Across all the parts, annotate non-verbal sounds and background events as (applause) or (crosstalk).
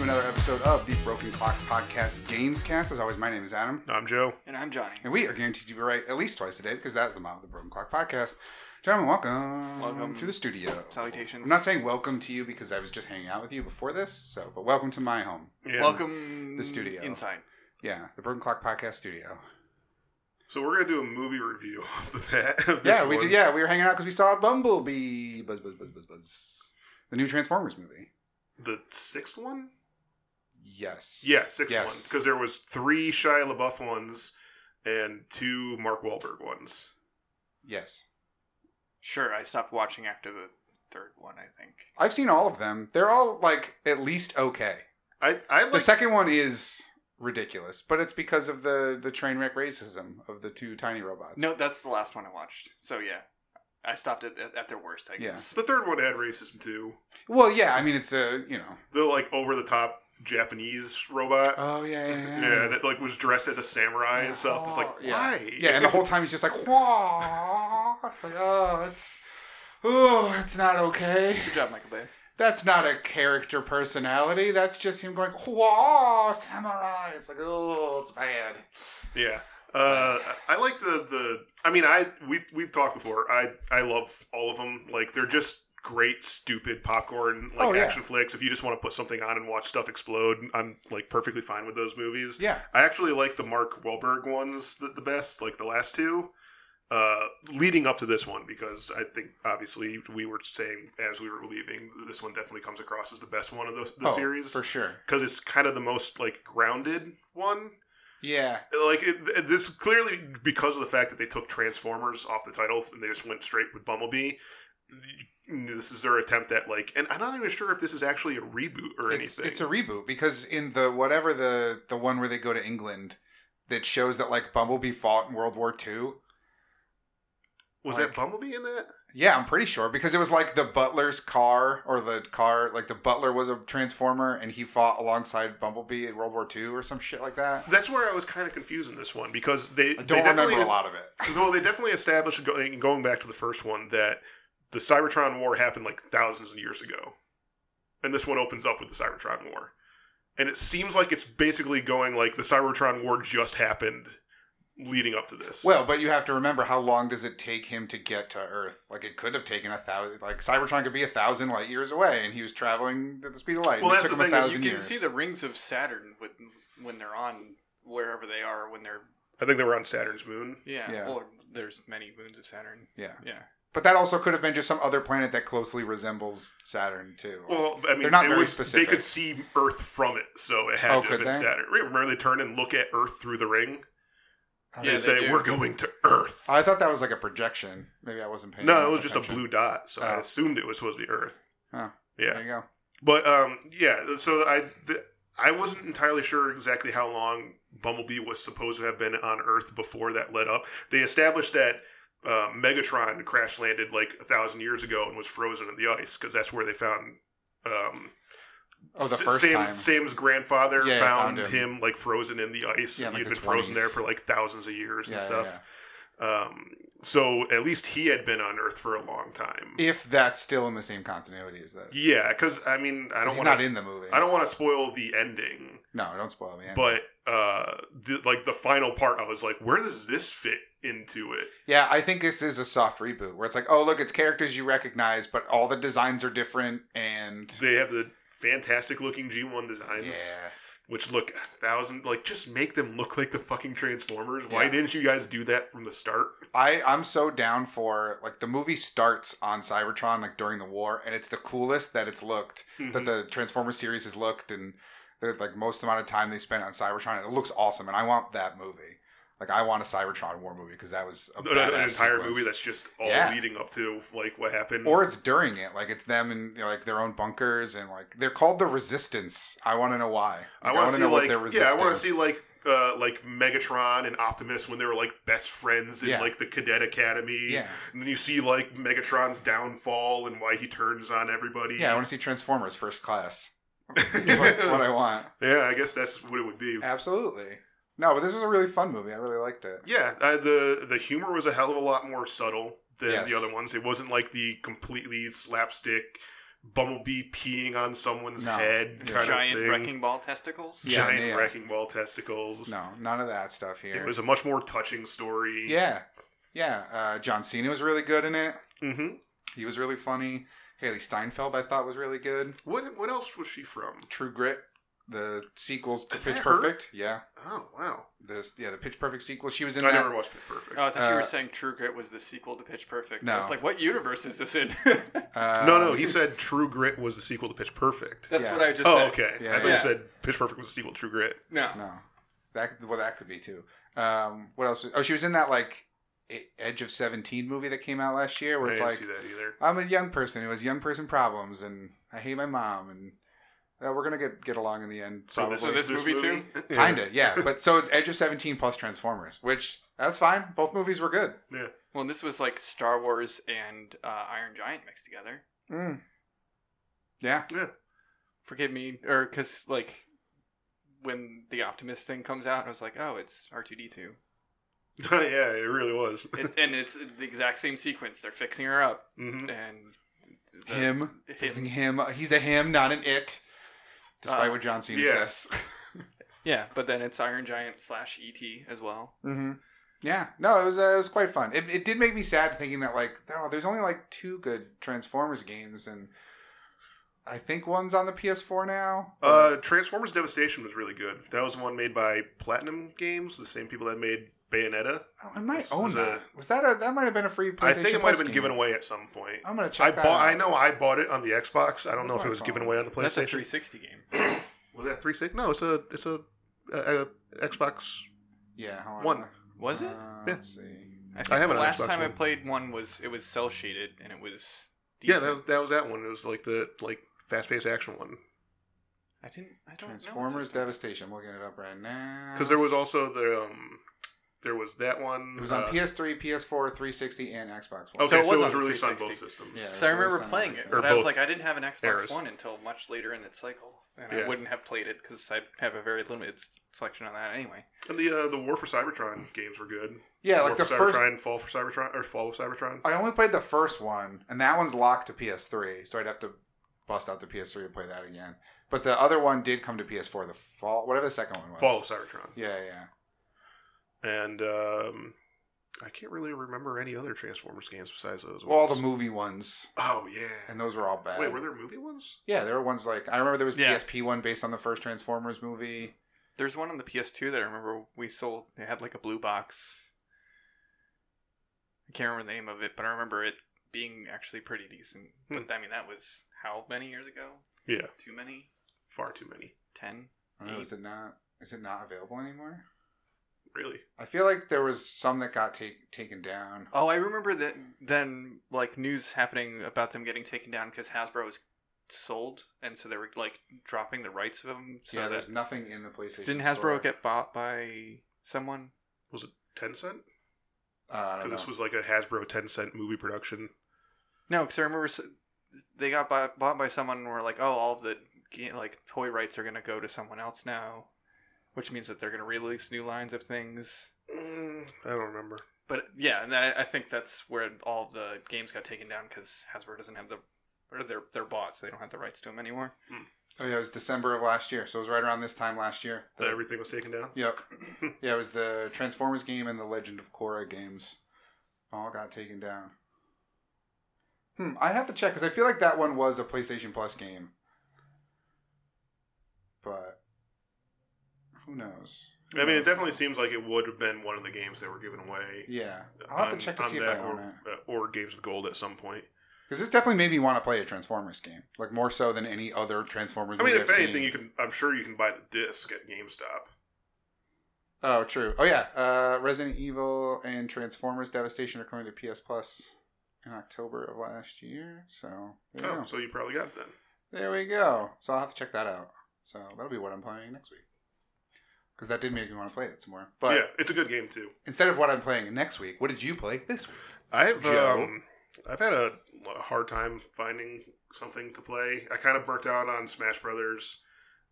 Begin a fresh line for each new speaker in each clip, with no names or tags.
another episode of the Broken Clock Podcast Gamescast. As always, my name is Adam,
I'm Joe.
And I'm Johnny.
and we are guaranteed to be right at least twice a day because that's the motto of the Broken Clock Podcast. Gentlemen, welcome,
Welcome.
to the studio.
Salutations.
I'm not saying welcome to you because I was just hanging out with you before this, so but welcome to my home.
And
Welcome
The studio.
inside.
Yeah, the Broken Clock Podcast Studio.
So we're gonna do a movie review (laughs) of the bat. Of this
Yeah, we
one.
did. Yeah, we were hanging out because we saw Bumblebee. Buzz, buzz, buzz, buzz, buzz. The new Transformers movie.
The sixth one.
Yes.
Yeah, sixth
Yes.
one. Because there was three Shia LaBeouf ones and two Mark Wahlberg ones.
Yes.
Sure, I stopped watching after the third one, I think.
I've seen all of them. They're all like at least okay.
I I
The
like.
second one is ridiculous, but it's because of the the train wreck racism of the two tiny robots.
No, that's the last one I watched. So yeah, I stopped it at, at their worst, I
Yeah.
guess.
the third one had racism too.
Well, yeah. I mean, it's a you know.
The like over the top Japanese robot.
Oh yeah, yeah, yeah.
yeah, that like was dressed as a samurai and stuff. It's like
Yeah.
why?
Yeah, and the whole time he's just like, "Wah." It's like, oh, it's, oh, it's not okay.
Good job, Michael Bay.
That's not a character personality. That's just him going, "Wah, samurai." It's like, oh, it's bad.
Yeah. Uh, I I like the, the I mean I we we've talked before. I I love all of them. Like they're just great stupid popcorn like
Oh, yeah.
action flicks. If you just want to put something on and watch stuff explode, I'm like perfectly fine with those movies.
Yeah,
I actually like the Mark Wahlberg ones the, the best, like the last two. Uh, leading up to this one, because I think obviously we were saying as we were leaving, this one definitely comes across as the best one of the, the
Oh,
series
for sure.
because it's kind of the most like grounded one
Yeah,
like it, this clearly because of the fact that they took Transformers off the title and they just went straight with Bumblebee. This is their attempt at like, and I'm not even sure if this is actually a reboot or
it's
anything.
it's a reboot because in the whatever the the one where they go to England, that shows that like Bumblebee fought in World War II. like-
was that Bumblebee in that?
Yeah, I'm pretty sure because it was like the butler's car or the car like the butler was a transformer and he fought alongside Bumblebee in World War II or some shit like that.
That's where I was kind of confused in this one because they
I
they
don't remember
definitely-
a lot of it.
Well, they definitely established going going back to the first one that the Cybertron War happened like thousands of years ago, and this one opens up with the Cybertron War, and it seems like it's basically going like the Cybertron War just happened, leading up to this.
Well, but you have to remember how long does it take him to get to Earth? Like it could have taken a thousand. Like Cybertron could be a thousand light years away, and he was traveling at the speed of light.
Well,
and it
that's
took
the
him a
thing is you
thousand
You can
years.
see the rings of Saturn with, when they're on wherever they are when they're
I think they were on Saturn's moon.
yeah,
Yeah.
Or there's many moons of Saturn.
yeah,
Yeah.
but that also could have been just some other planet that closely resembles Saturn too.
Well, I mean,
They're not
it
very
was-
specific.
They could see Earth from it, so it had
Oh,
to
could
have been
they?
Saturn. Remember, they turn and look at Earth through the ring.
Like,
Yeah,
they
they
say,
do.
"We're going to Earth."
I thought that was like a projection. Maybe I wasn't paying.
no,
enough
it was just a
attention.
blue dot, so I
Oh.
assumed it was supposed to be Earth.
Oh.
Yeah,
There you go.
But um, yeah, so I th- I wasn't entirely sure exactly how long Bumblebee was supposed to have been on Earth before that led up. They established that uh, Megatron crash landed like a thousand years ago and was frozen in the ice because that's where they found. Um,
Oh, the
S-
first
Sam,
time.
Sam's grandfather
Yeah,
found,
found him.
him. like frozen in the ice.
Yeah,
and
like
he had
the
been frozen
20s.
there for like thousands of years
Yeah,
and
yeah,
stuff. Um, so at least he had been on Earth for a long time.
yeah. If that's still in the same continuity as this,
yeah, because I mean, I
'Cause
don't
he's
want
not in the movie.
I don't want to spoil the ending,
No, don't spoil me.
but uh, the, like the final part, I was like, where does this fit into it?
Yeah, I think this is a soft reboot where it's like, oh, look, it's characters you recognize, but all the designs are different and.
They have the fantastic looking G1
Yeah.
designs, which look a thousand like just make them look like the fucking Transformers. Why
Yeah.
didn't you guys do that from the start?
I, I'm so down for like the movie starts on Cybertron like during the war and it's the coolest that it's looked
Mm-hmm.
that
Mhm.
the Transformers series has looked and the like most amount of time they spent on Cybertron and it looks awesome and I want that movie. Like I want a Cybertron war movie because that was a
(laughs) An- an entire
badass sequence.
movie that's just all
Yeah.
leading up to like what happened.
or it's during it, like it's them in you know, like their own bunkers, and like they're called the Resistance. I want to know why.
I
Like,
want to see like yeah, I want
resisting.
to see like uh, like Megatron and Optimus when they were like best friends in
Yeah.
like the cadet academy.
Yeah.
And then you see like Megatron's downfall and why he turns on everybody.
Yeah, I want to see Transformers First
(laughs)
Class. That's what I want.
Yeah, I guess that's what it would be.
Absolutely. No, but this was a really fun movie. I really liked it.
Yeah, uh, the the humor was a hell of a lot more subtle than
Yes.
the other ones. It wasn't like the completely slapstick Bumblebee peeing on someone's
No.
head
Yeah.
kind
Giant
of thing.
wrecking ball testicles.
Yeah,
Giant
yeah.
wrecking ball testicles.
No, none of that stuff here.
It was a much more touching story.
yeah, yeah. Uh, John Cena was really good in it.
hmm
He was really funny. Haley Steinfeld, I thought, was really good.
What What else was she from?
True Grit, the sequels to
Is
Pitch
that her?
Perfect. Yeah,
Oh wow!
this yeah the Pitch Perfect sequel. She was in
I
that.
never watched Pitch Perfect.
Oh, I thought you
Uh,
were saying True Grit was the sequel to Pitch Perfect.
No.
I was like, what universe is this in? (laughs)
uh,
no, no, he said True Grit was the sequel to Pitch Perfect.
That's
Yeah.
what I just
oh,
said.
okay.
Yeah,
I thought
yeah.
you said Pitch Perfect was the sequel to True Grit.
No.
No, that well that could be too. Um, what else? Oh, she was in that like E- Edge of Seventeen movie that came out last year, where
I
it's
didn't
like
see that either.
I'm a young person who has young person problems, and I hate my mom, and uh, we're gonna get get along in the end. Probably.
So this movie too?
(laughs) Yeah.
Kinda, yeah. But so it's Edge of Seventeen plus Transformers, which that's fine. Both movies were good.
Well, this was like Star Wars and uh, Iron Giant mixed together.
Mm. Yeah,
Forgive me, or because like when the Optimus thing comes out, I was like, oh, it's R two D two,
(laughs) yeah, it really was.
and it's the exact same sequence. They're fixing her up,
hmm
and the-
him fixing him. uh, He's a him, not an it. Despite
Uh,
what John Cena
yeah.
says. (laughs)
Yeah, but then it's Iron Giant slash ET as well.
hmm Yeah, no, it was uh, it was quite fun. It, it did make me sad thinking that like, oh, there's only like two good Transformers games, and I think one's on the PS4 now.
Uh, Transformers Devastation was really good. That was the one made by Platinum Games, the same people that made Bayonetta.
oh, I might
this
own
was a-
that. was that a that might have been a free PlayStation?
I think it might
Plus
have been
game.
given away at some point.
I'm gonna
I
check. that
bought. I
out.
know I bought it on the Xbox. I don't know
Where's
if it
my
was given
phone?
away on the
That's a
PlayStation.
360 game.
was that three six? No, it's a it's a, a, a Xbox.
Yeah, hold on.
One.
Was it?
Uh, Let's see.
think
Um, I have an
the last
Xbox
time I
One.
played one was it was cell shaded and it was.
Yeah,
decent.
that was, that was that one. It was like the like fast paced action one.
I didn't. I don't know what's
Transformers
this thing.
Devastation. I'm looking it up right now.
Because there was also the um, there was that one.
Uh-huh. it was on
uh,
PS3, PS4, 360, and Xbox One.
Okay,
So it
so
was
it
on
was,
the
released on both
360.
systems.
Yeah.
So I
It's
remember
always on
playing it,
everything.
Or
but I was
both.
like, I didn't have an Xbox
Eras.
One until much later in its cycle, and
Yeah.
I wouldn't have played it because I have a very limited s- selection on that anyway.
And the uh, the War for Cybertron games were good.
Yeah,
War
like the
for
first.
Cybertron, Fall for Cybertron, or Fall of Cybertron.
I only played the first one, and that one's locked to PS3, so I'd have to bust out the PS3 to play that again. But the other one did come to PS4. The fall, whatever the second one was.
Fall of Cybertron.
Yeah, yeah.
And um, I can't really remember any other Transformers games besides those.
Well, all the
ones.
movie ones,
Oh yeah.
and those were all bad.
Wait, were there movie ones?
Yeah, there were ones like I remember there was
Yeah.
PSP one based on the first Transformers movie.
There's one on the PS2 that I remember we sold. It had like a blue box. I can't remember the name of it, but I remember it being actually pretty decent.
Hmm.
But I mean, that was how many years ago?
Yeah,
Too many?
far too many.
Ten?
I don't know, is it not? Is it not available anymore?
Really?
I feel like there was some that got take, taken down.
Oh, I remember that then like news happening about them getting taken down because Hasbro was sold, and so they were like dropping the rights of them. So
yeah,
that-
there's nothing in the PlayStation.
didn't Hasbro
store.
get bought by someone?
Was it ten cent?
Uh, I don't
Because
know.
this was like a Hasbro ten cent movie production.
No, because I remember s- they got bought, bought by someone, and were like, oh, all of the ga- like toy rights are gonna go to someone else now, which means that they're gonna release new lines of things.
Mm, I don't remember.
But yeah, and I, I think that's where all of the games got taken down because Hasbro doesn't have the or they're they're bought, so they don't have the rights to them anymore.
Oh yeah, it was December of last year, so it was right around this time last year.
That
The-
everything was taken down.
Yep. Yeah, it was the Transformers game and the Legend of Korra games. All got taken down. Hmm, I have to check because I feel like that one was a PlayStation Plus game. But who knows? Who
(laughs) I mean,
knows
it definitely
now?
seems like it would have been one of the games that were given away.
Yeah, I'll have
on-
to check to
on
see if
that
I own
or,
it
uh, or Games with Gold at some point.
because this definitely made me want to play a Transformers game, like more so than any other Transformers.
I mean,
movie
if
I've
anything,
seen.
you can. I'm sure you can buy the disc at GameStop.
Oh, true. Oh, yeah. Uh, Resident Evil and Transformers Devastation are coming to PS Plus in October of last year. So there, you
Oh,
go.
so you probably got it then.
there we go. So I'll have to check that out. So that'll be what I'm playing next week. Because that did make me want to play it some more. But
yeah, it's a good game too.
instead of what I'm playing next week, what did you play this week?
I've
Joe?
um, I've had a l- hard time finding something to play. I kind of burnt out on Smash Brothers.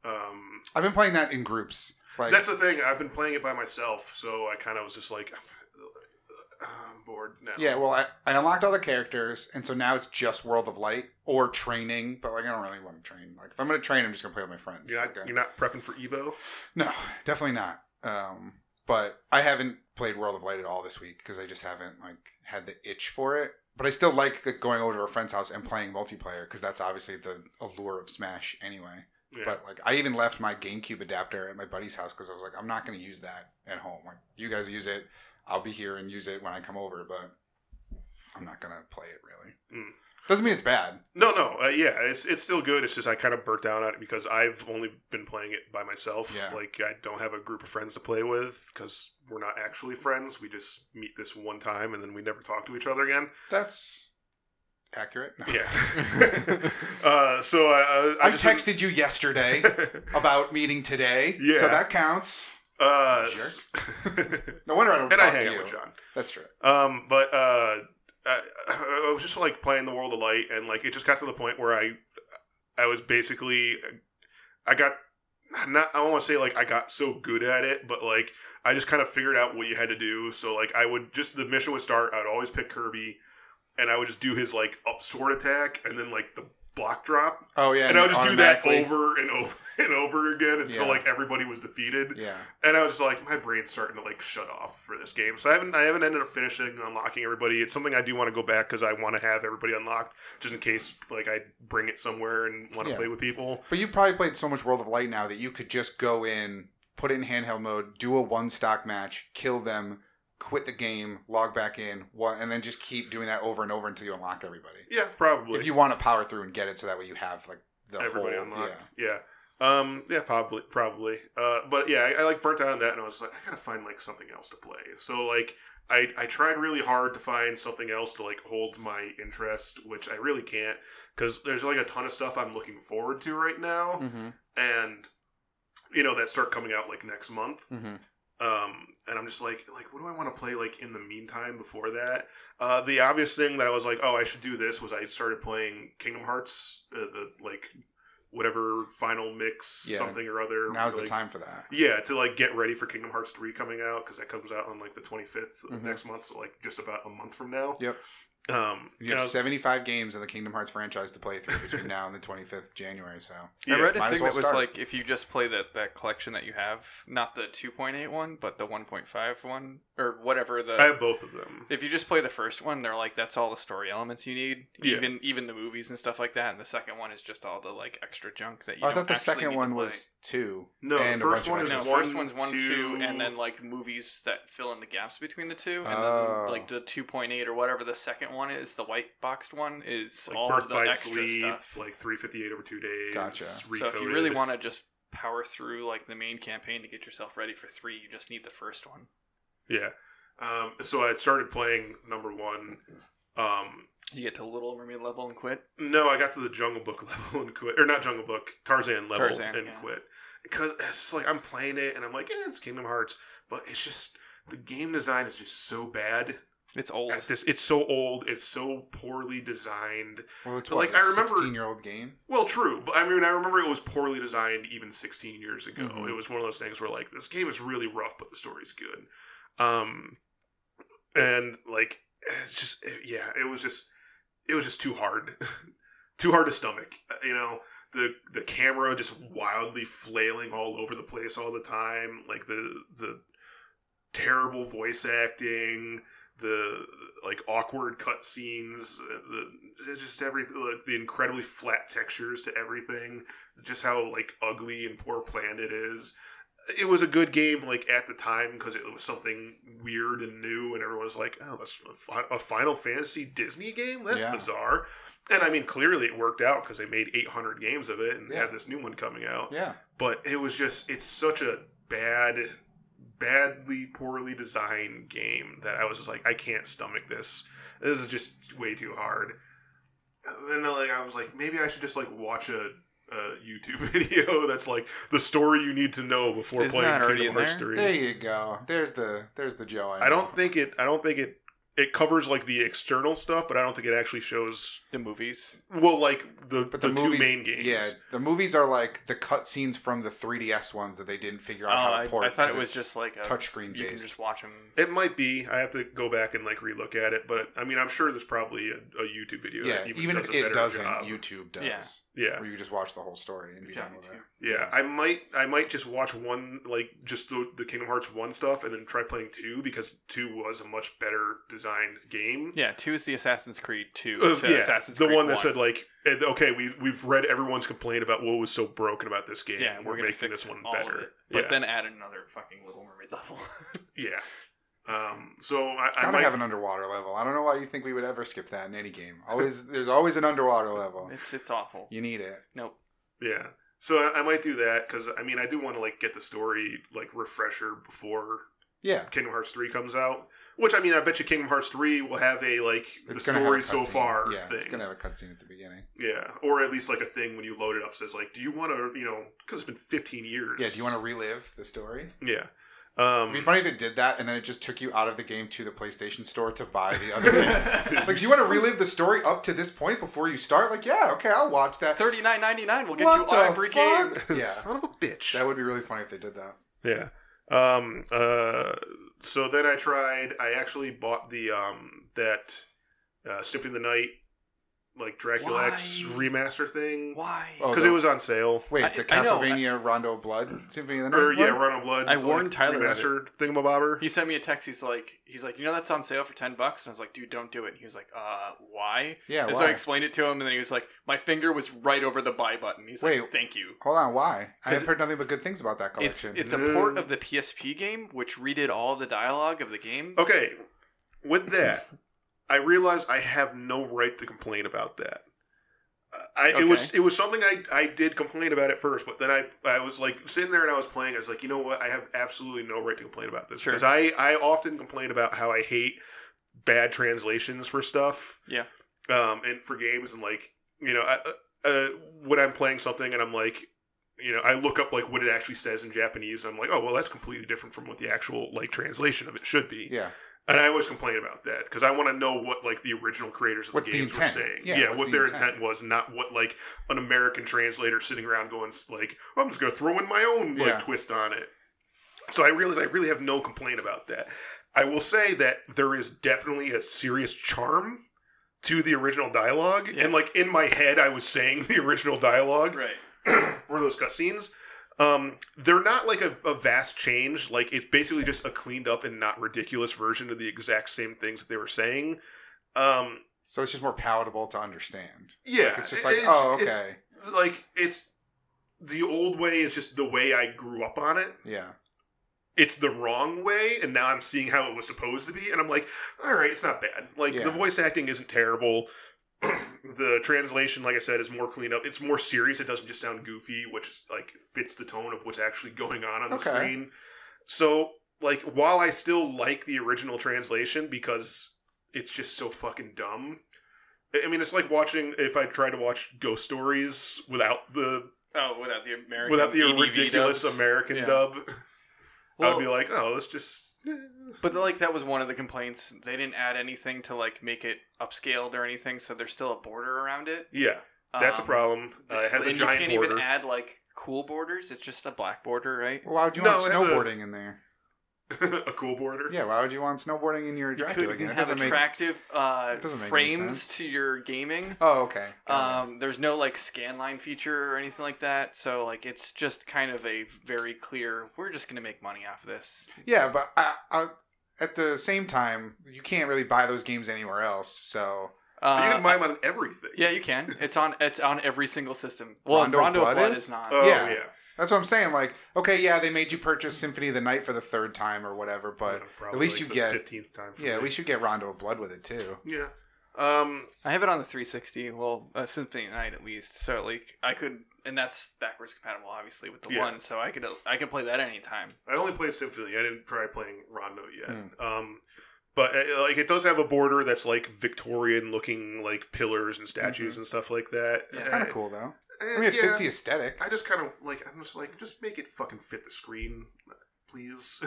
Um,
I've been playing that in groups. Like,
that's the thing. I've been playing it by myself, so I kind of was just like, (sighs) I'm bored now.
Yeah, well, I, I unlocked all the characters, and so now it's just World of Light or training. But like, I don't really want to train. Like, if I'm gonna train, I'm just gonna play with my friends.
You're not,
Like, uh,
you're not prepping for Evo?
No, definitely not. Um, but I haven't played World of Light at all this week because I just haven't like had the itch for it. But I still like going over to a friend's house and playing multiplayer because that's obviously the allure of Smash anyway.
Yeah.
But like, I even left my GameCube adapter at my buddy's house because I was like, I'm not going to use that at home. Like, you guys use it. I'll be here and use it when I come over, but I'm not going to play it really.
Mm.
Doesn't mean it's bad.
No, no, uh, yeah, it's it's still good. It's just I kind of burnt out on it because I've only been playing it by myself.
Yeah.
Like I don't have a group of friends to play with because we're not actually friends. We just meet this one time and then we never talk to each other again.
That's accurate. No.
Yeah. (laughs) uh, so I, I,
I,
I just
texted you yesterday about meeting today.
Yeah.
So that counts.
(laughs) uh,
(laughs) No wonder I don't talk
and I hang
to
out
you.
with John.
That's true.
Um, but uh, I, I was just like playing the World of Light, and like it just got to the point where I, I was basically, I got not I don't want to say like I got so good at it, but like I just kind of figured out what you had to do. So like I would just the mission would start. I'd always pick Kirby, and I would just do his like up sword attack, and then like the block drop,
Oh yeah.
and, I would just do that
automatically-
over and over (laughs) and over again until
Yeah.
like everybody was defeated
Yeah.
and I was just like, my brain's starting to like shut off for this game. So I haven't, I haven't ended up finishing and unlocking everybody. It's something I do want to go back because I want to have everybody unlocked just in case like I bring it somewhere and want to
Yeah.
play with people.
But you probably played so much World of Light now that you could just go in, put it in handheld mode, do a one stock match, kill them, quit the game, log back in, one, and then just keep doing that over and over until you unlock everybody.
Yeah, probably.
If you want to power through and get it, so that way you have like the
everybody
whole,
unlocked. Yeah. Um. Yeah. Probably. Probably. Uh. But yeah, I, I like burnt out on that, and I was like, I gotta find like something else to play. So like, I I tried really hard to find something else to like hold my interest, which I really can't because there's like a ton of stuff I'm looking forward to right now.
Yeah. hmm
and you know that start coming out like next month
hmm
um and i'm just like like what do i want to play like in the meantime before that uh the obvious thing that i was like oh i should do this was i started playing kingdom hearts uh, the like whatever final mix
Yeah.
something or other
Now's the
like-
time for that.
yeah to like get ready for kingdom hearts 3 coming out because that comes out on like the 25th of
Mhm.
next month so like just about a month from now
Yep.
um
You
and
have
I was-
75 games in the Kingdom Hearts franchise to play through
(laughs)
between now and the 25th of January. So
yeah.
I read a
might as
thing
well
that was
start.
like if you just play that, that collection that you have, not the 2.8 one, but the 1.5 one, or whatever the.
I have both of them
if you just play the first one, they're like that's all the story elements you need,
Yeah.
even even the movies and stuff like that. And the second one is just all the like extra junk that you.
Oh, I
don't
thought the
actually
second
need to
one
play.
was two.
No, the
and a
first
bunch of
one is
extras.
No,
one,
first one's one, two,
two-
and then like movies that fill in the gaps between the two, and
Oh.
then like the two point eight or whatever the second one is, the white boxed one is
like
all
Birth
of the
by
extra
Sleep,
stuff.
like 358 over two days.
Gotcha.
So if you really
recoded.
want to just power through like the main campaign to get yourself ready for three, you just need the first one.
yeah. Um, so I started playing number one. Um,
You get to Little Mermaid level and quit.
no, I got to the Jungle Book (laughs) level and quit, or not Jungle Book, Tarzan level
Tarzan,
and
yeah.
quit. Because it's just like I'm playing it and I'm like, eh, it's Kingdom Hearts, but it's just the game design is just so bad.
It's old.
At this, it's so old, it's so poorly designed.
Well, it's
But,
what,
like, I remember-
sixteen-year-old game.
Well, true, but I mean, I remember it was poorly designed even 16 years ago.
Mhm.
It was one of those things where like this game is really rough, but the story's good. Um, and like it's just it- yeah, it was just it was just too hard, (laughs) too hard to stomach. Uh, You know, the the camera just wildly flailing all over the place all the time, like the the terrible voice acting the like awkward cutscenes, uh, the just everything, like, the incredibly flat textures to everything, just how like ugly and poor planned it is. It was a good game like at the time because it was something weird and new, and everyone was like, "Oh, that's a fi- a Final Fantasy Disney game? That's
Yeah.
bizarre." And I mean, clearly it worked out because they made 800 games of it and
Yeah.
had this new one coming out
Yeah,
but it was just it's such a bad badly poorly designed game that i was just like i can't stomach this this is just way too hard and then like i was like maybe i should just like watch a, a youtube (laughs) video that's like the story you need to know before
Isn't
playing
that already
kingdom
in
hearts
there?
3
there you go. There's the there's the Joe.
i don't think it i don't think it it covers like the external stuff, but I don't think it actually shows
The movies.
well like the
But
the,
the,
two
movies,
main games.
Yeah, the movies are like the cutscenes from the 3DS ones that they didn't figure out
Oh,
how
I-
to port.
I thought it
'cause
was
it's
just like a-
touchscreen
You can
based.
just watch them.
It might be. I have to go back and like relook at it, but I mean, I'm sure there's probably a, a YouTube video.
yeah,
that
even,
does
if
a
it
better
doesn't,
job.
YouTube does.
Yeah.
yeah,
Where you just watch the whole story and be
Yeah,
done with it.
YouTube.
Yeah, I might I might just watch one like just the, the Kingdom Hearts one stuff and then try playing two because two was a much better designed game.
Yeah, two is the Assassin's Creed two.
Uh,
to
yeah,
Assassin's
the
Creed
one that said like, eh, okay, we we've read everyone's complaint about what was so broken about this game.
yeah,
we're,
we're, gonna
making
fix
this one
all of
better.
it, but
yeah,
then add another fucking Little
(laughs)
Mermaid level. (laughs)
yeah. Um, so I, I
Gotta
might
have an underwater level. I don't know why you think we would ever skip that in any game. Always, (laughs) there's always an underwater level.
it's it's awful.
You need it.
Nope.
Yeah. So I, I might do that because I mean I do want to like get the story like refresher before
Yeah,
Kingdom Hearts three comes out. Which I mean I bet you Kingdom Hearts three will have a like the
gonna have a
story so
cutscene.
far
Yeah,
thing.
it's gonna have a cutscene at the beginning.
yeah, or at least like a thing when you load it up says like, do you want to you know because it's been fifteen years.
Yeah, do you want to relive the story?
to? Yeah. Um,
It'd be funny if it did that, and then it just took you out of the game to the PlayStation Store to buy the other
(laughs)
(laughs)
games. (laughs) Like, do you want to relive the story up to this point before you start? Like, yeah, okay, I'll watch that.
Thirty nine ninety nine will get
What
you
the
every game.
fuck? Yeah,
Son of a bitch.
that would be really funny if they did that.
Yeah. Um. Uh. So then I tried. I actually bought the um that uh, Symphony of the Night like Dracula X
Why?
remaster thing
Why?
Oh,
because
the-
it was on sale.
Wait,
I-
the
I know, I- Er,
Castlevania Rondo Blood Symphony of the Night.
Or yeah,
one?
Run on Blood.
I warned Tyler of it.
Remaster thingamabobber.
He sent me a text. He's like, he's like, you know, that's on sale for ten bucks. And I was like, dude, don't do it. And he was like, uh, why?
yeah.
and
Why?
so I explained it to him, and then he was like, my finger was right over the buy button. He's like,
Wait.
thank you.
Hold on, why? I
'Cause
have heard nothing but good things about that
It's
collection.
it's a port of the PSP game, which redid all of the dialogue of the game.
Okay. With that, I realized I have no right to complain about that. I, It was it was something I, I did complain about at first, but then I, I was like sitting there and I was playing. I was like, you know what? I have absolutely no right to complain about this
Sure.
because I, I often complain about how I hate bad translations for stuff.
Yeah.
Um, and for games and like you know I, uh, when I'm playing something and I'm like you know I look up like what it actually says in Japanese and I'm like oh well that's completely different from what the actual like translation of it should be.
yeah.
And I always complain about that because I want to know what like the original creators of
What's
the
the
games were
intent?
saying. Yeah,
Yeah, what's
what
the
their
intent?
intent was, not what like an American translator sitting around going s- like, "Oh, "I'm just going to throw in my own like
Yeah.
twist on it." So I realize I really have no complaint about that. I will say that there is definitely a serious charm to the original dialogue,
Yeah.
and like in my head, I was saying (laughs) the original dialogue
Right.
(clears throat) for those cutscenes. Um, they're not like a, a vast change. Like it's basically just a cleaned up and not ridiculous version of the exact same things that they were saying. Um,
So it's just more palatable to understand.
yeah,
Like, it's just like,
it's-
oh,
it's-
okay,
like it's the old way is just the way I grew up on it.
yeah.
It's the wrong way, and now I'm seeing how it was supposed to be, and I'm like, all right, it's not bad. Like
Yeah.
the voice acting isn't terrible. (clears throat) the translation, like I said, is more cleaned up. It's more serious. It doesn't just sound goofy, which is, like fits the tone of what's actually going on on the
Okay.
screen. So, like, while I still like the original translation because it's just so fucking dumb. I- I mean, it's like watching if I tried to watch Ghost Stories without the
Oh, without the American.
without the
EDV
ridiculous
dubs.
American
Yeah.
dub. I'd
Well,
be like, oh, let's just. (laughs)
But like that was one of the complaints. They didn't add anything to like make it upscaled or anything, so there's still a border around it.
Yeah, that's a
Um,
problem. Uh, it has a
and
giant
You can't
border.
even add like cool borders. It's just a black border, right?
Well, why would you
No,
want
it has a-
snowboarding in there?
(laughs) a cool border.
Yeah, why would you want snowboarding in your
You
Dracula
couldn't
game? It
have
doesn't make.
attractive uh,
it doesn't make any
frames
sense.
to your gaming.
Oh, okay. Got it.
Um, there's no like scan line feature or anything like that. So like it's just kind of a very clear. We're just gonna make money off of this.
yeah, but I, I, at the same time, you can't really buy those games anywhere else. So
Uh,
you can buy them on everything.
yeah, you can. It's on. It's on every single system. Well, Rondo,
Rondo
of Blood,
Blood
is,
is?
not.
Oh yeah.
Yeah. that's what I'm saying. Like, okay, yeah, they made you purchase Symphony of the Night for the third time or whatever, but
Probably
least you
the
get-
fifteenth time. for
yeah, at
me.
least you get Rondo of Blood with it too.
Yeah. Um.
I have it on the 360. Well, uh, Symphony of the Night at least. So like I could, and that's backwards compatible, obviously, with the
Yeah.
one. So I could I could play that anytime.
I only played Symphony. I didn't try playing Rondo yet.
Mm.
Um, but uh, like it does have a border that's like Victorian looking, like pillars and statues and stuff like that.
It's
Uh,
kind of Mm-hmm. cool though.
eh,
I mean, it
yeah.
fits the aesthetic.
I just kind of like I'm just like just make it fucking fit the screen, (laughs) please.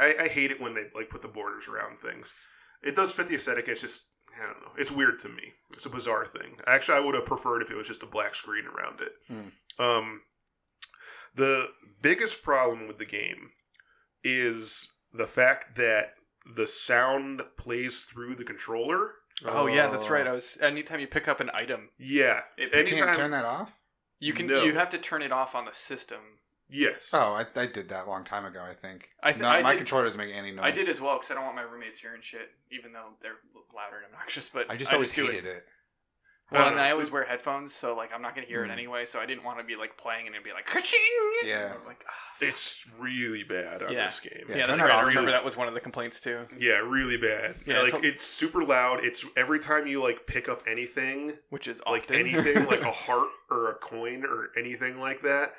I, I hate it when they like put the borders around things. It does fit the aesthetic. It's just I don't know. It's weird to me. It's a bizarre thing. Actually, I would have preferred if it was just a black screen around it.
Hmm.
Um, the biggest problem with the game is the fact that the sound plays through the controller.
Oh yeah, that's right. I was anytime you pick up an item,
Yeah.
It-
You
Anytime.
can't turn that off.
you can
No.
you have to turn it off on the system.
yes.
Oh, I, I did that a long time ago. I think.
I th-
No,
I
my
did-
controller doesn't make any noise.
I did as well because I don't want my roommates here and shit, even though they're louder and obnoxious. But
I just always
do
hated it.
Well,
(laughs)
Uh,
and I always wear headphones, so like I'm not gonna hear
Hmm.
it anyway. So I didn't want to be like playing and it'd be like ka-ching!
Yeah.
I'm like ah, fuck.
It's really bad on
Yeah.
this game.
Yeah,
yeah,
turn
that's
that
right. I
off,
remember
too.
that was one of the complaints too.
Yeah, really bad.
Yeah,
like
to-
it's super loud. It's every time you like pick up anything,
Which is
like
often.
anything,
(laughs)
like a heart or a coin or anything like that.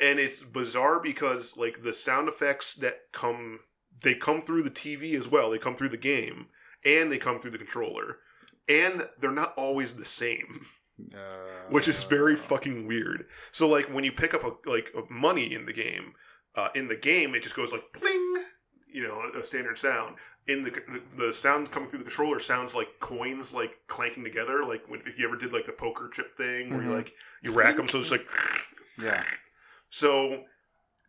And it's bizarre because like the sound effects that come they come through the TV as well. They come through the game and they come through the controller. And they're not always the same,
Uh,
which is very fucking weird. So like when you pick up a, like a money in the game, uh, in the game it just goes like bling, you know, a, a standard sound. In the, the the sound coming through the controller sounds like coins like clanking together, like when, if you ever did like the poker chip thing where you
Mhm.
like you rack them, so it's like (laughs)
Yeah.
so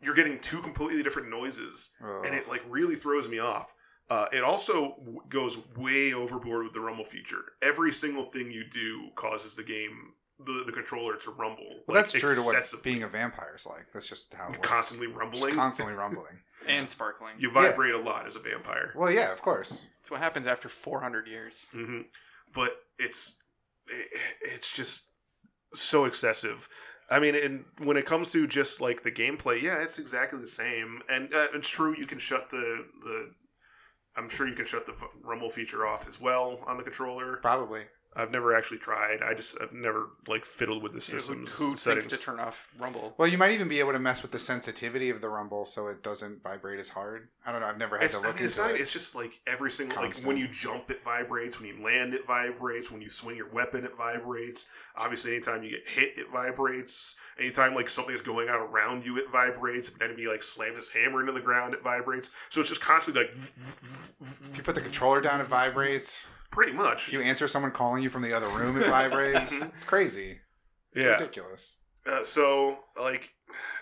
you're getting two completely different noises,
Ugh.
and it like really throws me off. Uh, it also w- goes way overboard with the rumble feature. Every single thing you do causes the game, the, the controller to rumble.
well,
like,
that's true to what
excessively.
being a vampire is like. That's just how it works.
constantly
Just
rumbling.
constantly rumbling.
and sparkling.
You vibrate a lot as a vampire.
Well, yeah, of course.
It's what happens after 400 years.
hmm But it's it, it's just so excessive. I mean, and when it comes to just like the gameplay, yeah, it's exactly the same. And uh, it's true you can shut the the. I'm sure you can shut the v- rumble feature off as well on the controller.
Probably.
I've never actually tried. I just I've never like fiddled with the
You know, who
systems
who
settings.
thinks to turn off Rumble?
Well, you might even be able to mess with the sensitivity of the rumble so it doesn't vibrate as hard. I don't know. I've never had
It's,
to
I
look
mean, it's,
into
not,
it.
it's just like every single like when
Constant.
you jump it vibrates, when you land it vibrates, when you swing your weapon it vibrates. Obviously, anytime you get hit it vibrates. Anytime like something's going on around you it vibrates. If an enemy like slams his hammer into the ground it vibrates. So it's just constantly like (laughs)
If you put the controller down, it vibrates.
pretty much.
If you answer someone calling you from the other room,
(laughs)
it vibrates.
Mhm.
it's crazy. It's
Mm-hmm. yeah.
ridiculous.
Uh, so like,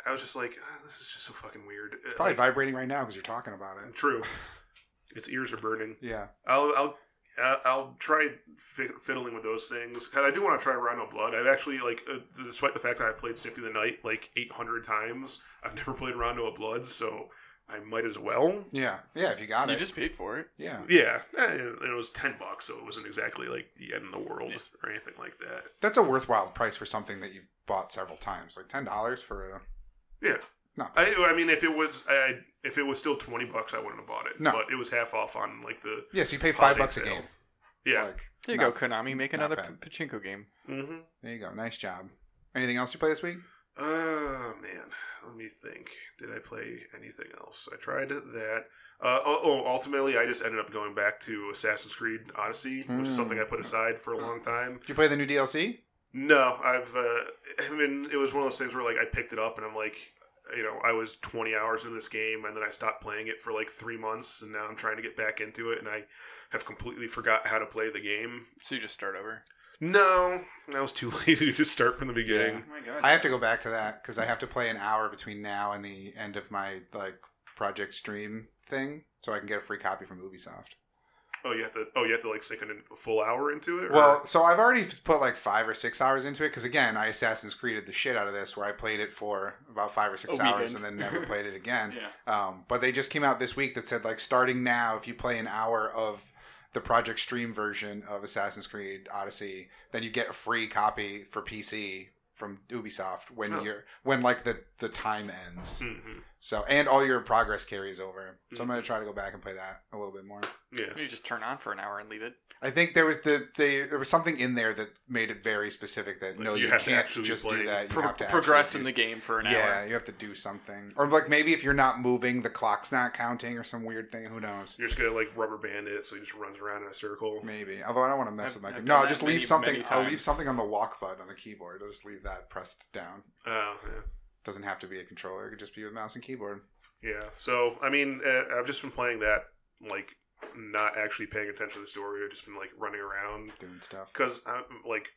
I was just like, "Ah, this is just so fucking weird. Uh,
Probably
like,
vibrating right now because you're talking about it. (laughs)
true. Its ears are burning.
Yeah.
I'll I'll uh, I'll try fi- fiddling with those things 'Cause I do want to try Rhino Blood. I've actually like, uh, despite the fact that I played Symphony of the Night like 800 times, I've (laughs) never played Rhino Blood, so I might as well.
Yeah. Yeah. If you got
you
it.
just paid for it.
yeah.
Yeah, eh, and it was 10 bucks, so it wasn't exactly like the end of the world
Yeah.
or anything like that.
That's a worthwhile price for something that you've bought several times. Like ten dollars for a
Yeah,
No.
I I mean if it was I if it was still 20 bucks, I wouldn't have bought it.
No.
but it was half off on like the
yeah. So you pay five
Holiday
bucks a
sale.
game.
yeah.
Like,
There you
Not-
go, Konami. Make
not
another
bad.
p- pachinko game.
mm-hmm.
there you go. Nice job. Anything else you play this week?
Oh man, let me think. Did I play anything else? I tried that. Uh, oh, oh, ultimately, I just ended up going back to Assassin's Creed Odyssey, which is something I put aside for a long time.
Did you play the new DLC?
No, I've. Uh, I mean, it was one of those things where like I picked it up and I'm like, you know, I was 20 hours into this game and then I stopped playing it for like three months and now I'm trying to get back into it and I have completely forgot how to play the game.
So you just start over.
No, I was too (laughs) lazy to just start from the beginning.
Oh my god.
I have to go back to that because I have to play an hour between now and the end of my like project stream thing, so I can get a free copy from Ubisoft.
Oh, you have to. Oh, you have to like sink an- a full hour into it. or-
Well, so I've already put like five or six hours into it because again, I Assassin's Creeded the shit out of this, where I played it for about five or six
A
hours
weekend.
and then never played it again.
(laughs) Yeah.
Um, but they just came out this week that said like starting now, if you play an hour of the Project Stream version of Assassin's Creed Odyssey, then you get a free copy for PC from Ubisoft when
Oh.
you're when like the the time ends.
Mhm.
So and all your progress carries over. So
Mm-hmm.
I'm gonna try to go back and play that a little bit more.
Yeah.
You just turn on for an hour and leave it.
I think there was the they there was something in there that made it very specific that
Like,
no
you
you,
have to
can't
actually
just
play.
do that. You
Pro-
have to
progress
actually
in
do
the game for an
yeah,
hour.
you have to do something, or like maybe if you're not moving, the clock's not counting, or some weird thing. Who knows?
You're just gonna like rubber band it, so he just runs around in a circle.
Maybe. Although I don't want to mess
I've-
with my.
I've
no,
done
I'll
that
just
many,
leave something.
many
I'll leave
times.
something on the walk button on the keyboard. I'll just leave that pressed down.
Oh, yeah.
Doesn't have to be a controller. It could just be with mouse and keyboard.
Yeah. So I mean, uh, I've just been playing that like not actually paying attention to the story. I've just been like running around
doing stuff.
because I'm like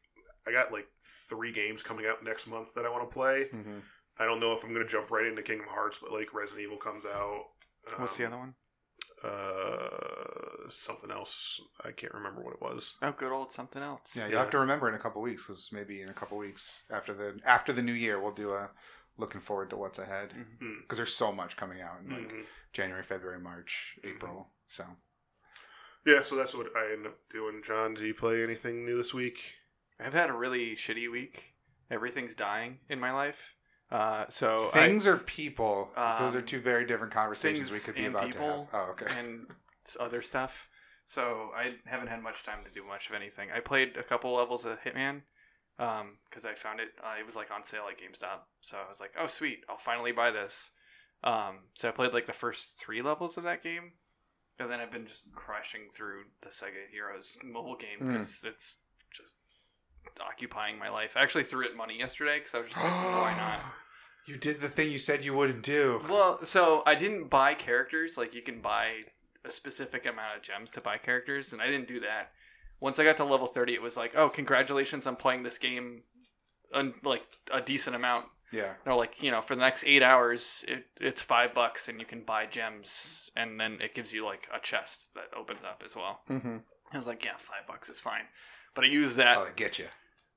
I got like three games coming out next month that I want to play.
hmm
I don't know if I'm gonna jump right into Kingdom Hearts, but like Resident Evil comes out. um,
What's the other one?
Uh, something else. I can't remember what it was.
Oh, good old something else.
Yeah, you'll
Yeah.
have to remember in a couple weeks because maybe in a couple weeks after the after the new year, we'll do a looking forward to what's ahead
Mhm.
because there's so much coming out
Mm-hmm.
in like
Mhm.
January, February, March,
Mhm.
April. So
Yeah, so that's what I end up doing. John, do you play anything new this week?
I've had a really shitty week. Everything's dying in my life. Uh, so
things or people? 'Cause those are
Um,
two very different conversations we
things
could be
and
about
people
to have. Oh, okay.
I, (laughs) and s- other stuff. So I haven't had much time to do much of anything. I played a couple levels of Hitman because I found it. Uh, it was like on sale at GameStop, so I was like, "Oh, sweet! I'll finally buy this." Um, so I played like the first three levels of that game, and then I've been just crashing through the Sega Heroes mobile game because it's just occupying my life. I actually threw it money yesterday because I was just like, "Why not?"
(gasps) You did the thing you said you wouldn't do.
Well, so I didn't buy characters. Like you can buy a specific amount of gems to buy characters, and I didn't do that. Once I got to level thirty, it was like, oh, congratulations on playing this game, un- like a decent amount.
Yeah.
Or like you know, for the next eight hours, it, it's five bucks, and you can buy gems, and then it gives you like a chest that opens up as well.
Mm-hmm.
I was like, yeah, five bucks is fine. But I used that.
That's how they get you.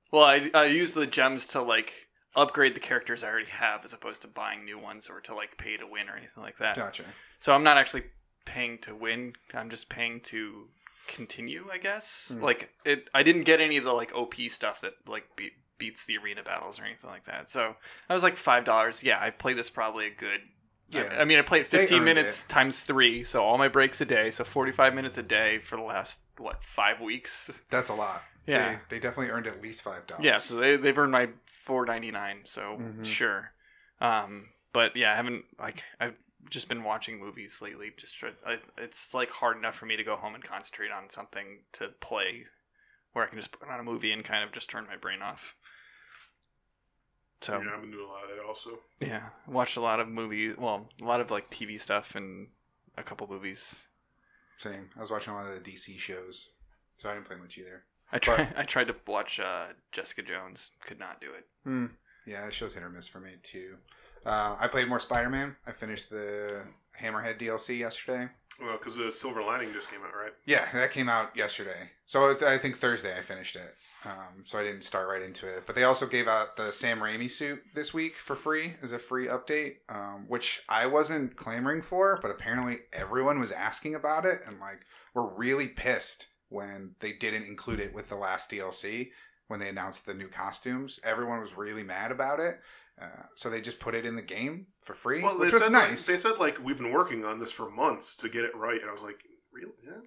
Well, I, I use the gems to like upgrade the characters I already have, as opposed to buying new ones or to like pay to win or anything like that.
Gotcha.
So I'm not actually paying to win. I'm just paying to continue, I guess.
Mm.
Like it, I didn't get any of the like OP stuff that like be, beats the arena battles or anything like that. So I was like five dollars. Yeah, I played this probably a good.
Yeah.
I, I mean, I played
They
15
earned
minutes times three, so all my breaks a day, so 45 minutes a day for the last what five weeks. (laughs)
That's a lot.
Yeah.
They, they definitely earned at least five dollars.
Yeah, so they they've earned my four ninety nine, so
Mhm.
sure. Um, but yeah, I haven't like I've just been watching movies lately. Just try, I, it's like hard enough for me to go home and concentrate on something to play, where I can just put on a movie and kind of just turn my brain off. So
yeah, I've been doing a lot of that also.
yeah, watched a lot of movies. Well, a lot of like TV stuff and a couple movies.
Same. I was watching a lot of the DC shows, so I didn't play much either.
I try, (laughs) I tried to watch uh, Jessica Jones, could not do it.
Hmm. Yeah, that show's hit or miss for me too. Uh, I played more Spider Man. I finished the Hammerhead DLC yesterday.
Well, because the Silver Lining just came out, right?
Yeah, that came out yesterday. So it- I think Thursday I finished it. Um, so I didn't start right into it. But they also gave out the Sam Raimi suit this week for free as a free update, um, which I wasn't clamoring for, but apparently everyone was asking about it and like were really pissed when they didn't include it with the last DLC when they announced the new costumes. Everyone was really mad about it. Uh, so they just put it in the game for free,
Well,
which
they
was
said
nice.
Like, they said like we've been working on this for months to get it right, and I was like, really? Yeah?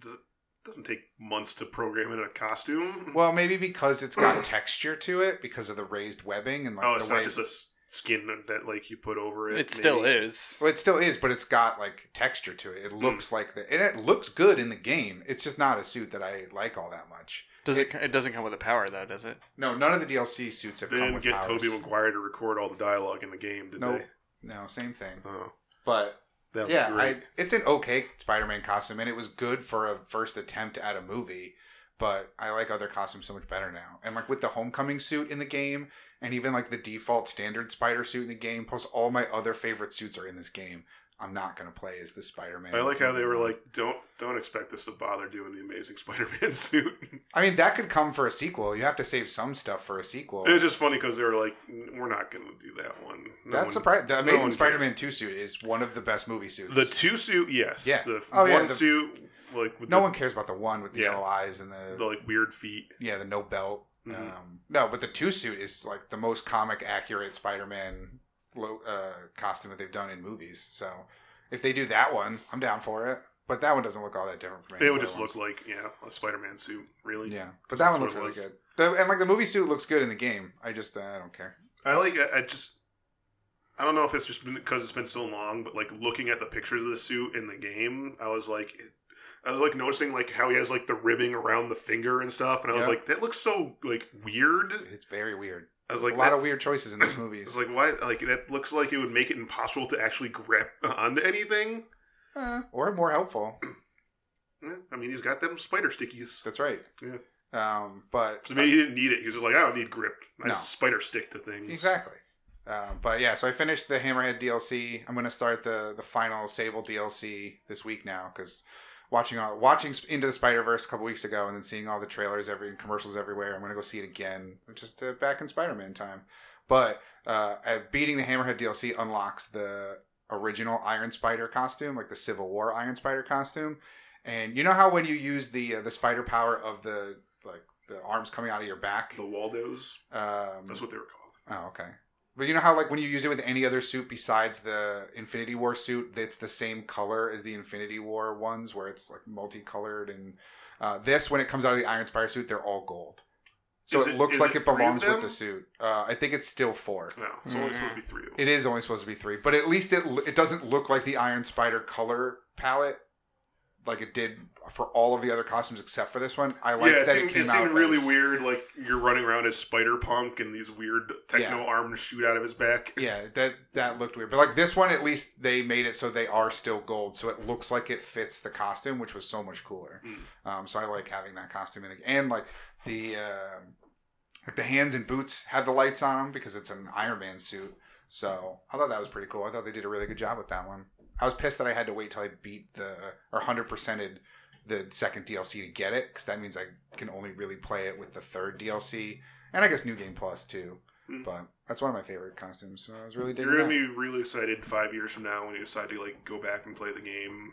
Does it doesn't take months to program in a costume?
Well, maybe because it's got texture to it because of the raised webbing and like
oh, it's
the
not
way.
just a s- skin that like you put over it.
It still
maybe?
is.
Well, it still is, but it's got like texture to
Hmm.
it. It looks like the and it looks good in the game. It's just not a suit that I like all that much.
Does it? It doesn't come with a power though, does it?
No, none of the DLC suits have
They
come
didn't
with
get
powers.
Toby Maguire to record all the dialogue in the game, did
no,
they?
no, same thing.
Oh,
But
that would
yeah,
be
I,
great.
it's an okay Spider-Man costume, and it was good for a first attempt at a movie. But I like other costumes so much better now, and like with the Homecoming suit in the game, and even like the default standard Spider suit in the game, plus all my other favorite suits are in this game. I'm not gonna play as the Spider-Man.
I like how they were like, "Don't don't expect us to bother doing the Amazing (laughs) Spider-Man suit."
I mean, that could come for a sequel. You have to save some stuff for a sequel.
it was just funny because they were like, "We're not going to do that one." No
That's
one-
surprising. The Amazing
one cares.
Spider-Man Two suit is one of the best movie suits.
The two suit, yes.
Yeah.
The
Oh,
one
yeah, the-
suit, like with
no
the,
one cares about the one with the
Yeah.
yellow eyes and the,
the like weird feet.
yeah the no belt.
Mhm.
Um, no, but the two suit is like the most comic accurate Spider-Man lo- uh, costume that they've done in movies. So if they do that one, I'm down for it. But that one doesn't look all that different from any
It would
other
just
ones.
look like yeah, a Spider-Man suit. Really.
yeah, but
Because
that
that's
one
what
looks
it
really
was.
good. The, and like the movie suit looks good in the game. I just uh, I don't care.
I like. I, I just. I don't know if it's just been because it's been so long, but like looking at the pictures of the suit in the game, I was like, it, I was like noticing like how he has like the ribbing around the finger and stuff, and I was
Yeah.
like, that looks so like weird.
It's very weird.
I was
There's
like,
a lot
that-
of weird choices in those movies.
(coughs) It's like why? Like that looks like it would (laughs) make it impossible to actually grab onto anything.
Uh, or more helpful.
Yeah, I mean, he's got them spider stickies.
That's right.
Yeah.
Um, but
So maybe he didn't need it. He was just like, I don't need grip. I
No.
spider stick to things.
Exactly. Um, but yeah, so I finished the Hammerhead DLC. I'm going to start the the final Sable DLC this week now because watching all watching Sp- Into the Spider Verse a couple weeks ago and then seeing all the trailers every and commercials everywhere. I'm going to go see it again just to back in Spider Man time. But uh, uh, beating the Hammerhead DLC unlocks the original Iron Spider costume, like the Civil War Iron Spider costume. And you know how when you use the uh, the spider power of the like the arms coming out of your back,
The Waldos.
um,
That's what they were called.
Oh, okay. But you know how, like, when you use it with any other suit besides the Infinity War suit, that's the same color as the Infinity War ones, where it's like multicolored. And uh, this, when it comes out of the Iron Spider suit, they're all gold. So
Is
it,
it-
looks
is
like
it
it,
three of
belongs with
them?
the suit. Uh, I think it's still four.
No, it's only supposed to be three of them.
It is only supposed to be three, but at least it l- it doesn't look like the Iron Spider color palette like it did for all of the other costumes except for this one. I like
yeah, it
that
seemed,
it came
it
out
seemed really
as-
weird. Like you're running around as Spider Punk, and these weird techno
Yeah.
arms shoot out of his back.
yeah that that looked weird but like this one at least they made it so they are still gold so it looks like it fits the costume which was so much cooler
Mm.
um, so i like having that costume in the, and like the um like the hands and boots had the lights on them because it's an iron man suit so i thought that was pretty cool i thought they did a really good job with that one i was pissed that i had to wait till i beat the or 100%ed the second dlc to get it because that means i can only really play it with the third dlc and i guess new game plus too
Mm.
but that's one of my favorite costumes. So I was really digging
You're gonna
that.
be really excited five years from now when you decide to like go back and play the game.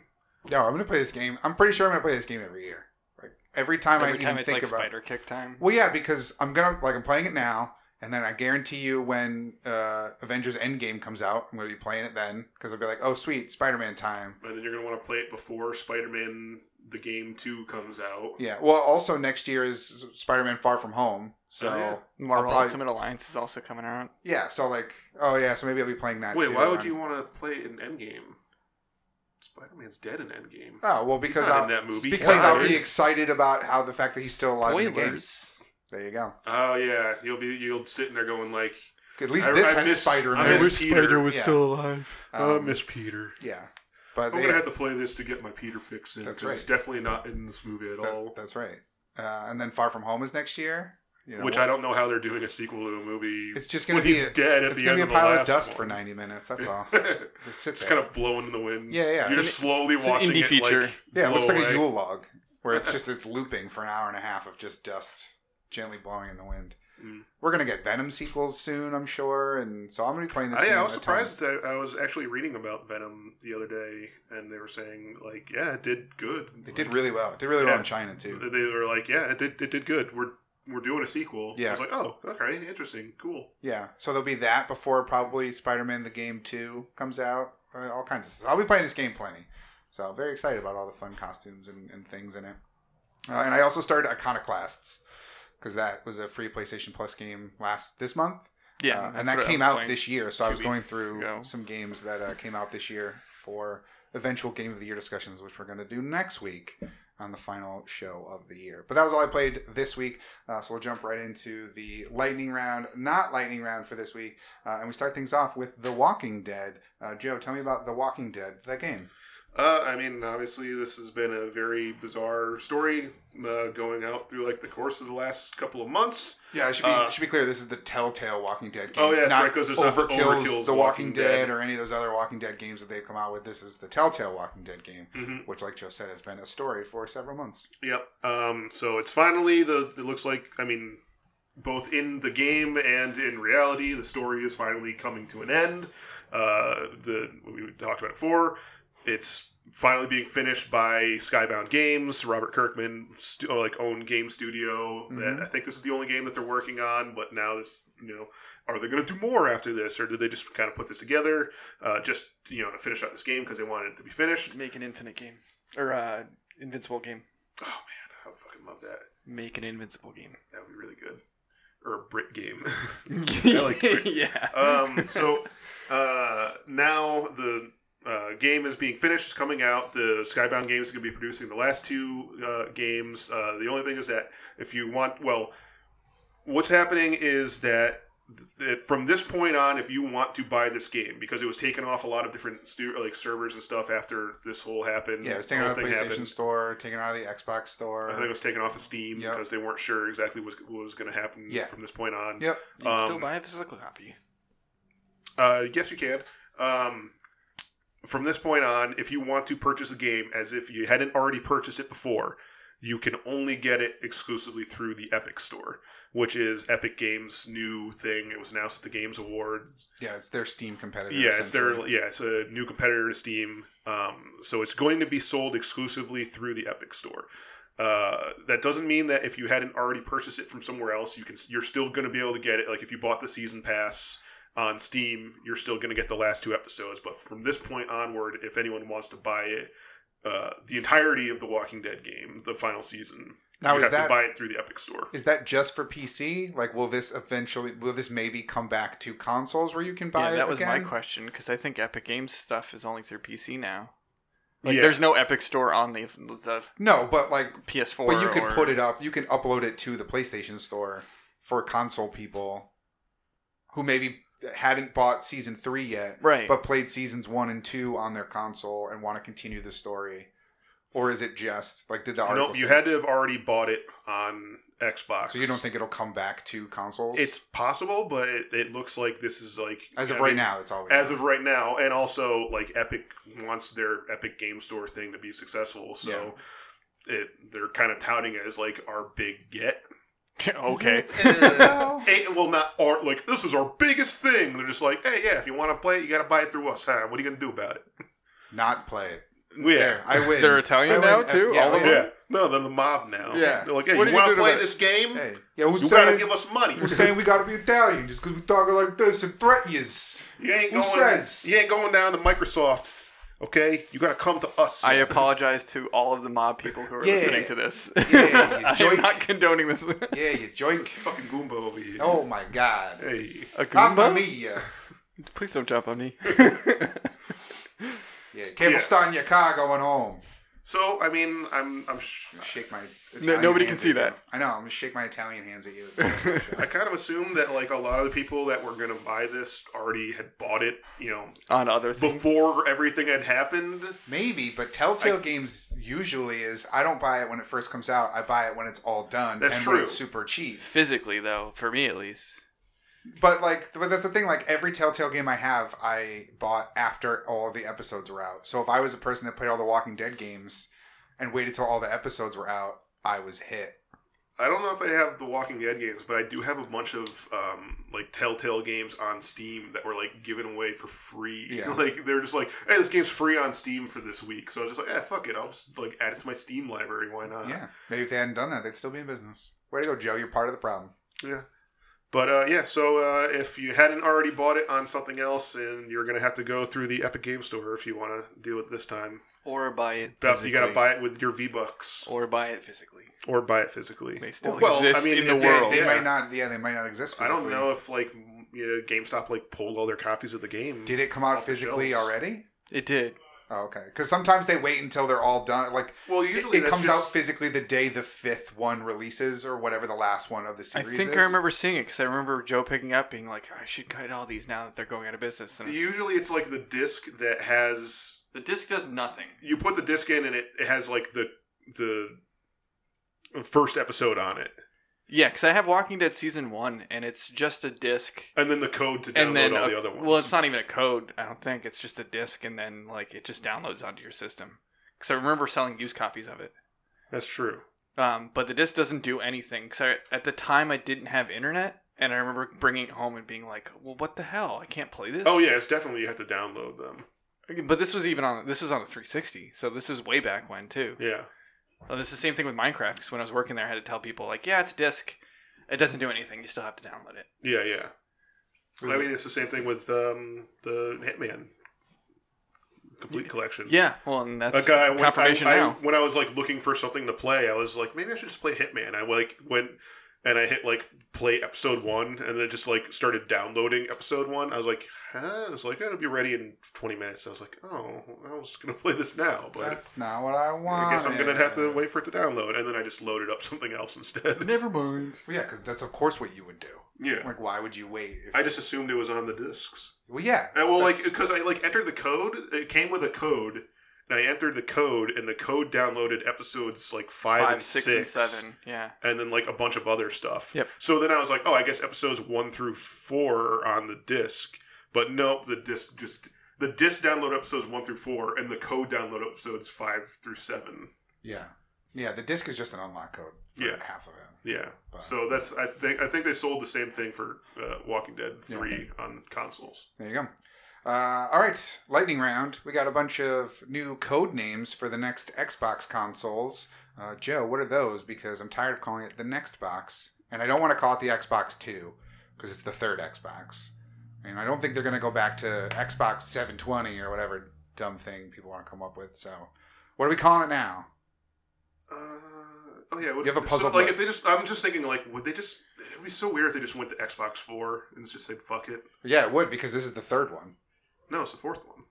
No, I'm gonna play this game. I'm pretty sure I'm gonna play this game every year. Like every time
Every
I
time
even
it's
think
like
about.
spider kick time.
Well, yeah, because I'm gonna like I'm playing it now, and then I guarantee you when uh, Avengers Endgame comes out, I'm gonna be playing it then because I'll be like, oh sweet, Spider-Man time.
And then you're gonna want to play it before Spider Man the game two comes out.
Yeah. Well, also next year is Spider-Man Far From Home, so
Oh, yeah.
I'll
Marvel
probably-
Ultimate Alliance is also coming out.
yeah. So like, oh yeah, so maybe I'll be playing that.
Wait,
too
why would
on-
you want to play an Endgame? Spider Man's dead in Endgame.
Oh well, because
not
I'll
in that movie.
because I'll be
Spoilers.
excited about how the fact that he's still alive in the game. There you go.
Oh yeah, you'll be you'll sitting there going like,
At least
I-
this
I
has
miss-
Spider-Man.
I miss wish Peter. Spider
was Yeah. still
alive.
oh,
Um,
Miss Peter.
Yeah, but
I'm
they,
gonna have to play this to get my Peter fix in.
That's
'cause It's definitely not in this movie at
that-
all.
that's right. Uh, and then Far From Home is next year. You know,
Which I don't know how they're doing a sequel to a movie.
It's just
when
gonna be
he's
a,
dead at
it's
the
gonna be
end
a
of the
pile
last
of dust
one.
for ninety minutes.
(laughs)
That's all. Just sit
it's
there.
kind of blowing in the wind.
yeah, yeah,
You're
It's
slowly
an
watching
indie
it
feature.
like
yeah. It looks
blow
like a
away.
Yule log where
(laughs)
it's just it's looping for an hour and a half of just dust gently blowing in the wind.
Mm.
We're gonna get Venom sequels soon, I'm sure, and so I'm gonna be playing this.
I,
game
Oh, yeah, I
a
was
ton.
surprised that I was actually reading about Venom the other day, and they were saying like, yeah, it did good.
It did really well. It did really well
Yeah. Mm-hmm.
in China too.
They were like, yeah, it did, it did good. We're we're doing a sequel.
Yeah.
I was like, oh, okay, interesting, cool.
Yeah, so there'll be that before probably Spider-Man: The Game Two comes out. Uh, all kinds of stuff. I'll be playing this game plenty, so very excited about all the fun costumes and, and things in it. Uh, and I also started Iconoclasts because that was a free PlayStation Plus game last this month,
Yeah,
uh,
that's
and that
what I
came
was
out
playing.
this year. So I
two
was going
weeks
through
ago.
some games that uh, came out this year for eventual Game of the Year discussions, which we're going to do next week on the final show of the year. But that was all I played this week. Uh, so we'll jump right into the lightning round, not lightning round for this week. Uh, and we start things off with The Walking Dead. Uh, Joe, tell me about The Walking Dead, that game.
Uh, I mean, obviously, this has been a very bizarre story uh, going out through like the course of the last couple of months.
Yeah, I should be
Uh,
it should be clear. This is the Telltale Walking Dead game.
Oh, yeah, that's
not
right, 'cause there's not the
overkills,
Overkill's
The Walking,
Walking
Dead
Dead.
or any of those other Walking Dead games that they've come out with. This is the Telltale Walking Dead game.
Mm-hmm.
which, like Joe said, has been a story for several months.
Yep. Um, so it's finally the. It looks like I mean, both in the game and in reality, the story is finally coming to an end. Uh, the we talked about it before. It's finally being finished by Skybound Games, Robert Kirkman, stu- oh, like own game studio. That
Mhm.
I think this is the only game that they're working on. But now this, you know, are they going to do more after this, or did they just kind of put this together uh, just you know to finish out this game because they wanted it to be finished?
Make an infinite game or uh, invincible game.
Oh man, I would fucking love that.
Make an invincible
(laughs)
game.
That would be really good. Or a Brit game. (laughs)
(laughs)
like it.
yeah.
um, so uh, now the uh, game is being finished. It's coming out. The Skybound Games is going to be producing the last two uh, games. Uh, the only thing is that if you want, well, what's happening is that that from this point on, if you want to buy this game, because it was taken off a lot of different stu- like servers and stuff after this whole happened.
Yeah, it was taken
whole
out of the
thing
PlayStation
happened.
Store, taken out of the Xbox Store.
I think it was taken off of Steam
Yep.
because they weren't sure exactly what was, what was going to happen
Yeah.
from this point on.
yep.
You can still
Um,
buy a physical copy.
Uh, yes, you can. Um, from this point on, if you want to purchase a game as if you hadn't already purchased it before, you can only get it exclusively through the Epic Store, which is Epic Games' new thing. It was announced at the Games Awards
Yeah, it's their Steam competitor.
yeah, it's their
essentially.
yeah, it's a new competitor to Steam. Um, so it's going to be sold exclusively through the Epic Store. Uh, that doesn't mean that if you hadn't already purchased it from somewhere else, you can you're still going to be able to get it. Like if you bought the season pass on Steam, you're still going to get the last two episodes. But from this point onward, if anyone wants to buy it, uh, the entirety of the Walking Dead game, the final season,
Now
you
is
have
that
to buy it through the Epic Store.
is that just for PC? Like, will this eventually? Will this maybe come back to consoles where you can buy
Yeah,
it?
that was my
again?
question because I think Epic Games stuff is only through PC now. Like,
Yeah.
there's no Epic Store on the the
No, but like,
PS4.
but you can
or-
put it up. You can upload it to the PlayStation Store for console people who maybe hadn't bought season three yet,
right.
but played seasons one and two on their console and want to continue the story. Or is it just like did the article?
Nope, you
say-
had to have already bought it on Xbox.
So you don't think it'll come back to consoles?
It's possible, but it, it looks like this is like
as
I
of right
mean,
now. That's all. We
As
know.
of right now, and also like Epic wants their Epic Game Store thing to be successful, so it, they're kind of touting it as like our big get.
(laughs) okay. uh,
(laughs) Well,
(laughs) Eh, well, not our like this is our biggest thing. They're just like, hey, yeah, if you want to play, it, you got to buy it through us. Huh? What are you gonna do about it?
not play it.
Yeah.
There, I win.
They're Italian
I
now
went-
too.
yeah,
All of
yeah.
them.
Yeah, no, they're the mob now.
Yeah.
they're like, hey,
What
you want
are you gonna
to
do
play
about it?
this game?
Hey, yeah, who's
You gotta
saying,
give us money.
who's saying we gotta be Italian just because we talking like this and threaten yous?
You ain't
Who
going.
says?
You ain't going down to Microsoft's. Okay, you gotta come to us.
I apologize to all of the mob people who are
Yeah.
listening to this. (laughs)
yeah, you
I am
joke.
not condoning this. (laughs) a
Yeah, you
This
joke.
fucking Goomba over here.
Oh my god.
Hey.
Mamma
Goomba?
mia.
Please don't jump on me.
Yeah, careful
Yeah.
starting your car going home.
So I mean, I'm I'm sh-
I'm gonna shake my.
No- nobody
hands
can see
at you.
that.
I know. I'm gonna shake my Italian hands at you.
(laughs) I kind of assume that like a lot of the people that were gonna buy this already had bought it, you know,
on other things.
before everything had happened.
Maybe, but Telltale Games usually is. I don't buy it when it first comes out. I buy it when it's all done
That's
and
true.
when it's super cheap.
Physically, though, for me at least.
But like, but that's the thing. Like every Telltale game I have, I bought after all the episodes were out. So if I was a person that played all the Walking Dead games and waited till all the episodes were out, I was hit.
I don't know if I have the Walking Dead games, but I do have a bunch of um, like Telltale games on Steam that were like given away for free. (laughs)
Yeah.
Like they're just like, hey, this game's free on Steam for this week. So I was just like, eh, fuck it, I'll just like add it to my Steam library. Why not?
yeah, maybe if they hadn't done that, they'd still be in business. Way to go, Joe! You're part of the problem.
But uh, yeah, so uh, if you hadn't already bought it on something else, and you're gonna have to go through the Epic Game Store if you want to deal with this time.
Or buy it.
But you gotta
physically.
buy it with your V Bucks
Or buy it physically.
or buy it physically.
They still
Well, I
exist
mean,
in the
if they-
world.
They
Yeah.
might not. Yeah, they might not exist.
I
Physically.
don't know if like m- you know, GameStop like pulled all their copies of the game.
Did it come out
Off the
physically
shelves.
already?
It did.
Oh, okay. Because sometimes they wait until they're all done. Like
Well,
it-
usually
it,
that's
comes
just-
out physically the day the fifth one releases or whatever the last one of the
I
series.
think
is.
I remember seeing it because I remember Joe picking up being like, I should get all these now that they're going out of business. And it's-
Usually, it's like the disc that has
the disc does nothing.
you put the disc in, and it, it has like the the first episode on it,
Yeah, because I have Walking Dead season one, and it's just a disc.
and then the code to download
And then
all
a-
the other ones.
well, it's not even a code. I don't think it's just a disc, and then like it just downloads onto your system. Because I remember selling used copies of it.
that's true.
Um, but the disc doesn't do anything. Because at the time I didn't have internet, and I remember bringing it home and being like, "Well, what the hell? I can't play this."
Oh yeah, it's definitely you have to download them.
But this was even on this was on the 360, so this is way back when too.
Yeah.
Well, this is the same thing with Minecraft. Because when I was working there, I had to tell people like, "Yeah, it's a disc. It doesn't do anything. You still have to download it."
Yeah, yeah. I mean, it's the same thing with um, the Hitman complete collection.
Yeah. Well, and that's
a guy. When
confirmation
I, I-
now.
when I was like looking for something to play, I was like, maybe I should just play Hitman. I like went and I hit like play episode one, and then just like started downloading episode one. I was like, huh? I was like, it'll be ready in 20 minutes. I was like, oh, I was gonna (laughs) play this now, but
That's not what I want.
I guess I'm gonna have to wait for it to download. And then I just loaded up something else instead.
Never mind. Well, yeah, because that's of course what you would do.
(laughs) yeah,
Like, why would you wait? If,
I just assumed it was on the discs.
well, yeah.
Uh, well, like
that's-
because I like entered the code, it came with a code, and I entered the code, and the code downloaded episodes like five,
Five,
and
six,
six,
and seven. Yeah.
and then like a bunch of other stuff.
Yep.
So then I was like, oh, I guess episodes one through four are on the disc, but nope, the disc just the disc download episodes one through four, and the code download episodes five through seven.
yeah, yeah. The disc is just an unlock code. For
Yeah.
half of it.
Yeah.
But
So that's I think I think they sold the same thing for uh, Walking Dead three on consoles.
there you go. Uh, all right, lightning round. We got a bunch of new code names for the next Xbox consoles. Uh, Joe, what are those? Because I'm tired of calling it the next box, and I don't want to call it the Xbox Two because it's the third Xbox. And I don't think they're going to go back to Xbox 720 or whatever dumb thing people want to come up with. So, what are we calling it now?
Uh, oh yeah, would,
You have a
so,
puzzle
like
book.
if they just, I'm just thinking like, would they just? It'd be so weird if they just went to Xbox Four and just said fuck it.
Yeah, it would because this is the third one.
No, it's the fourth one.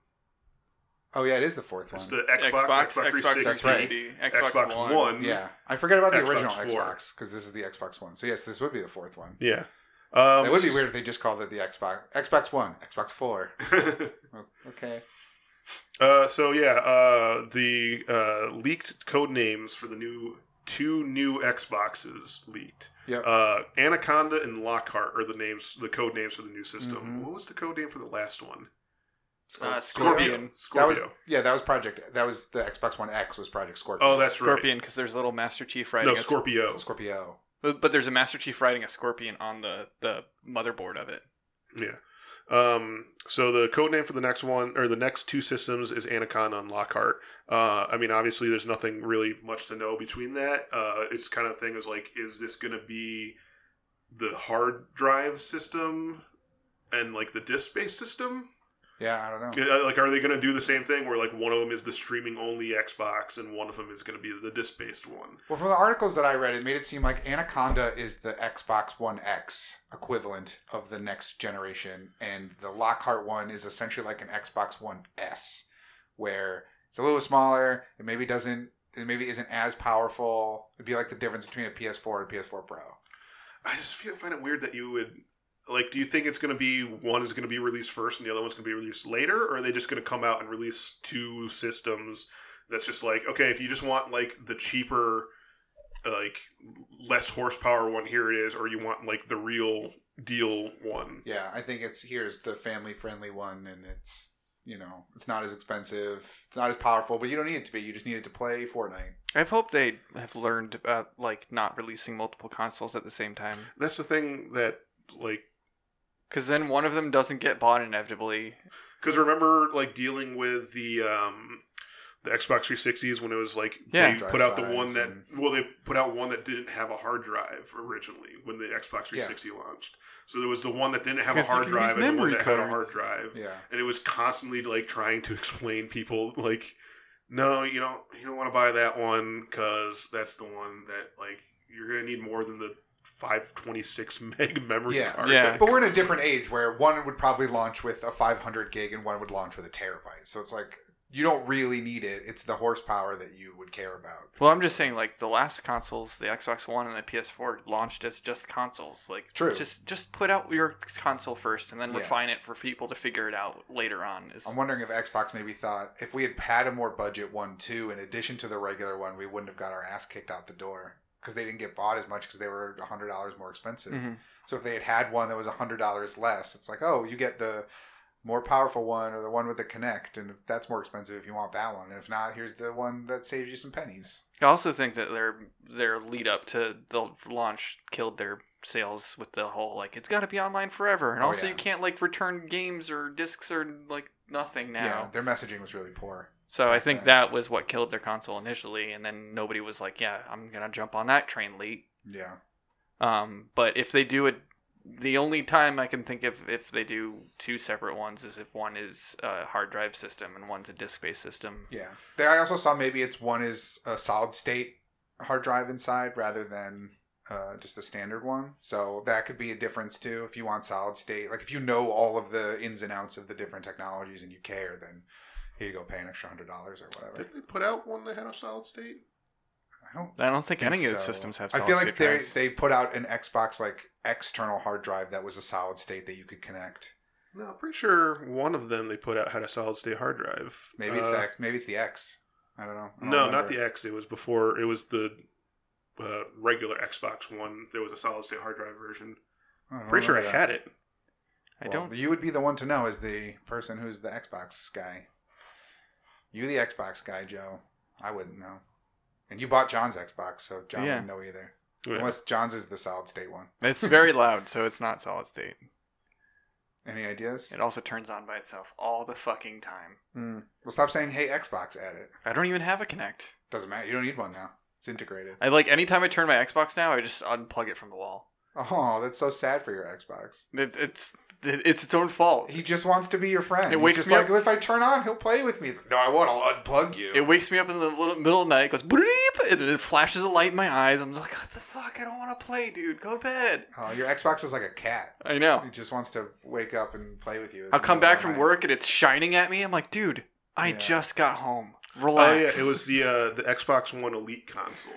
Oh yeah, it is the fourth
It's
one.
the Xbox, Xbox, 360,
That's right.
360,
Xbox, One.
yeah, I forget about the
Xbox
original
four.
Xbox because this is the Xbox One. So yes, this would be the fourth one.
Yeah. Um,
That would be weird if they just called it the Xbox Xbox One, Xbox Four.
weird.
Oh, Okay.
(laughs) uh, so yeah, uh, the uh, leaked code names for the new two new Xboxes leaked.
Yep.
Uh, Anaconda and Lockhart are the names, the code names for the new system.
Mhm.
What was the code name for the last one? Scorpio.
Uh, Scorpion.
That
Scorpio.
was yeah. That was Project. That was the Xbox One X was Project Scorpio.
oh, that's right.
Scorpion, because there's a little Master Chief riding.
No,
a s-
Scorpio.
Scorpio.
but, but there's a Master Chief riding a scorpion on the the motherboard of it.
Yeah. Um, so the code name for the next one or the next two systems is Anaconda and Lockhart. Uh, I mean, obviously, there's nothing really much to know between that. Uh, it's kind of thing is like, is this going to be the hard drive system and like the disk based system?
Yeah, I don't know.
Yeah, Like, are they going to do the same thing where like one of them is the streaming only Xbox and one of them is going to be the disk based one?
Well, from the articles that I read, it made it seem like Anaconda is the Xbox One X equivalent of the next generation, and the Lockhart one is essentially like an Xbox One S, where it's a little smaller. It maybe doesn't. It maybe isn't as powerful. It'd be like the difference between a PS4 and a PS4 Pro.
I just feel, find it weird that you would like. Do you think it's going to be one is going to be released first and the other one's going to be released later, or are they just going to come out and release two systems? That's just like okay, if you just want like the cheaper, like less horsepower one, here it is, or you want like the real deal one.
Yeah, I think it's here's the family friendly one, and it's you know it's not as expensive, it's not as powerful, but you don't need it to be. You just need it to play Fortnite.
I've hoped they have learned about like not releasing multiple consoles at the same time,
That's the thing that like
because then one of them doesn't get bought inevitably.
because remember like dealing with the um the Xbox 360s when it was like
Yeah.
they put out
Drive
the one
size
that
and-
well they put out one that didn't have a hard drive originally when the Xbox 360 launched. So there was the one that didn't have a
Because you
hard
can use
drive and the one
memory
that had a hard
cards.
drive,
Yeah,
and it was constantly like trying to (laughs) explain people like, no, you don't you don't want to buy that one because that's the one that like you're gonna need more than the 526 (laughs) meg memory
Yeah.
card.
Yeah.
that
but we're in a
comes
different age where one would probably launch with a 500 gig and one would launch with a terabyte. So it's like you don't really need it. It's the horsepower that you would care about.
Well, I'm just saying, like the last consoles, the Xbox One and the PS4 launched as just consoles. Like,
True.
Just just put out your console first, and then
Yeah.
refine it for people to figure it out later on. Is
I'm wondering if Xbox maybe thought if we had had a more budget one too, in addition to the regular one, we wouldn't have got our ass kicked out the door because they didn't get bought as much because they were hundred dollars more expensive.
Mm-hmm.
Mhm.
So if they had had one that was hundred dollars less, it's like, oh, you get the more powerful one or the one with the Connect, and that's more expensive if you want that one. And if not, here's the one that saves you some pennies.
I also think that their their lead up to the launch killed their sales with the whole like it's got to be online forever, and
Oh,
also
yeah.
you can't like return games or discs or like nothing now.
Yeah, their messaging was really poor.
So I
Like
think
that.
that was what killed their console initially, and then nobody was like, "Yeah, I'm gonna jump on that train late."
Yeah,
Um, but if they do it, the only time I can think of if they do two separate ones is if one is a hard drive system and one's a disk based system.
yeah. There, I also saw maybe it's one is a solid state hard drive inside rather than uh, just the standard one. So that could be a difference too. If you want solid state, like if you know all of the ins and outs of the different technologies and you care, then here you go, pay an extra hundred dollars or whatever.
Didn't they put out one that had a solid state?
I don't.
I don't think, any of the
so.
systems have.
I
solid
feel like
state
they
drives.
they put out an Xbox like external hard drive that was a solid state that you could connect.
No, I'm pretty sure one of them they put out had a solid state hard drive.
Maybe it's
Uh,
the X. Maybe it's the X. I don't know. I don't
No,
remember.
not the X. It was before. It was the uh, regular Xbox One. There was a solid state hard drive version.
I don't
Pretty sure I
remember that.
had it.
I
Well,
don't.
You would be the one to know as the person who's the Xbox guy. You the Xbox guy, Joe. I wouldn't know. And you bought John's Xbox, so John
Yeah.
wouldn't know either.
Yeah.
Unless John's is the solid state one.
It's very loud, so it's not solid state.
Any ideas?
It also turns on by itself all the fucking time.
Hmm. Well, stop saying "Hey Xbox" at it.
I don't even have a Connect.
Doesn't matter. You don't need one now. It's integrated.
I like anytime I turn my Xbox now, I just unplug it from the wall.
Oh, that's so sad for your Xbox.
It's it's it's its own fault.
He just wants to be your friend.
It
He's
wakes
just
me
like,
up-
if I turn on, he'll play with me. No, I won't. I'll unplug you.
It wakes me up in the little middle of the night, goes bleep, and then it flashes a light in my eyes. I'm like, what the fuck? I don't want to play, dude. Go to bed.
oh, your Xbox is like a cat.
I know.
He just wants to wake up and play with you.
I'll come back from
Nice.
work and it's shining at me. I'm like, dude, I
Yeah.
just got home.
Oh yeah,
Relax.
it was the uh, the Xbox One Elite console,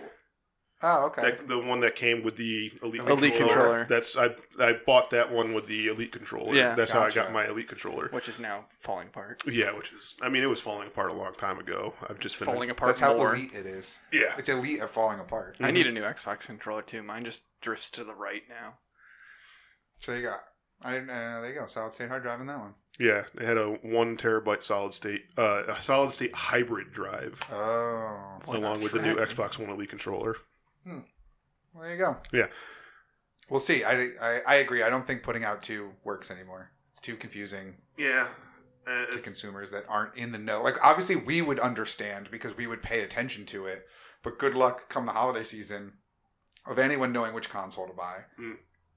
Oh, okay.
that, the one that came with the Elite,
Elite
controller.
That's I I bought that one with the Elite controller.
Yeah.
that's how I
Gotcha.
got my Elite controller.
which is now falling apart.
Yeah, which is I mean it was falling apart a long time ago. I've just been
Falling apart
That's how
more.
elite it is.
Yeah,
It's elite at falling apart.
I need a new Xbox controller too. Mine just drifts to the right now.
So you got. I didn't. Uh, there you go. Solid state hard drive in that one.
yeah. It had a one terabyte solid state uh, a solid state hybrid drive.
Oh,
Why
along
not
with the new
track?
Xbox One Elite controller.
Well, there you go.
Yeah.
We'll see. I, I I agree. I don't think putting out two works anymore. It's too confusing
Yeah. Uh,
to consumers that aren't in the know. Like obviously we would understand because we would pay attention to it. But good luck come the holiday season of anyone knowing which console to buy.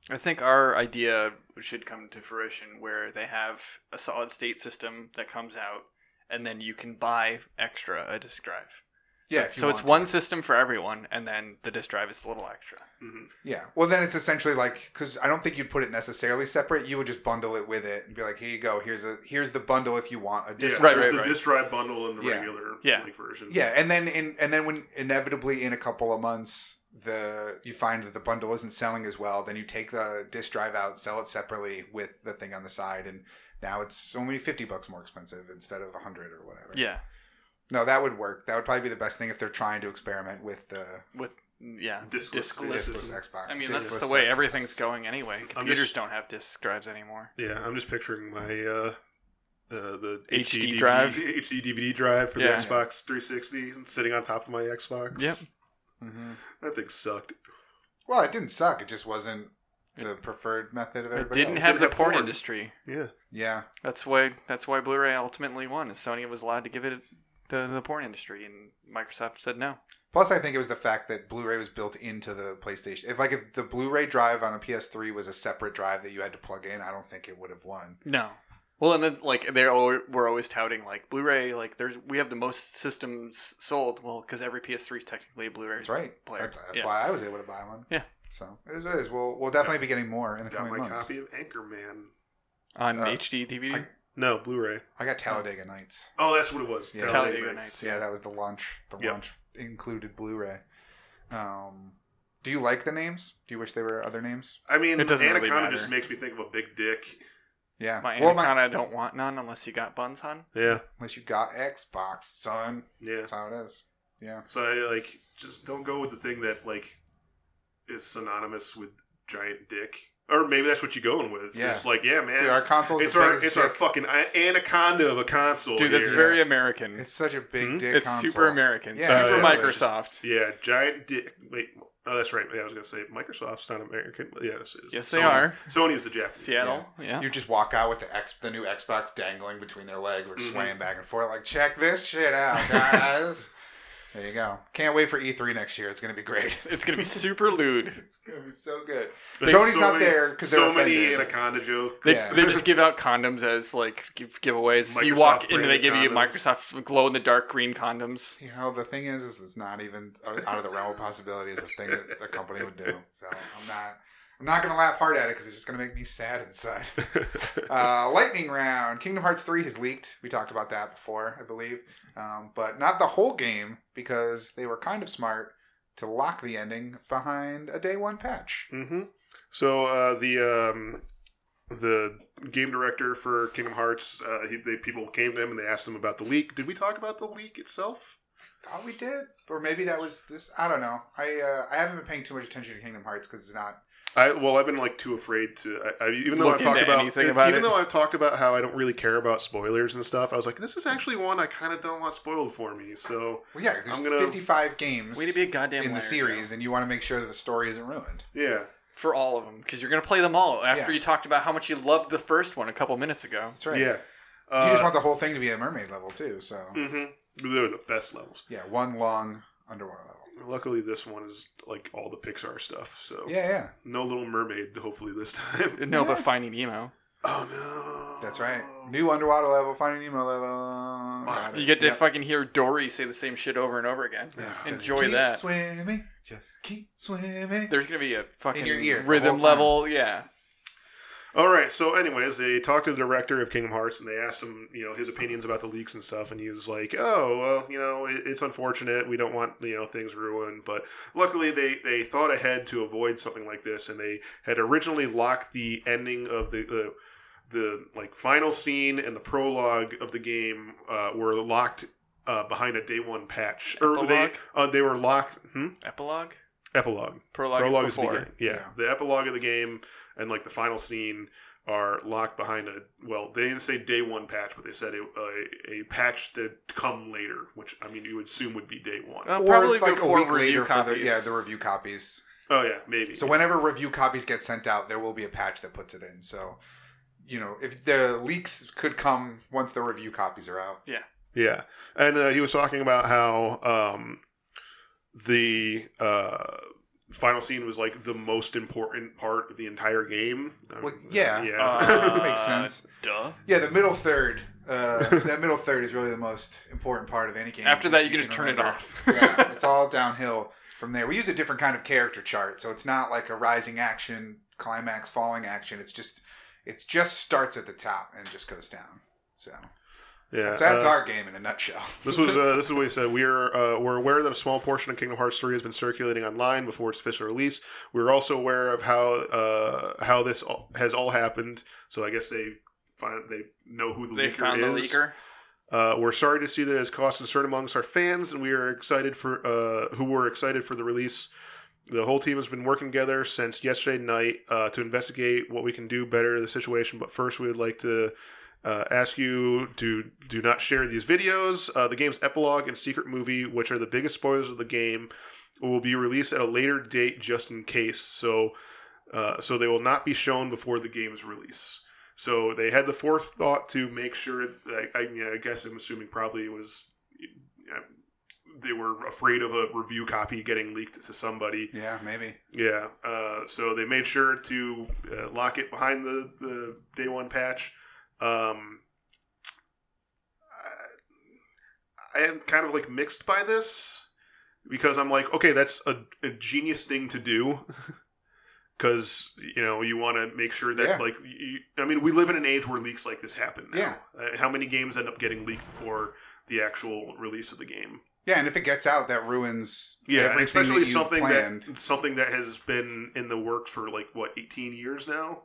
I think our idea should come to fruition where they have a solid state system that comes out, and then you can buy extra a disk drive.
Yeah.
So,
if you
so it's
want
one system for everyone, and then the disk drive is a little extra.
mhm.
Yeah. Well, then it's essentially like because I don't think you'd put it necessarily separate. You would just bundle it with it and be like, "Here you go. Here's a here's the bundle if you want a disc."
Yeah,
Right,
there's
right,
the
right.
disk drive bundle and the
Yeah.
regular
Yeah.
like, version.
Yeah, and then in and then when inevitably in a couple of months the you find that the bundle isn't selling as well, then you take the disc drive out, sell it separately with the thing on the side, and now it's only fifty bucks more expensive instead of a hundred or whatever.
Yeah,
No, that would work. That would probably be the best thing if they're trying to experiment with the
with Mm, yeah,
Diskless
diskless.
This
discless
is-
Xbox.
I mean, that's
discless
the way
Xbox.
everything's going anyway. Computers
just-
don't have disk drives anymore.
Yeah, I'm just picturing my uh, uh, the
HD
HD
drive.
HD DVD drive for
Yeah.
the Xbox 360 and sitting on top of my Xbox.
Yep.
Mhm.
That thing sucked.
Well, it didn't suck. It just wasn't the preferred method of
It
everybody.
didn't
else.
have the
Didn't have
porn
porn.
industry.
Yeah.
Yeah,
That's why. That's why Blu-ray ultimately won. Is Sony was allowed to give it to the porn industry, and Microsoft said no.
Plus, I think it was the fact that Blu-ray was built into the PlayStation. If like if the Blu-ray drive on a PS3 was a separate drive that you had to plug in, I don't think it would have won.
No. Well, and then like they al- were always touting like Blu-ray, like there's we have the most systems sold. Well, because every PS3 is technically a Blu-ray.
That's right.
Player.
That's, that's
Yeah.
why I was able to buy one.
Yeah.
So it is. It is. We'll we'll definitely be getting more in the
Got
coming
my
months.
copy of Anchorman.
on
Uh,
HD DVD.
I-
No, Blu-ray.
I got Talladega Nights.
Oh, that's what it was.
Yeah.
Talladega Nights.
Yeah, that was the launch. The
Yep.
launch included Blu-ray. Um, do you like the names? Do you wish they were other names?
I mean,
It doesn't really
Anaconda just
matter.
makes me think of a big dick.
Yeah.
my
well,
Anaconda, I don't want none unless you got buns on.
Yeah.
unless you got Xbox, son.
Yeah.
That's how it is. Yeah.
So I like just don't go with the thing that like is synonymous with giant dick, or maybe that's what you're going with.
Yeah.
It's like, yeah, man,
Dude, our
it's,
console's
it's
the
our
biggest
it's our
dick.
fucking a- anaconda of a console.
Dude, that's
here.
very American. It's,
It's such a big
Hmm?
dick. console.
super American.
Yeah,
it's
super
really
Microsoft.
yeah, giant dick. Wait, oh, that's right. Yeah, I was gonna say Microsoft's not American. but Yeah, this is.
Yes,
(laughs)
they are.
Sony is the Japanese.
Seattle. Yeah.
You just walk out with the X, the new Xbox dangling between their legs, like (laughs)
Mhm.
swaying back and forth, like check this shit out, guys. There you go. Can't wait for E3 next year. It's going to be great.
It's gonna be super lewd.
(laughs) It's going to be so good.
There's
Sony's
so
not
many-
there because they're
so many
offended.
anaconda jokes.
They,
Yeah.
they just give out condoms as like give, giveaways. you
Microsoft
walk in and they
branded
give you
condoms.
Microsoft glow in the dark green
(laughs)
condoms.
You know, the thing is, is it's not even out of the realm of possibility is a thing that a company would do. So I'm not, I'm not going to laugh hard at it because it's just going to make me sad inside.
(laughs)
Uh, lightning round. Kingdom Hearts 3 has leaked. We talked about that before, I believe. Um, but not the whole game because they were kind of smart to lock the ending behind a day one patch.
hmm So uh, the um, the game director for Kingdom Hearts, uh, he, they people came to him and they asked him about the leak. Did we talk about the leak itself?
Thought we did, or maybe that was this. I don't know. I uh, I haven't been paying too much attention to Kingdom Hearts because it's not.
I well, I've been like too afraid to. I, I, even though
Look
I've talked
into
about,
anything about
even
it.
though I've talked about how I don't really care about spoilers and stuff, I was like, this is actually one I kind of don't want spoiled for me. So
Well, yeah, there's
I'm gonna-
55 games
Way to be a goddamn
in
liar,
the series, and you want to make sure that the story isn't ruined.
yeah,
Joe. for all of them because you're gonna play them all. After
Yeah.
you talked about how much you loved the first one a couple minutes ago.
That's right.
yeah.
you just
Uh,
want the whole thing to be a mermaid level too. So
mhm. They were the best levels.
yeah, one long underwater level.
Luckily, this one is like all the Pixar stuff. So
Yeah, yeah.
no Little Mermaid. Hopefully this time.
No, but
Yeah.
Finding Nemo.
Oh no.
That's right. New underwater level, Finding Nemo level. Got it.
You get to
Yep.
fucking hear Dory say the same shit over and over again.
Yeah.
Just
enjoy
keep
that.
Swimming, just keep swimming.
There's gonna be a fucking
your ear the
rhythm
whole time.
level. Yeah,
All right. So, anyways, they talked to the director of Kingdom Hearts and they asked him, you know, his opinions about the leaks and stuff. And he was like, "Oh, well, you know, it, it's unfortunate. We don't want you know things ruined." But luckily, they they thought ahead to avoid something like this, and they had originally locked the ending of the. the the like final scene and the prologue of the game uh, were locked uh, behind a day one patch, or they
Epilogue?
uh, they were locked. Hmm?
epilogue,
Epilogue.
prologue,
prologue
is
is the
before.
beginning. Yeah.
Yeah.
the epilogue of the game and like the final scene are locked behind a well. They didn't say day one patch, but they said a, a, a patch to come later, which I mean you would assume would be day one.
Uh,
or
probably
it's like a
before
week
review
later for the
copies.
yeah the review copies.
oh yeah, maybe.
So whenever review copies get sent out, there will be a patch that puts it in. So you know if the leaks could come once the review copies are out.
yeah, and uh, he was talking about how um, the uh, final scene was like the most important part of the entire game. Um,
Well, yeah.
yeah.
Uh,
Makes sense.
Duh.
Yeah, the middle third. Uh, that middle third is really the most important part of any game.
After
because
that, you can just turn it
remember.
off. (laughs)
yeah, it's all downhill from there. We use a different kind of character chart, so it's not like a rising action, climax, falling action. It's just it just starts at the top and just goes down. So
(laughs) yeah.
that's, that's
uh,
our game in a nutshell. (laughs)
This was uh, this is what he said. We are uh, we're aware that a small portion of Kingdom Hearts three has been circulating online before its official release. We are also aware of how uh, how this all, has all happened. So I guess they find they know who the
they
leaker
found the
is.
leaker.
Uh, we're sorry to see that it has caused concern amongst our fans, and we are excited for uh, who were excited for the release. The whole team has been working together since yesterday night uh, to investigate what we can do better the situation. But first, we would like to uh, ask you to do not share these videos. Uh, the game's epilogue and secret movie, which are the biggest spoilers of the game, will be released at a later date, just in case. So, uh, so they will not be shown before the game's release. So they had the forethought to make sure. That, I, mean, I guess I'm assuming probably it was uh, they were afraid of a review copy getting leaked to somebody.
yeah, maybe.
Yeah. Uh, so they made sure to uh, lock it behind the, the day one patch. Um, I, I am kind of like mixed by this because I'm like, okay, that's a, a genius thing
(laughs)
to do. Because you know you want to make sure that
Yeah.
like you, I mean we live in an age where leaks like this happen. Now.
Yeah.
Uh, how many games end up getting leaked before the actual release of the game?
Yeah, and if it gets out, that ruins
Yeah, and
everything
especially
that you
something
planned
that something that has been in the works for like what eighteen years now.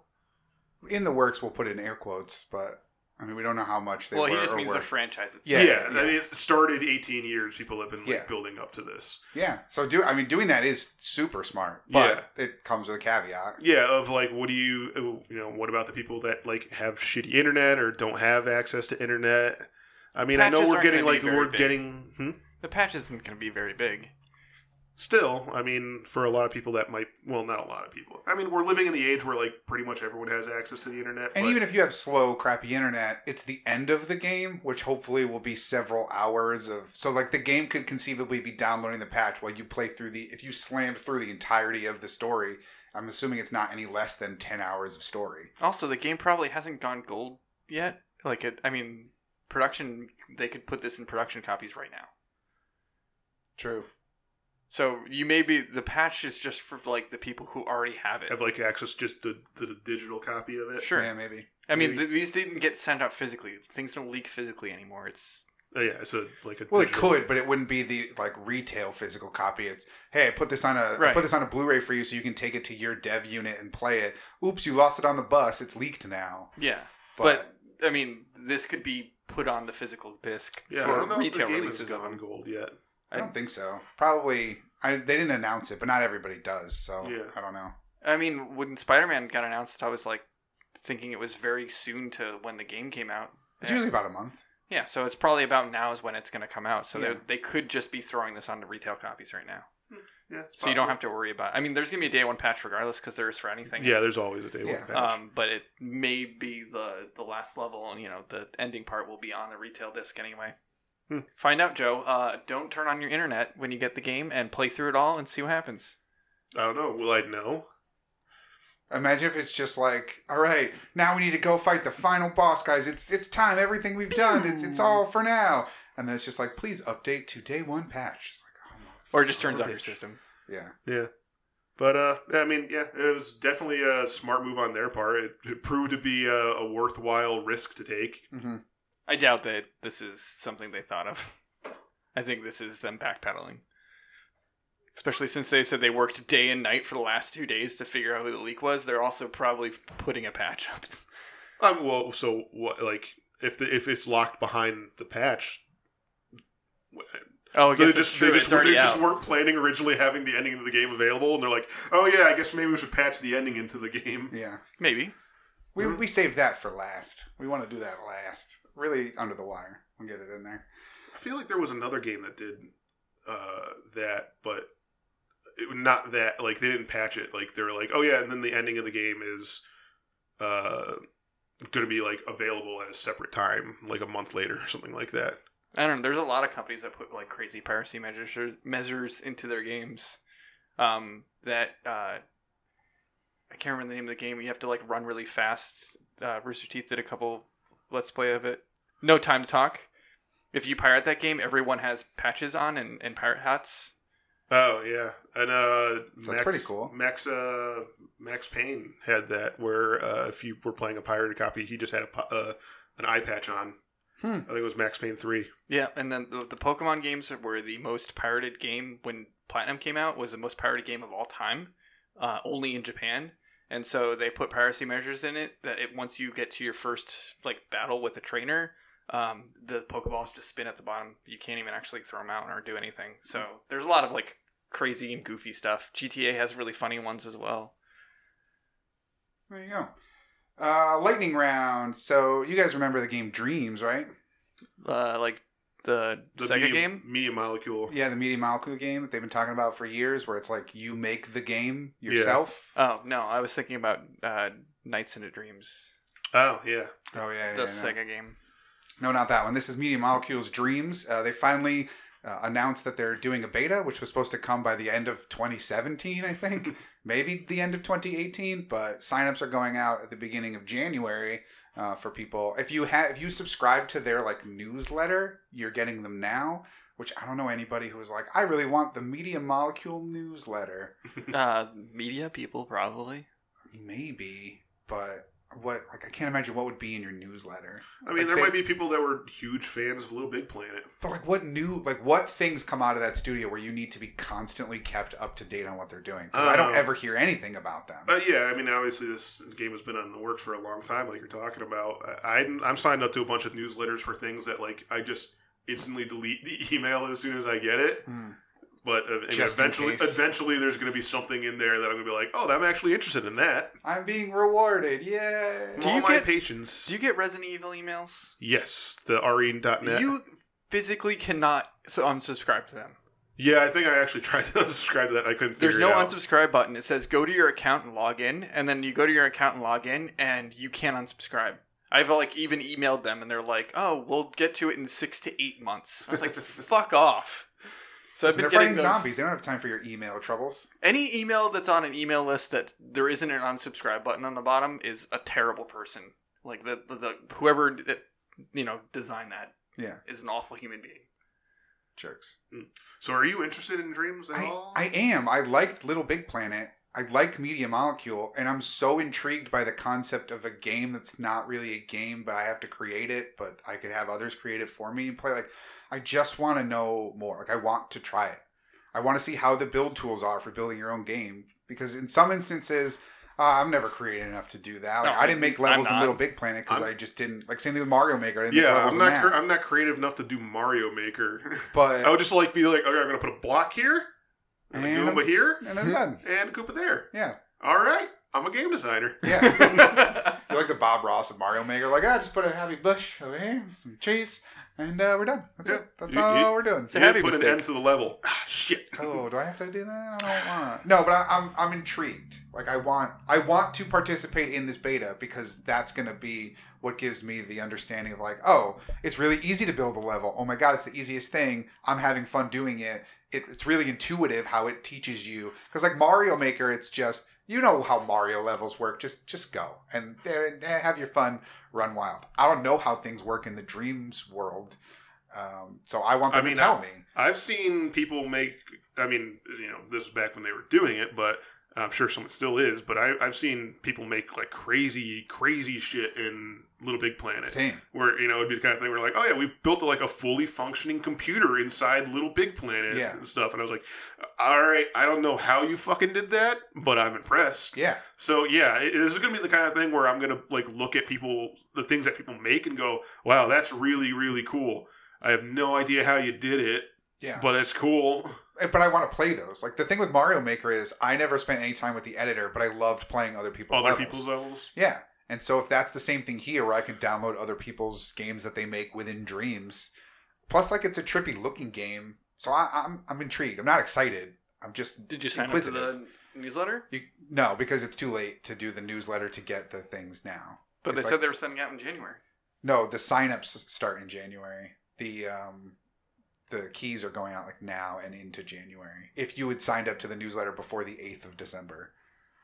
in the works. We'll put in air quotes, but I mean we don't know how much they
Well,
were.
he just
or
means
were.
the franchise. Itself.
Yeah,
Yeah, yeah.
I mean, it started eighteen years. People have been like
Yeah.
building up to this.
yeah. So do I mean doing that is super smart, but it comes with a caveat.
Yeah, of like, what do you, you know, what about the people that like have shitty internet or don't have access to internet? I mean, I know
Patches
we're
aren't
getting
gonna be
like
very
we're
big.
getting. Hmm?
The patch isn't going to be very big.
still, I mean, for a lot of people, that might well, not a lot of people. I mean, we're living in the age where like pretty much everyone has access to the internet.
And
but-
even if you have slow, crappy internet, it's the end of the game, which hopefully will be several hours of. So, like, the game could conceivably be downloading the patch while you play through the. If you slammed through the entirety of the story, I'm assuming it's not any less than 10 hours of story.
Also, the game probably hasn't gone gold yet. Like, it, I mean, production, they could put this in production copies right now.
True.
So you may be, the patch is just for, like, the people who already have it.
have like access just to to the digital copy of it.
Sure.
Yeah, maybe.
I mean,
maybe-
th- these didn't get sent out physically. Things don't leak physically anymore. It's,
Oh, yeah, it's a like a
Well, it
digital-
could, but it wouldn't be the like retail physical copy. It's hey, I put this on a I
Right.
put this on a Blu-ray for you, so you can take it to your dev unit and play it. Oops, you lost it on the bus. It's leaked now.
yeah.
But,
I mean, this could be put on the physical disc
Yeah, I don't
for
know if the
retail
game
releases
is
of
gone
them.
gold yet.
I don't think so. Probably I, they didn't announce it, but not everybody does. So
Yeah.
I don't know.
I mean, when Spider Man got announced, I was like thinking it was very soon to when the game came out.
It's
Yeah.
usually about a month.
Yeah, so it's probably about now is when it's going to come out. So
Yeah.
they they could just be throwing this onto retail copies right now.
Yeah,
So you don't have to worry about. I mean, there's going to be a day one patch regardless because there is for anything.
Yeah, there's always a day
Yeah.
one patch.
Um, but it may be the the last level, and you know the ending part will be on the retail disc anyway.
Hmm.
Find out, Joe. Uh, don't turn on your internet when you get the game and play through it all and see what happens.
I don't know. Will I know?
Imagine if it's just like, all right, now we need to go fight the final boss, guys. It's it's time. Everything we've done, it's, it's all for now. And then it's just like, please update to day one patch. It's like, oh,
Or it just turns
son
off
of a
your
bitch.
system.
Yeah,
Yeah. But uh, I mean, yeah, it was definitely a smart move on their part. It, it proved to be a, a worthwhile risk to take.
hmm
I doubt that this is something they thought of. (laughs) I think this is them backpedaling. Especially since they said they worked day and night for the last two days to figure out who the leak was, they're also probably putting a patch up. (laughs)
Um, well, so what? Like, if the if it's locked behind the patch,
Oh, I
they
guess it's
just
true.
they just,
it's already
they just
out.
weren't planning originally having the ending of the game available, and they're like, oh yeah, I guess maybe we should patch the ending into the game.
yeah.
Maybe.
We we saved that for last. We want to do that last. Really under the wire. We'll get it in there.
I feel like there was another game that did uh, that, but it, not that. Like they didn't patch it. Like they were like, oh yeah, and then the ending of the game is uh, going to be like available at a separate time, like a month later or something like that.
I don't know. There's a lot of companies that put like crazy piracy measures measures into their games. Um, that uh, I can't remember the name of the game. You have to like run really fast. Uh, Rooster Teeth did a couple let's play of it. No time to talk. If you pirate that game, everyone has patches on and, and pirate hats.
Oh yeah, and uh, Max,
pretty cool.
Max uh, Max Payne had that where uh, if you were playing a pirated copy, he just had a po- uh, an eye patch on.
Hmm.
I think it was Max Payne three.
Yeah, and then the, the Pokemon games were the most pirated game when Platinum came out was the most pirated game of all time, uh, only in Japan. And so they put piracy measures in it that it once you get to your first like battle with a trainer, um, the Pokeballs just spin at the bottom. You can't even actually throw them out or do anything. So there's a lot of like crazy and goofy stuff. GTA has really funny ones as well.
There you go. Uh, lightning round. So you guys remember the game Dreams, right?
Uh, like the,
The
Sega
media,
game.
Media Molecule.
Yeah, the Media Molecule game that they've been talking about for years, where it's like you make the game yourself.
Oh no, I was thinking about uh, Nights into Dreams,
Oh yeah,
oh yeah, yeah,
the
yeah.
Sega game.
No, not that one. This is Media Molecule's Dreams. Uh, they finally uh, announced that they're doing a beta, which was supposed to come by the end of 2017, I think, (laughs) maybe the end of 2018. But signups are going out at the beginning of January uh, for people. If you have, if you subscribe to their like newsletter, you're getting them now. Which I don't know anybody who is like, I really want the Media Molecule newsletter.
uh media people probably
Maybe, but what? Like, I can't imagine what would be in your newsletter.
I mean
Like
there
they-
might be people that were huge fans of Little Big Planet.
But like, what new, like, what things come out of that studio where you need to be constantly kept up to date on what they're doing? Because I don't
Oh.
ever hear anything about them.
Uh, yeah, I mean, obviously this game has been on the works for a long time, like you're talking about. I, I'm- I'm signed up to a bunch of newsletters for things that like I just instantly delete the (laughs) email as soon as I get it.
Hmm.
But uh, I mean,
Just in
eventually,
case.
eventually, there's going to be something in there that I'm going to be like, oh, I'm actually interested in that.
I'm being rewarded, yay!
Do
All
you
my
get-
patience.
do you get resident evil emails
yes, the E re.net.
you physically cannot so i'm subscribed to them
Yeah, I think I actually (laughs) tried to unsubscribe to that. I couldn't. Figure
There's
it
no
out.
unsubscribe button. It says go to your account and log in, and then you go to your account and log in, and you can't unsubscribe. I've like even emailed them, and they're like, "Oh, we'll get to it in six to eight months." I
(laughs)
was like, "Fuck off." So I've
Listen,
been
they're
getting
fighting
those,
zombies. They don't have time for your email troubles.
Any email that's on an email list that there isn't an unsubscribe button on the bottom is a terrible person. Like the the, the whoever that you know designed that
Yeah,
is an awful human being.
jerks.
So, are you interested in dreams at
I,
all?
I am. I liked Little Big Planet. I like Media Molecule, and I'm so intrigued by the concept of a game that's not really a game, but I have to create it. But I could have others create it for me and play. Like, I just want to know more. Like, I want to try it. I want to see how the build tools are for building your own game because in some instances. Uh, I'm never creative enough to do that. Like,
No,
I didn't make
I'm
levels in
not.
Little Big Planet because
I'm-
I just didn't. Like same thing with Mario Maker. I didn't make
yeah,
levels
I'm
in
not.
that.
Cre- I'm not creative enough to do Mario Maker. (laughs)
but (laughs)
I would just like be like, okay, I'm gonna put a block here, and a
And
Goomba here,
and I'm done.
and a Goomba there.
Yeah,
All right, I'm a game designer. (laughs)
yeah. You're like the Bob Ross of Mario Maker. Like, ah, just put a happy bush over here, some cheese, and uh, we're done. That's it. That's
You-
all
you-
we're doing.
It's a
You
happy
put
mistake.
an end to the level. Ah, shit.
Oh, do I have to do that? I don't want to. No, but I, I'm I'm intrigued. Like, I want I want to participate in this beta because that's gonna be what gives me the understanding of like, oh, it's really easy to build a level. Oh my god, it's the easiest thing. I'm having fun doing it. it it's really intuitive how it teaches you. Because like Mario Maker, it's just you know how Mario levels work. Just just go and there eh, have your fun, run wild. I don't know how things work in the dreams world, um, so I want
I
them
mean,
to tell
I-
me.
I've seen people make. I mean, you know, this is back when they were doing it, but I'm sure someone still is. But I, I've seen people make like crazy, crazy shit in Little Big Planet.
Same.
where you know it'd be the kind of thing where like oh yeah we built like a fully functioning computer inside little big planet
Yeah.
and stuff and i was like all right i don't know how you fucking did that but i'm impressed
Yeah.
so yeah it, this is gonna be the kind of thing where i'm gonna like look at people the things that people make and go wow that's really really cool i have no idea how you did it
Yeah.
but it's cool
eh, but I want to play those. Like the thing with Mario Maker is I never spent any time with the editor, but I loved playing other people's
other
levels.
people's levels
yeah. And so if that's the same thing here where I can download other people's games that they make within Dreams, plus like it's a trippy looking game. So I, I'm I'm intrigued. I'm not excited. I'm just
Did you sign up for the
Inquisitive.
newsletter?
you, no because it's too late to do the newsletter to get the things now.
But they
It's
said
like-
they were sending out in January.
No, the signups start in January. The um the keys are going out like now and into January. If you had signed up to the newsletter before the 8th of December.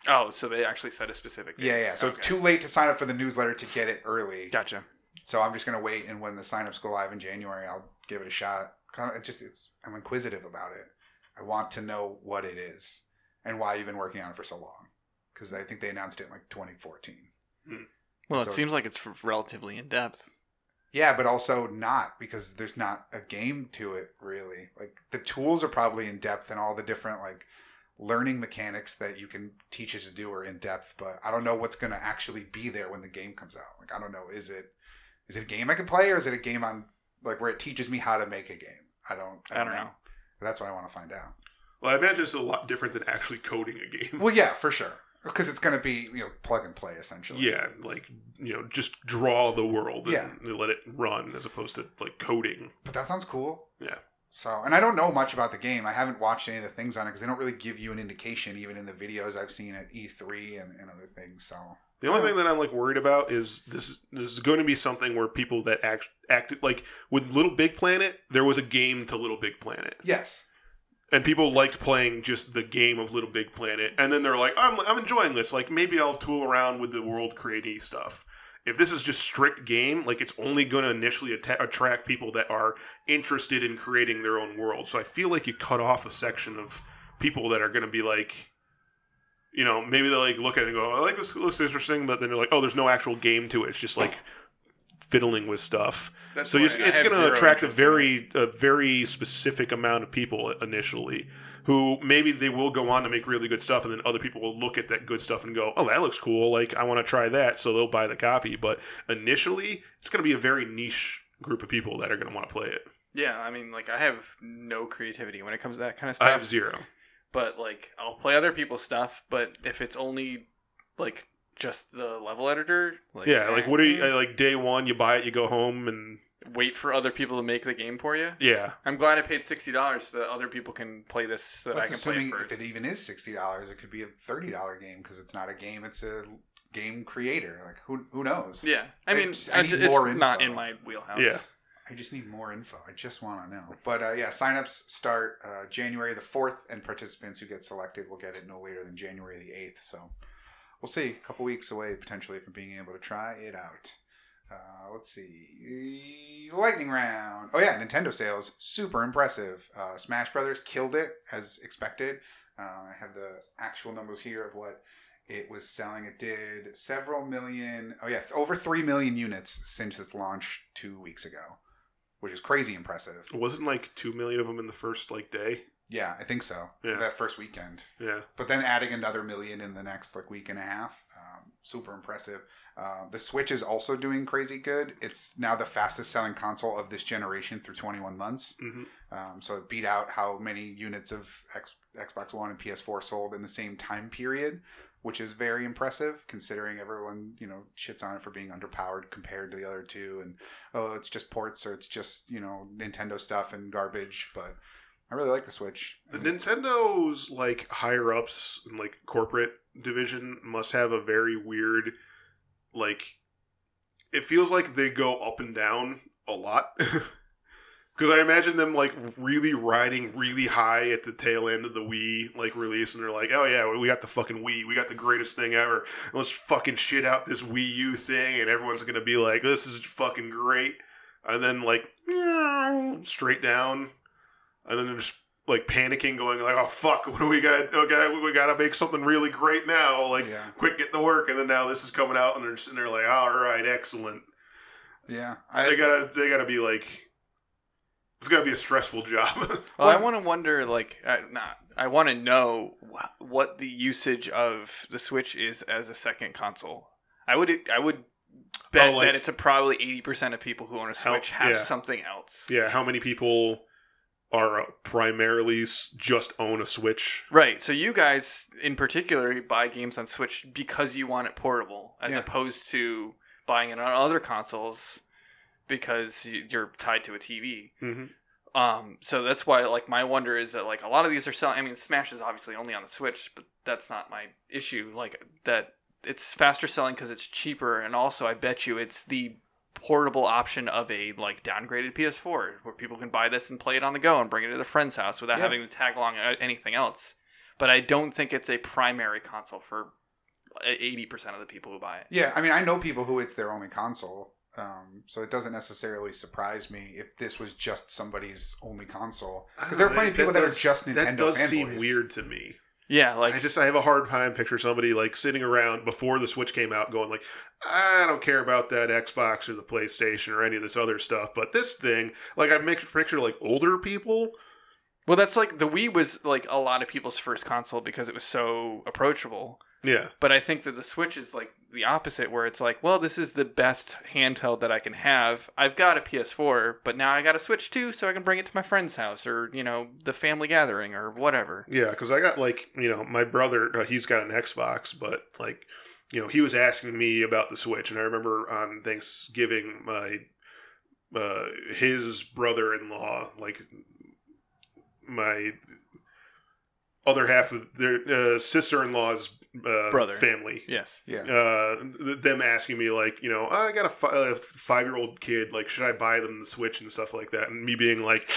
Oh, so they actually set a specific date.
Yeah, yeah. So it's
Okay.
too late to sign up for the newsletter to get it early.
Gotcha.
So I'm just gonna wait, and when the signups go live in January, I'll give it a shot. Kinda- It just it's I'm inquisitive about it. I want to know what it is and why you've been working on it for so long. Because I think they announced it in like 2014.
Well,
So-
it seems like it's relatively in depth.
Yeah, but also not because there's not a game to it really. Like the tools are probably in depth, and all the different like learning mechanics that you can teach it to do are in depth. But I don't know what's going to actually be there when the game comes out. Like I don't know, is it is it a game I can play, or is it a game on like where it teaches me how to make a game? I don't. I don't, know. That's what I want to find out.
well i imagine it's a lot different than actually coding a game
Well, yeah, for sure, because it's going to be you know plug and play essentially.
yeah like you know just draw the world and
Yeah.
let it run as opposed to like coding
But that sounds cool.
Yeah.
So, and I don't know much about the game. I haven't watched any of the things on it because they don't really give you an indication, even in the videos I've seen at E3 and, and other things. So,
The only
Yeah.
thing that I'm like worried about is this. is- This is going to be something where people that act acted like with Little Big Planet, there was a game to Little Big Planet,
yes,
and people liked playing just the game of Little Big Planet. And then they're like, "I'm I'm enjoying this. Like maybe I'll tool around with the world creating stuff." If this is just strict game, like it's only going to initially atta- attract people that are interested in creating their own world. So I feel like you cut off a section of people that are going to be like, you know, maybe they like look at it and go, "I like this looks interesting," but then they're like, "Oh, there's no actual game to it. It's just like fiddling with stuff."
That's
so
why
it's,
I
it's
have
going to
zero
attract a
interest in it.
very a very specific amount of people initially, who maybe they will go on to make really good stuff, and then other people will look at that good stuff and go, "Oh, that looks cool. Like I want to try that." So they'll buy the copy. But initially, it's going to be a very niche group of people that are going to want to play it.
Yeah, I mean, like I have no creativity when it comes to that kind of
I
stuff.
have zero.
but like, I'll play other people's stuff. But if it's only like just the level editor, like
yeah, like what are you
eh,
uh, like day one? You buy it, you go home, and
wait for other people to make the game for you.
Yeah.
I'm glad I paid sixty dollars so that other people can play this. So that I
That's
can play
assuming
it
if
first.
it even is sixty dollars, it could be a thirty dollar game because it's not a game; it's a game creator. Like who who knows?
yeah, I mean,
It's- I
I
need
ju- it's
more
not
info.
in my wheelhouse.
Yeah.
I just need more info. I just want to know. But uh, yeah, signups start uh, January the fourth, and participants who get selected will get it no later than January the eighth. So we'll see. A couple weeks away potentially from being able to try it out. Uh, let's see. Lightning round. Oh yeah, Nintendo sales super impressive. Uh, Smash Brothers killed it as expected. Uh, I have the actual numbers here of what it was selling. It did several million. Oh yeah, over three million units since its launch two weeks ago, which is crazy impressive.
Wasn't like two million of them in the first like day.
Yeah, I think so.
Yeah.
That first weekend
Yeah.
but then adding another million in the next like week and a half um, super impressive uh, the switch is also doing crazy good it's now the fastest selling console of this generation through 21 months
hmm
um, so it beat out how many units of X- xbox one and ps4 sold in the same time period which is very impressive considering everyone you know shits on it for being underpowered compared to the other two and oh it's just ports or it's just you know nintendo stuff and garbage but i really like the switch
The
I mean,
Nintendo's like higher ups and like corporate division must have a very weird like it feels like they go up and down a lot. (laughs) Cause I imagine them like really riding really high at the tail end of the Wii like release and they're like, Oh yeah, we got the fucking Wii, we got the greatest thing ever. Let's fucking shit out this Wii U thing and everyone's gonna be like, This is fucking great and then like (laughs) straight down and then they're just like panicking, going like, "Oh fuck, what do we got? Okay, we gotta make something really great now. Like,
yeah
quick, get to work." And then now this is coming out, and they're sitting there like, "All right, excellent."
yeah
They gotta, they gotta be like, it's gotta be a stressful job. (laughs)
Well,
Well-
I want to wonder, like, I, not. I want to know wh- what the usage of the Switch is as a second console. I would, I would bet
Oh, like-
that it's a probably eighty percent of people who own a
How-
Switch have
yeah.
something else.
yeah, how many people are primarily s- just own a Switch?
Right. So you guys, in particular, buy games on Switch because you want it portable, as
Yeah.
opposed to buying it on other consoles because you- you're tied to a TV.
Mm-hmm.
Um, so that's why, like, my wonder is that like a lot of these are selling. I mean, Smash is obviously only on the Switch, but that's not my issue. Like that, it's faster selling because it's cheaper, and also I bet you it's the portable option of a like downgraded PS4 where people can buy this and play it on the go and bring it to their friend's house without
Yeah.
having to tag along uh, anything else. But I don't think it's a primary console for uh, eighty percent of the people who buy it.
Yeah, I mean, I know people who it's their only console, um, so it doesn't necessarily surprise me if this was just somebody's only console. Because there are plenty of people that, are just Nintendo
That does seem
fanboys.
weird to me.
Yeah, like
I just I have a hard time picture somebody like sitting around before the Switch came out, going like, I don't care about that Xbox or the PlayStation or any of this other stuff, but this thing, like I make picture like older people.
Well, that's like the Wii was like a lot of people's first console because it was so approachable.
Yeah,
But I think that the Switch is like the opposite, where it's like, well, this is the best handheld that I can have. I've got a PS4, but now I got a Switch too, so I can bring it to my friend's house or you know the family gathering or whatever.
yeah, because I got like you know my brother, uh, he's got an Xbox, but like you know he was asking me about the Switch, and I remember on Thanksgiving my uh, his brother-in-law like my other half of their uh, sister-in-law's uh,
Brother.
family
Yes.
Yeah,
uh, th- them asking me like, you know, "Oh, I got a, fi- a five-year-old kid. Like, should I buy them the Switch and stuff like that? And me being like,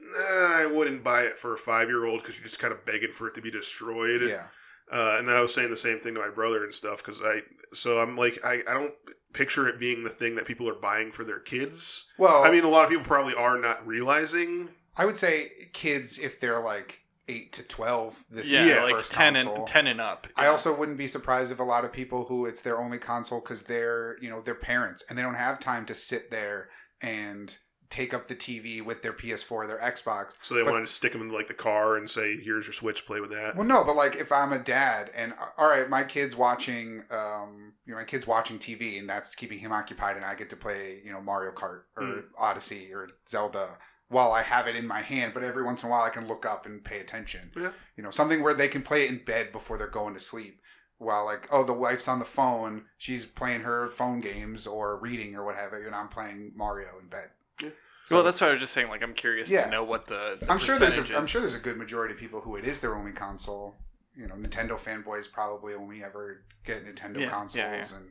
nah, I wouldn't buy it for a five-year-old because you're just kind of begging for it to be destroyed.
yeah,
Uh, and I was saying the same thing to my brother and stuff because I, so I'm like, I, I don't picture it being the thing that people are buying for their kids.
Well,
I mean, a lot of people probably are not realizing.
I would say kids if they're like eight to twelve. This
yeah,
is their
like
first
ten
console.
and ten and up.
I
Yeah.
also wouldn't be surprised if a lot of people who it's their only console because they're you know they're parents and they don't have time to sit there and take up the TV with their PS4 or their Xbox.
So they
But-
wanted to stick them in like the car and say, here's your Switch, play with that.
Well, no, but like if I'm a dad and uh, all right, my kid's watching, um, you know, my kid's watching TV and that's keeping him occupied, and I get to play, you know, Mario Kart or
Mm.
Odyssey or Zelda while I have it in my hand. But every once in a while, I can look up and pay attention.
Yeah.
You know, something where they can play it in bed before they're going to sleep while like oh the wife's on the phone she's playing her phone games or reading or what have you and i'm playing mario in bed
Yeah.
So
well, that's
it's-
what I was just saying. Like, I'm curious
Yeah.
to know what the. the
i'm sure there's
percentage
a, i'm
is.
sure there's a good majority of people who it is their only console you know nintendo fanboys probably only ever get nintendo
Yeah, yeah,
consoles
yeah.
and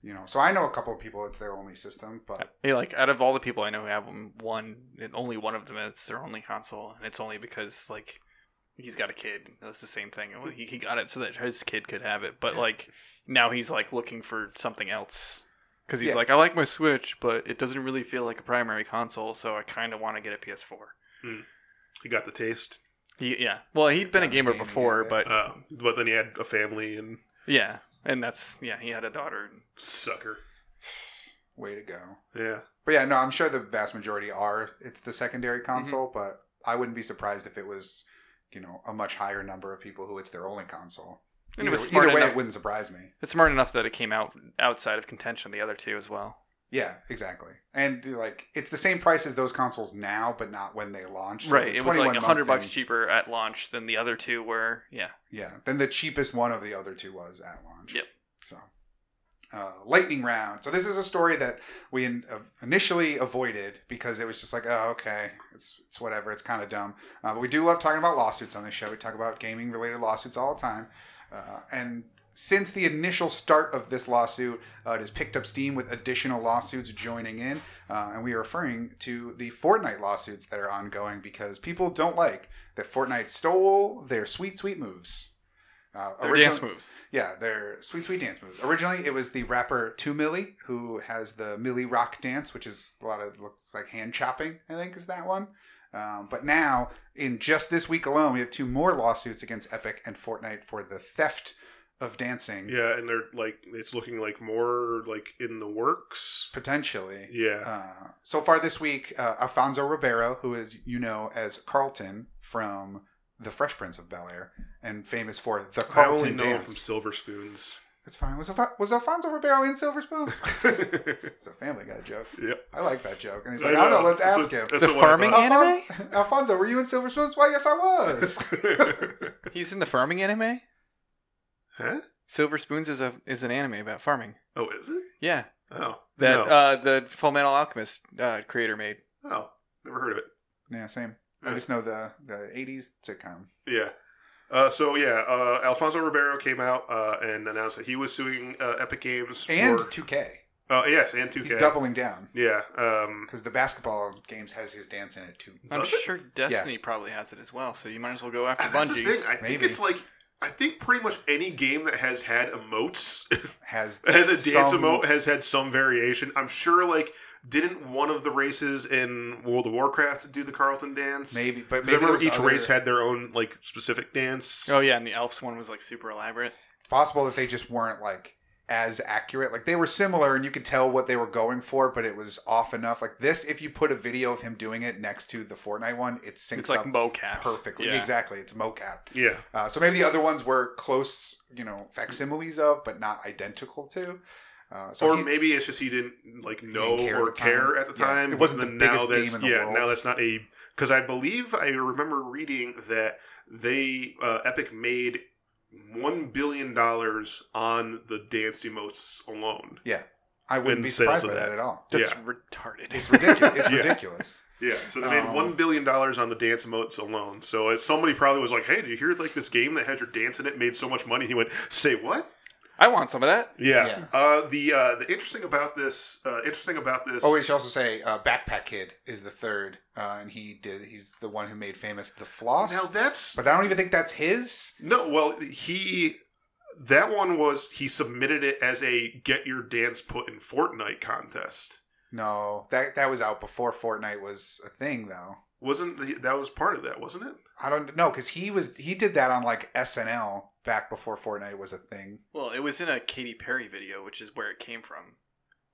you know so i know a couple of people it's their only system but
Yeah, like out of all the people I know who have one, one and only one of them is their only console, and it's only because like he's got a kid. That's the same thing. Well, He, he got it so that his kid could have it, but like now he's like looking for something else because he's
Yeah.
like, I like my Switch, but it doesn't really feel like a primary console, so I kind of want to get a PS4.
He got the taste,
He, yeah, well, he'd been a
Got the
gamer
game,
before,
yeah.
but
uh, but then he had a family and
yeah, and that's yeah, he had a daughter. and-
sucker.
way to go
Yeah,
But yeah, no, I'm sure the vast majority are. It's the secondary
Mm-hmm.
console, but I wouldn't be surprised if it was, you know, a much higher number of people who it's their only console.
And
Either,
it was
either
smart
way,
enough.
it wouldn't surprise me.
It's smart enough that it came out outside of contention. The other two as well.
Yeah, exactly. And like, it's the same price as those consoles now, but not when they launched. So
right,
the
it was like
21 month
hundred bucks
thing-
cheaper at launch than the other two were. Yeah,
Yeah, then the cheapest one of the other two was at launch.
Yep.
So, uh, lightning round. So this is a story that we in, uh, initially avoided because it was just like, oh, okay, it's it's whatever, it's kind of dumb. Uh, but we do love talking about lawsuits on this show. We talk about gaming related lawsuits all the time, uh, and. Since the initial start of this lawsuit, uh, it has picked up steam with additional lawsuits joining in, uh, and we are referring to the Fortnite lawsuits that are ongoing because people don't like that Fortnite stole their sweet, sweet moves. Uh,
their
original-
dance moves.
Yeah, their sweet, sweet dance moves. Originally, it was the rapper Two Millie who has the Millie Rock dance, which is a lot of looks like hand chopping. I think is that one. Um, but now, in just this week alone, we have two more lawsuits against Epic and Fortnite for the theft of dancing,
yeah, and they're like it's looking like more like in the works.
potentially.
Yeah,
Uh, so far this week, uh, Alfonso Ribeiro, who is you know as Carlton from The Fresh Prince of Bel Air and famous for the
I only
Carlton
know him from
dance. (laughs)
Silver Spoons. (laughs)
It's fine. Was Alfon- was Alfonso Ribeiro in Silver Spoons?
yep.
it's a Family Guy joke. I like that joke. And he's
I
like, I don't know. Let's
That's
ask
what-
him.
that's
The
what I
farming
thought.
Alfonso, Alfonso, were you in Silver Spoons? Why, yes, I
(laughs)
was.
(laughs) He's in the farming anime.
huh?
Silver Spoons is a is an anime about farming.
(laughs) Oh, is it?
Yeah,
Oh,
that
no.
uh, the Full Metal Alchemist uh, creator made.
oh, never heard of it.
yeah, same. I just know the the '80s sitcom.
Yeah. Uh, so yeah, uh, Alfonso Ribeiro came out uh, and announced that he was suing uh, Epic Games
And
for
2K.
uh, yes, and 2K.
He's doubling down
Yeah. Um,
because the basketball games has his dance in it too.
I'm
does it?
sure Destiny probably has it as well. So you might as well go after
(laughs) That's the
Bungie.
thing. I think
Maybe.
it's like I think pretty much any game that has had emotes (laughs)
Has
has a dance
some-
emote has had some variation. I'm sure like didn't one of the races in World of Warcraft do the Carlton dance?
Maybe, but
'Cause
maybe
I remember
there's
each
other-
race had their own like specific dance.
Oh yeah, and the Elf's one was like super elaborate.
It's possible that they just weren't like as accurate. Like they were similar, and you could tell what they were going for, but it was off enough. Like this, if you put a video of him doing it next to the Fortnite one, it syncs
It's like
up
mocap.
perfectly.
Yeah.
Exactly, it's mocap.
Yeah.
Uh, so maybe the other ones were close, you know, facsimiles of, but not identical to. Uh, so
or
he's-
maybe it's just he didn't like
didn't
know
care at
or
the time.
care at the
Yeah,
time.
it wasn't
but
the
then
biggest
now that's-
game in the
yeah,
world.
now that's not a because I believe I remember reading that they uh, Epic made one billion dollars on the dance emotes alone.
I wouldn't
in
be
sales
surprised
of
by that.
that.
at all.
That's
Yeah.
retarded. (laughs)
It's ridiculous. It's
(laughs) Yeah.
ridiculous.
Yeah, so they made
Oh.
one billion dollars on the dance emotes alone. So uh, somebody probably was like, "Hey, do you hear like this game that has your dance in it made so much money?" He went, "Say what?"
I want some of that.
Yeah.
Yeah.
Uh, the uh, the interesting about this uh, interesting about this.
Oh, we should also say uh, Backpack Kid is the third, uh, and he did. He's the one who made famous the floss.
now that's
but I don't even think that's his.
No, well, he that one was he submitted it as a get your dance put in Fortnite contest.
No, that that was out before Fortnite was a thing, though.
Wasn't the, that was part of that, wasn't it?
I don't know because he was he did that on like SNL back before Fortnite was a thing.
Well, it was in a Katy Perry video, which is where it came from.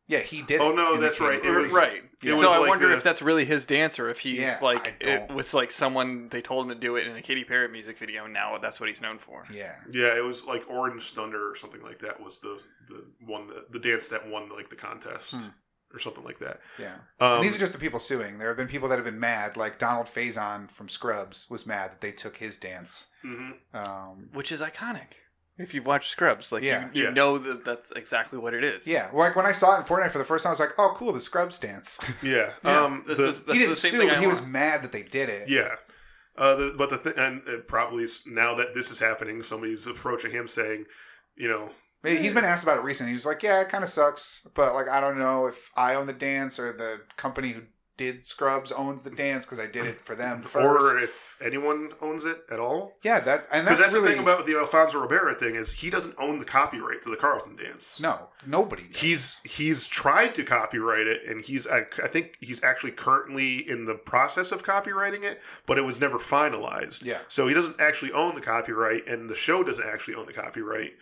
Yeah, he did.
Oh,
it
no,
in the
that's right.
game.
It was-
right.
yeah.
so
it was
I
like
wonder
the-
if that's really his dance, or if he's
Yeah,
like
I
it
don't-
was like someone they told him to do it in a Katy Perry music video. And now that's what he's known for.
Yeah.
Yeah, it was like Orange Thunder or something like that was the the one that the dance that won like the contest
Hmm.
or something like that.
Yeah.
Um,
And these are just the people suing. There have been people that have been mad, like Donald Faison from Scrubs was mad that they took his dance.
mhm.
Um,
which is iconic. If you've watched Scrubs, like
Yeah.
you, you
Yeah.
know that that's exactly what it is.
Yeah, like when I saw it in Fortnite for the first time, I was like, "Oh, cool, the Scrubs dance."
Yeah.
Yeah,
Um,
this
(laughs)
the-
is-
he
that's
didn't
the same
sue,
thing.
but
I
he
want.
was mad that they did it.
Yeah. Uh, the, but the thing, and uh, probably s- now that this is happening, somebody's approaching him saying, you know,
But He's been asked about it recently. He was like, "Yeah, it kind of sucks, but like I don't know if I own the dance or the company who did Scrubs owns the dance because I did it for them first.
(laughs) or if anyone owns it at all.
yeah, that and
Because
that's,
that's,
really
the thing about the Alfonso Rivera thing is he doesn't own the copyright to the Carlton dance.
no nobody. does.
He's he's tried to copyright it, and he's I, I think he's actually currently in the process of copyrighting it, but it was never finalized.
yeah,
So he doesn't actually own the copyright, and the show doesn't actually own the copyright.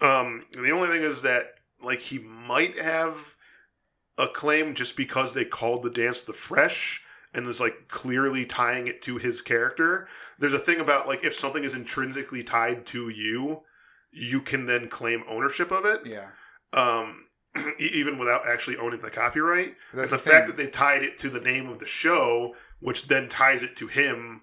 Um, and the only thing is that like he might have a claim just because they called the dance the fresh and is like clearly tying it to his character. There's a thing about like if something is intrinsically tied to you, you can then claim ownership of it,
yeah.
um, (clears throat) e- even without actually owning the copyright.
That's
And the,
thing.
fact that they've tied it to the name of the show, which then ties it to him,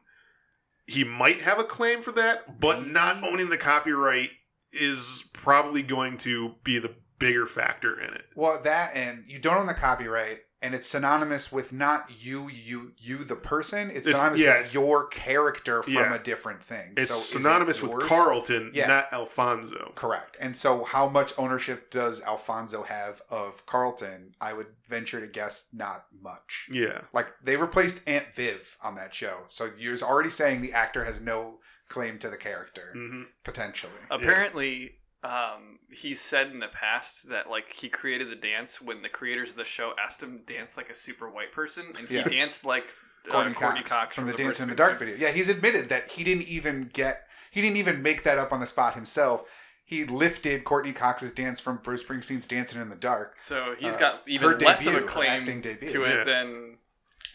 he might have a claim for that, but
Maybe.
not owning the copyright is probably going to be the bigger factor in it.
Well, that and you don't own the copyright, and it's synonymous with not you, you, you, the person. It's,
It's-
synonymous
yeah,
with
it's-
your character from
yeah.
a different thing.
It's
So is it
synonymous with
yours?
Carlton,
Yeah.
not Alfonso.
Correct. And so, how much ownership does Alfonso have of Carlton? I would venture to guess not much.
Yeah.
Like they replaced Aunt Viv on that show, so you're already saying the actor has no claim to the character
hmm
potentially.
Apparently, um, he said in the past that like he created the dance when the creators of the show asked him to dance like a super white person, and he
Yeah.
danced like uh,
Courtney, Cox, from, the, Dance in the Dark video. Yeah, he's admitted that he didn't even get he didn't even make that up on the spot himself. He lifted Courtney Cox's dance from Bruce Springsteen's Dancing in the Dark.
So he's
Uh,
got
her
even less
debut,
of a
her
claim
acting debut.
to it
Yeah.
than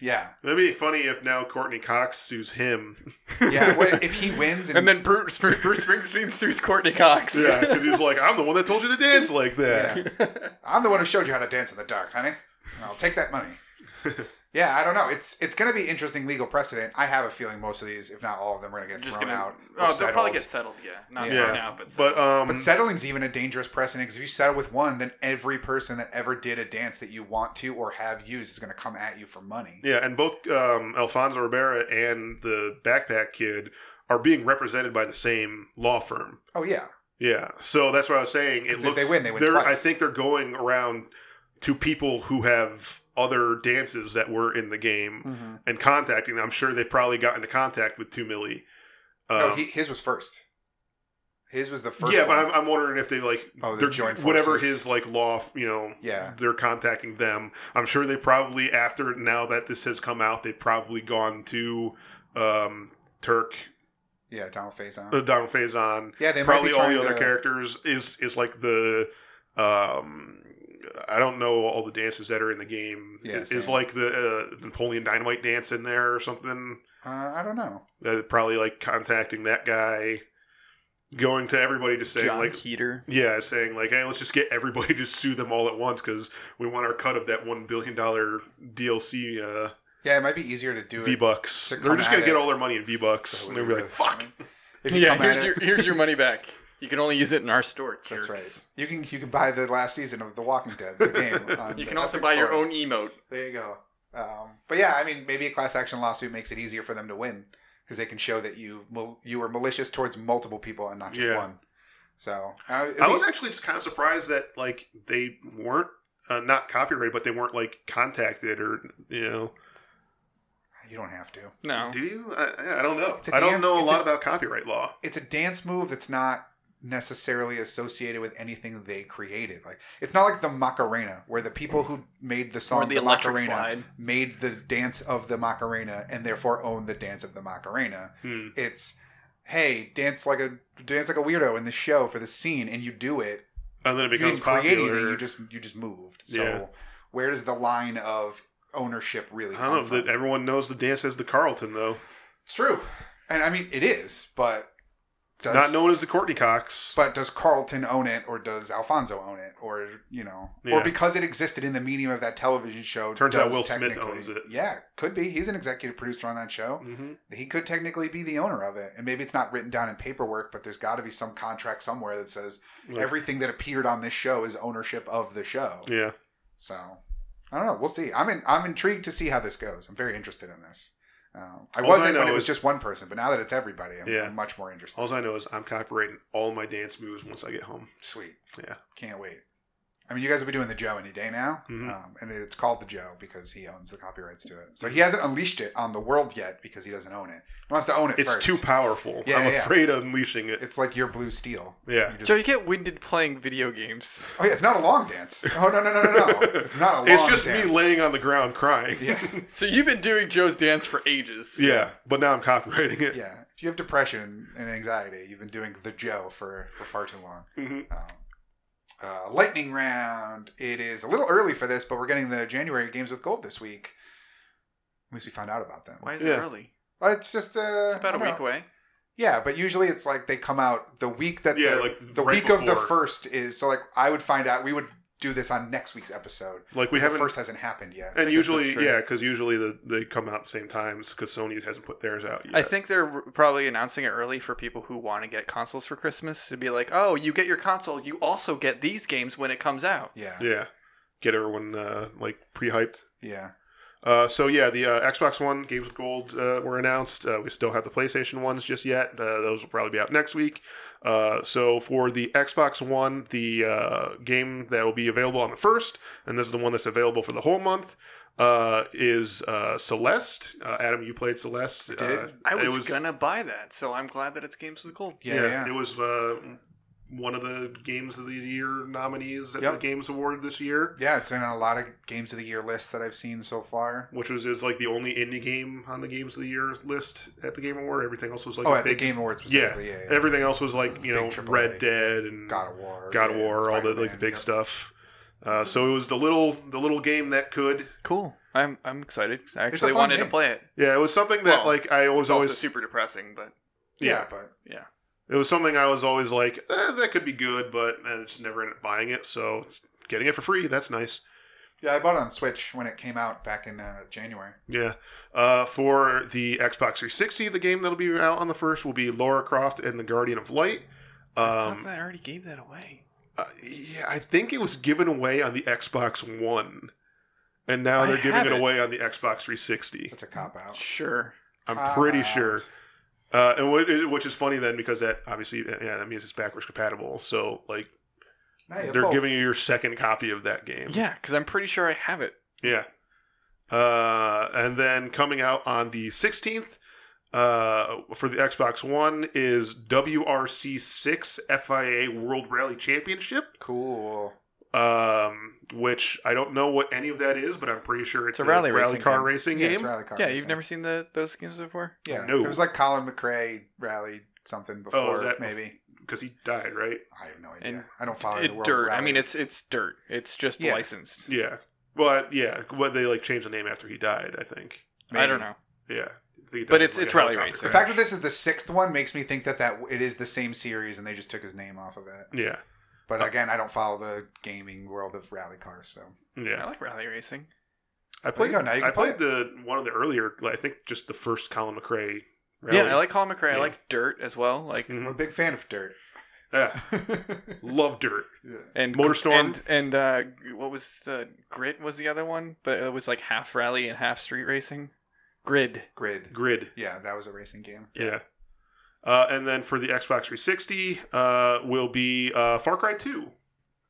Yeah.
That'd be funny if now Courtney Cox sues him.
Yeah.
(laughs)
well, if he wins and,
And then (laughs) Bruce, Bruce Springsteen sues Courtney Cox. (laughs)
yeah, (laughs) because he's like, I'm the one that told you to dance like that.
I'm the one who showed you how to dance in the dark, honey. I'll take that
(laughs)
money. yeah, I don't know. It's it's going to be interesting legal precedent. I have a feeling most of these, if not all of them, are going to get
Just
thrown
gonna,
out. or
oh, they'll
settled.
probably get settled. Yeah, not
Yeah.
thrown out, but settled.
But um,
But settling's even a dangerous precedent because if you settle with one, then every person that ever did a dance that you want to or have used is going to come at you for money.
Yeah, and both um, Alfonso Rivera and the Backpack Kid are being represented by the same law firm.
Oh yeah,
Yeah, so that's what I was saying. It
If they
looks
win, they win
they're-
twice.
I think they're going around to people who have other dances that were in the game
Mm-hmm.
and contacting them. I'm sure they've probably gotten into contact with Two Millie. Um,
no, he, his was first. His was the first.
yeah,
one.
but I'm, I'm wondering if they like
Oh, they
they're
joined
whatever
forces.
his like law, f- you know,
Yeah.
they're contacting them. I'm sure they probably after now that this has come out, they've probably gone to um, Turk,
yeah, Donald Faison.
uh, Donald Faison,
yeah, they might
probably
be
all
trying
the other
to,
characters is is like the um, I don't know all the dances that are in the game.
Yeah,
is,
same.
like the uh, Napoleon Dynamite dance in there or something.
Uh, I don't know.
Uh, probably like contacting that guy, going to everybody to say like
Keeter.
yeah, saying like, hey, let's just get everybody (laughs) to sue them all at once because we want our cut of that one billion dollar DLC uh,
Yeah, it might be easier to do it
V bucks.
To
They're
come
just
at
gonna get
it.
all their money in V bucks.
That
And
would
they'll
be
be
really
like, fuck.
funny. If you
Yeah,
come at
here's
it-
your here's your money back. You can only use it in our store.
That's right.
jerks.
You can you can buy the last season of The Walking Dead, the
(laughs)
game. on
You
the
can also
Epic
buy your
Store.
own emote.
There you go. Um, but yeah, I mean, maybe a class action lawsuit makes it easier for them to win because they can show that you mal- you were malicious towards multiple people and not just
Yeah.
one. So uh,
I was actually just kind of surprised that like they weren't uh, not copyrighted, but they weren't like contacted or you know.
you don't have to.
No,
Do you? I, I don't know.
It's a
I don't
dance-
know a
it's
lot
a-
about copyright law.
It's a dance move that's not necessarily associated with anything they created. Like it's not like the Macarena, where the people who made the song
or the electric
Macarena
slide.
made the dance of the Macarena and therefore owned the dance of the Macarena.
Hmm.
It's hey, dance like a dance like a weirdo in the show for the scene, and you do it.
And then it
you
becomes
didn't create
popular.
anything. You just you just moved. So
Yeah.
where does the line of ownership really
I
come
don't know if
from?
that everyone knows the dance as the Carlton though.
it's true, and I mean it is, but Does,
Not known as the Courtney Cox.
But does Carlton own it, or does Alfonso own it, or you know,
Yeah.
or because it existed in the medium of that television show?
Turns out
does
Will Smith
technically-
owns it.
Yeah, could be. He's an executive producer on that show.
hmm
He could technically be the owner of it, and maybe it's not written down in paperwork, but there's got to be some contract somewhere that says everything that appeared on this show is ownership of the show.
yeah.
So I don't know. We'll see. I'm in, I'm intrigued to see how this goes. I'm very interested in this. Um, I
All I
wasn't when
know
it was
is-
just one person, but now that it's everybody, I'm,
Yeah.
I'm much more interested.
All I know is I'm copywriting all my dance moves once I get home.
Sweet.
Yeah.
Can't wait. I mean, you guys will be doing the Joe any day now,
Mhm.
um, and it's called the Joe because he owns the copyrights to it. So he hasn't unleashed it on the world yet because he doesn't own it. He wants to own it
It's
first.
too powerful.
Yeah,
I'm
yeah, yeah.
afraid of unleashing it.
It's like your blue steel.
Yeah.
You just-
Joe, you get winded playing video games.
oh yeah, it's not a long dance. Oh no no no no no! It's not a long.
(laughs) It's just
dance.
me laying on the ground crying.
Yeah.
So you've been doing Joe's dance for ages.
(laughs) Yeah, but now I'm copywriting it.
Yeah, if you have depression and anxiety, you've been doing the Joe for, for far too long.
(laughs) Mhm.
Um, uh, lightning round. It is a little early for this, but we're getting the January games with gold this week. At least we found out about them.
Why is
Yeah.
it early?
Well, It's just uh,
It's about
I
a
don't
week
know.
away.
Yeah, but usually it's like they come out the week that
Yeah,
the,
like
the
right
week of the
before.
first is. So like I would find out. We would do this on next week's episode.
Like we
The
haven't,
first hasn't happened yet.
and usually,
that's true.
yeah, because usually the, they come out at the same times because Sony hasn't put theirs out yet.
I think they're probably announcing it early for people who want to get consoles for Christmas to be like, oh, you get your console, you also get these games when it comes out.
Yeah, yeah.
Yeah, get everyone uh, like pre-hyped. Uh, so yeah, the uh, Xbox One games with gold uh, were announced. Uh, we still have the PlayStation ones just yet. Uh, those will probably be out next week. Uh, so for the Xbox One, the uh, game that will be available on the first, and this is the one that's available for the whole month, uh, is uh, Celeste. Uh, Adam, you played Celeste.
I did.
Uh,
I
it
was, gonna buy that, so I'm glad that it's Games with Gold.
Yeah, yeah.
it was uh, one of the games of the year nominees at
Yep.
the Games Award this year.
Yeah, it's been on a lot of games of the year lists that I've seen so far.
Which was is like the only indie game on the games of the year list at the Game Award. Everything else was like
oh,
a
at
big
the Game Awards
Yeah.
specifically. Yeah, yeah.
Everything else was like
Big
you know
AAA.
Red Dead and
God of War,
God of
yeah,
War, all the like the
Spider-Man,
big
yep.
stuff. Uh, so it was the little the little game that could.
Cool. I'm I'm excited. I
It's a
actually
fun
wanted to
game.
play it.
Yeah, it was something that
Well,
like I was
It's also
always.
super depressing,
Um,
but
Yeah,
yeah.
but
It was something I was always like eh, that could be good, but I just never ended up buying it. So it's- getting it for free, that's nice.
yeah, I bought it on Switch when it came out back in uh, January.
Yeah. Uh, for the Xbox 360, the game that'll be out on the first will be Laura Croft and the Guardian of Light.
I
Um,
thought I already gave that away.
Uh, yeah, I think it was given away on the Xbox One, and now
I
they're giving
have
it
it.
away on the Xbox 360.
That's a cop out.
Sure.
I'm
Cop
pretty
out.
sure. Uh, and what, which is funny then because that obviously yeah that means it's backwards compatible. So like
No, you have
they're
both.
giving you your second copy of that game.
Yeah, because I'm pretty sure I have it.
Yeah. Uh, and then coming out on the 16th uh, for the Xbox One is WRC6 FIA World Rally Championship.
cool.
um, which I don't know what any of that is, but I'm pretty sure it's
It's
a
a
rally,
rally racing
car
game.
racing
Yeah,
game.
it's rally car
yeah,
racing.
you've never seen the those games before?
Yeah,
No.
it was like Colin McRae rallied something
Oh,
before,
is that
maybe.
because he died, right?
I have no idea.
And
I don't follow the
It,
world.
dirt.
Of
I mean,
rally.
it's it's dirt. It's just
Yeah.
licensed.
Yeah. Well, I- yeah. What they like changed the name after he died, I think.
I
Maybe.
don't know.
Yeah. I think he died
But
in,
it's-
like,
it's
a helicopter
rally
The
racing.
crash.
fact that this is the sixth one makes me think that that it is the same series, and they just took his name off of it.
Yeah.
But
Oh.
again, I don't follow the gaming world of rally cars, so
I
Yeah.
like rally racing.
I played.
go, Oh, now you can
I
play
played the one of the earlier. like, I think just the first Colin McRae. Rally.
Yeah, I like Colin McRae.
Yeah.
I like dirt as well. Like
Mhm.
I'm a big fan of dirt. (laughs)
Yeah. Love dirt.
Yeah.
and
Motorstorm.
and and uh, what was the grit was the other one, but it was like half rally and half street racing. Grid.
Grid.
Grid.
Yeah, that was a racing game.
Yeah. Uh, and then for the Xbox 360 uh, will be uh, Far Cry 2,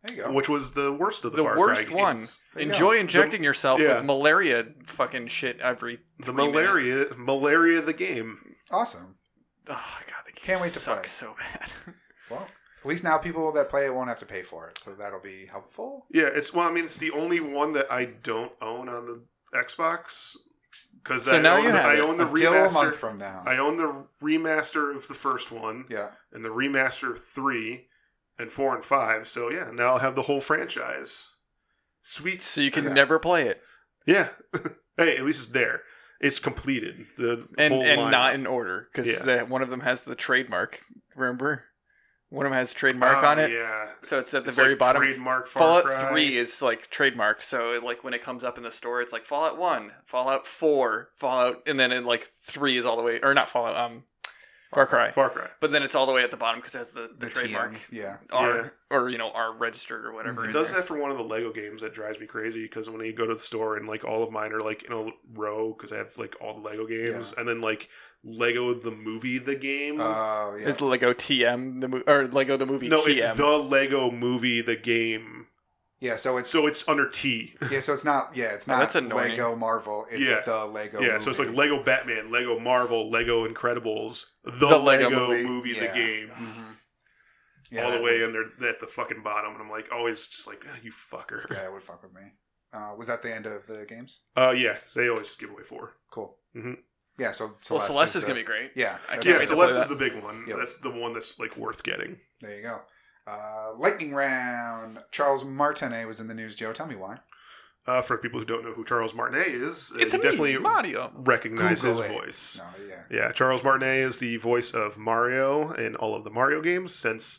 There you go.
which was the worst of the,
The
Far
worst
Cry
one.
games.
There you go.
Enjoy injecting yourself
yeah.
with malaria fucking shit every
The
three
malaria,
minutes.
malaria, the game.
Awesome.
Oh god, the game
Can't wait to play.
sucks so
(laughs)
bad.
Well, at least now people that play it won't have to pay for it, so that'll be helpful.
Yeah, it's well. I mean, it's the only one that I don't own on the Xbox because
So
I,
now
own
you
the,
have
I
it
own the
Until a month
remaster.
from now.
I own the remaster of the first one
yeah.
and the remaster of three and four and five. So yeah, now I'll have the whole franchise. Sweet.
so you can
Yeah.
never play it
Yeah. (laughs) hey, at least it's there. It's completed. The
and
whole
and
lineup.
not in order because
Yeah.
one of them has the trademark Remember, one of them has trademark on it,
Oh, Yeah.
so it's at the
It's
very
like
bottom.
Trademark Far
Fallout
Cry.
Three is like trademark, so like when it comes up in the store, it's like Fallout One, Fallout Four, Fallout, and then in like three is all the way, or not Fallout, um, Far Cry.
Far Cry.
But then it's all the way at the bottom because it has the, the,
The
trademark
TM, yeah.
R
Yeah.
or you know R registered or whatever.
Mhm.
It
in
does
there.
that for one of the Lego games that drives me crazy because when you go to the store and like all of mine are like in a row because I have like all the Lego games and then like Lego the movie the game.
Oh yeah.
Mm-hmm. It's Lego TM the mo- or Lego the movie
no,
TM.
it's the Lego movie the game.
yeah. So it's
So it's under T.
yeah. So it's not yeah. It's
Oh,
not
that's annoying.
Lego Marvel. It's
Yeah.
the Lego.
yeah, so it's like
movie.
Lego Batman, Lego Marvel, Lego Incredibles, the,
The
Lego,
Lego
movie,
movie.
the
Yeah.
game.
Mhm. Yeah,
all the
that
way
would-
and they're at the fucking bottom and I'm like always just like "Ah, you fucker.
Yeah, that would fuck with me. Uh, was that the end of the games?
Uh yeah, they always give away four.
Cool.
Mhm.
Yeah. So
well,
Celeste
Celeste is,
the-
gonna be great.
Yeah.
I
that's
can't
Yeah,
wait
right.
to play
Celeste is
that.
the big one.
Yep.
That's the one that's like worth getting.
There you go. Uh, lightning round. Charles Martinet was in the news. Joe, tell me why.
Uh, for people who don't know who Charles Martinet is, uh,
It's a
you definitely
definitely Mario.
recognize
Google
his
it.
voice.
No, yeah.
Yeah, Charles Martinet is the voice of Mario in all of the Mario games since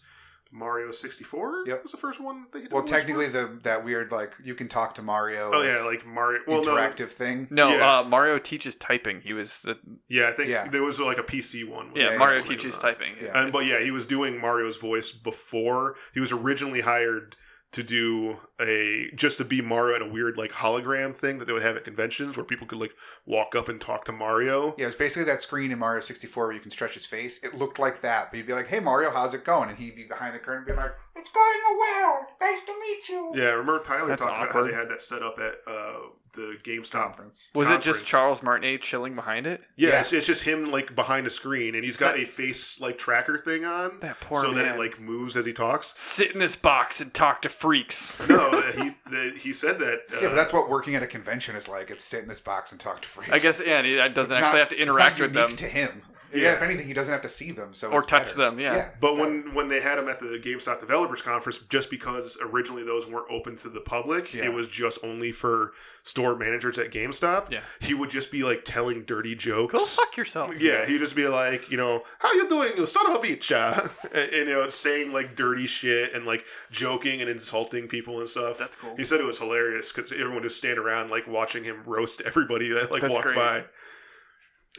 Mario 64
Yep.
was the first one that he did
Well,
the voice
technically,
for?
the that weird like you can talk to Mario.
Oh yeah, like Mario. Well, no,
interactive thing.
No,
Yeah.
uh, Mario teaches typing. He was the
yeah, I think
Yeah.
there was like a PC one. was
yeah,
the first
Mario
one they did
teaches
on.
typing.
Yeah.
And but uh, yeah, he was doing Mario's voice before. He was originally hired to do a just to be Mario at a weird like hologram thing that they would have at conventions where people could like walk up and talk to Mario.
Yeah, it was basically that screen in Mario 64 where you can stretch his face. It looked like that, but you'd be like, "Hey Mario, how's it going?" And he'd be behind the curtain, and be like, "It's going well. Nice to meet you."
Yeah, I remember Tyler
That's
talked about how
awkward.
they had that set up at uh, the GameStop.
Conference.
Was it
Conference.
just Charles Martinet chilling behind it?
Yeah,
Yeah.
It's, it's just him like behind a screen, and he's got a face like tracker thing on,
That poor
so
man.
that it like moves as he
(laughs)
talks.
sit in this box and talk to freaks.
No, he the, he said that. Uh,
Yeah, but that's what working at a convention is like. It's sit in this box and talk to freaks.
I guess yeah, and he doesn't
It's
actually
not-
have to
it's not
interact with
unique
them
To him, yeah.
Yeah.
If anything, he doesn't have to see them, so
or
it's
touch
better.
them. Yeah.
it's
But
better.
when when they had them at the GameStop Developers Conference, just because originally those weren't open to the public,
Yeah.
it was just only for store managers at GameStop.
Yeah.
he would just be like telling dirty jokes.
Go fuck yourself.
Yeah, he'd just be like, you know, how you doing, you son of a bitch? (laughs) ah?" and, you know, saying like dirty shit and like joking and insulting people and stuff.
That's cool.
he said it was hilarious because everyone just stand around like watching him roast (laughs) everybody that like
That's
walked
great.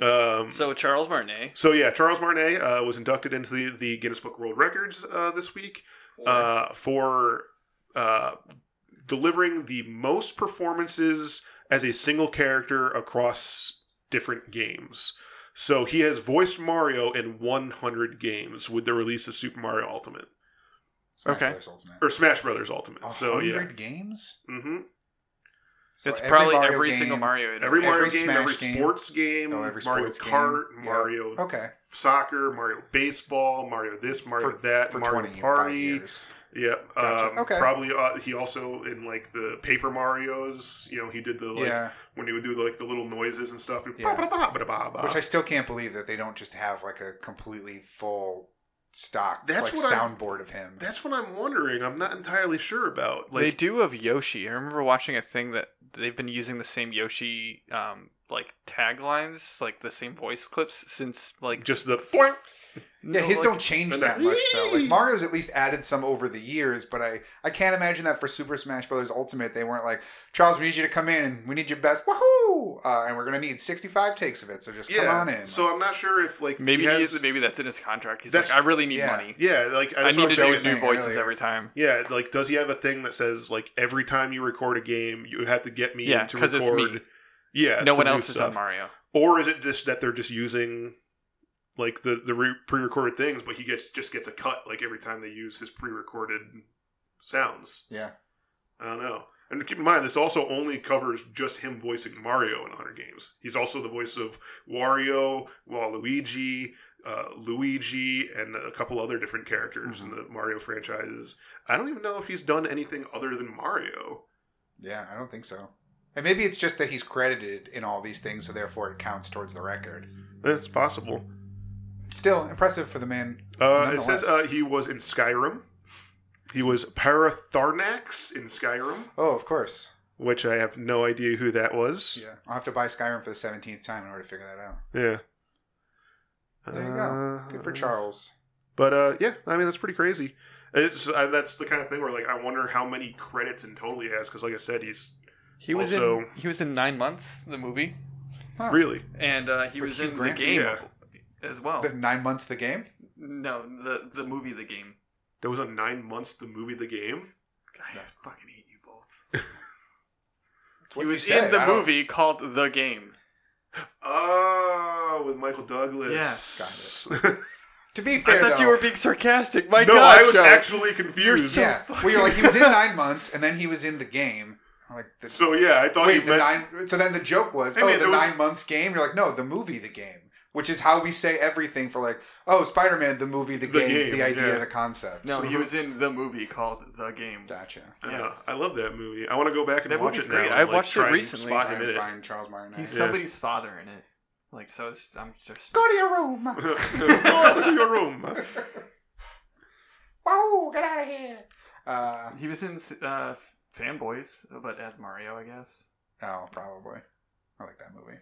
by. Um,
So Charles Martinet.
so yeah, Charles Martinet uh, was inducted into the, the Guinness Book of World Records uh, this week uh, for uh, delivering the most performances as a single character across different games. So he has voiced Mario in 100 games with the release of Super Mario Ultimate
Smash
okay.
Brothers Ultimate.
or Smash Brothers Ultimate. So yeah,
100 games.
hmm
So
it's probably
Mario
every
game-
single Mario. It
every Mario
Every
game,
Smash
every
game.
sports game,
Oh, every
Mario
sports
Kart,
game. Yeah. Oh.
Mario
Okay.
soccer, Mario baseball, Mario this, Mario
For-
that,
For
Mario
25
Party.
years.
Yep.
Gotcha.
Um,
Okay.
Probably uh, he also in like the Paper Mario's. You know, he did the like
yeah.
when he would do like the little noises and stuff.
Yeah.
Which
Which I still can't believe that they don't just have like a completely full stock
That's
like
what I-
soundboard of him.
that's what I'm wondering. I'm not entirely sure about.
they
Like,
do of Yoshi. I remember watching a thing that they've been using the same Yoshi um, like taglines, like the same voice clips since like
just the boing.
yeah, his
like,
don't change
and
that
the-
much though. Like Mario's at least added some over the years, but I I can't imagine that for Super Smash Brothers Ultimate they weren't like Charles, we need you to come in and we need your best woohoo, uh, and we're gonna need sixty five takes of it. So just
yeah.
come on in.
So I'm not sure if like
Maybe
he
he
has,
is, maybe that's in his contract. He's
That's-
like, I really need
yeah.
money.
yeah like
I
that's what
need to
I'm
Joey
thinking.
do
was
new
saying
voices
earlier.
every time.
Yeah, like does he have a thing that says like every time you record a game, you have to get me
Yeah,
in to
'cause
record?
it's me.
Yeah, to
no one
do
else has
stuff.
done Mario.
or is it just that they're just using like the the re- pre-recorded things but he gets just gets a cut like every time they use his pre-recorded sounds
yeah.
i don't know and keep in mind this also only covers just him voicing mario in 100 games he's also the voice of wario waluigi uh, luigi and a couple other different characters in the mario franchises i don't even know if he's done anything other than mario
Yeah, I don't think so. And maybe it's just that he's credited in all these things, so therefore it counts towards the record.
it's possible
Still impressive for the man.
Uh, it says uh,
Nonetheless.
he was in Skyrim. He was Paratharnax in Skyrim,
Oh, of course.
which I have no idea who that was.
Yeah, I'll have to buy Skyrim for the seventeenth time in order to figure that out.
Yeah.
Uh,
There you go. Good for Charles.
Uh, But uh, yeah, I mean that's pretty crazy. It's uh, that's the kind of thing where like I wonder how many credits in total he has because like I said he's
He was in
Also-
he was in nine months the movie,
Huh.
really
and uh, he
With
was
Hugh
in
Grant?
the game
Yeah.
as well.
The nine months of the game.
No, the the movie, the game.
there was a nine months to the movie the game.
I
Yeah.
fucking hate you both.
It's
He
what you
was
said.
in the
I don't-
movie called The Game.
Oh, with Michael Douglas.
Yes.
(laughs) got it.
To be
I
fair,
thought
though,
you were being sarcastic. My
no,
God,
I was
Joe.
actually confused.
so-
So,
yeah. Well, you're like he was in
(laughs)
nine months, and then he was in the game. I'm Like the,
yeah, I thought he
wait, the
meant
nine. So then the joke was,
Hey,
oh,
man,
the
there was-
nine months game. You're like, no, the movie, the game, which is how we say everything for like, oh, Spider Man, the movie, the,
The
game,
game,
the idea,
yeah.
the concept.
No,
Mhm.
he was in the movie called The Game.
Gotcha.
Uh,
Yes.
I love that movie. I want to go back and
That
watch
movie's
it now.
great.
and,
I
like,
watched it
try and
recently.
spot him
Trying
in
to
(laughs) it.
find Charles Martinet.
He's
Yeah.
somebody's father in it. Like so, it's, I'm just.
Go to your room.
(laughs)
(laughs) Go to Oh, your room.
Whoa, get out of here. Uh,
He was in uh, Fanboys, but as Mario, I guess.
oh, probably. I like that movie.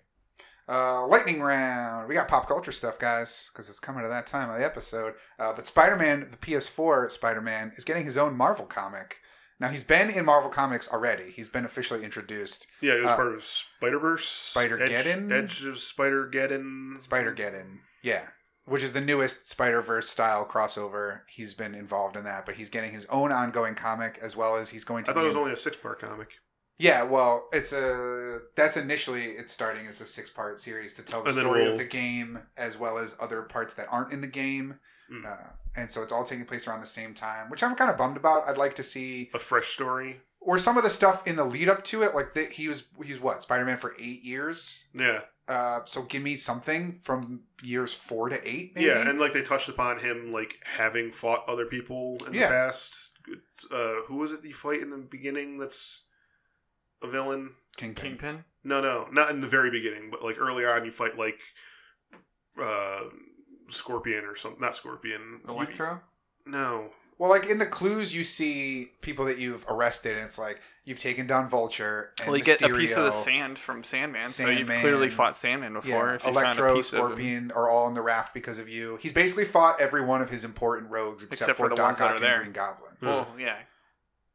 Uh, lightning round. We got pop culture stuff, guys, because it's coming to that time of the episode. Uh, but Spider Man, the PS4 Spider Man, is getting his own Marvel comic. Now, he's been in Marvel Comics already. He's been officially introduced.
Yeah, it was
Uh,
part of Spider Verse,
Spider-Geddon?
Edge, Edge of Spider Geddon,
Spider Get In. Yeah. Which is the newest Spider Verse style crossover. He's been involved in that, but he's getting his own ongoing comic as well as he's going to
I thought
be
it was
in-
only a six part comic.
Yeah, well, it's a that's initially it's starting as a six part series to tell the
And then
story
we'll-
of the game as well as other parts that aren't in the game,
Mm.
uh, and so it's all taking place around the same time, which I'm kind of bummed about. I'd like to see
A fresh story.
or some of the stuff in the lead up to it, like that he was he's what Spider Man for eight years,
Yeah,
uh, so give me something from years four to eight, maybe.
yeah, and like they touched upon him like having fought other people in
Yeah.
the past. Uh, who was it that you fight in the beginning? That's a villain.
Kingpin.
Kingpin.
No, no, not in the very beginning, but like early on, you fight like uh, Scorpion or something. Not Scorpion. You-
Electro.
no,
Well, like in the clues, you see people that you've arrested, and it's like you've taken down Vulture. And
well, you get a piece of the
Mysterio.
sand from Sandman, so you've
Sandman.
clearly fought Sandman before.
Yeah,
if you found a
Electro,
piece of him.
Scorpion are all on the raft because of you. He's basically fought every one of his important rogues except,
Except for
for,
the
Doc
ones that
Ock
are
and
there.
Green Goblin
Well,
Hmm.
yeah,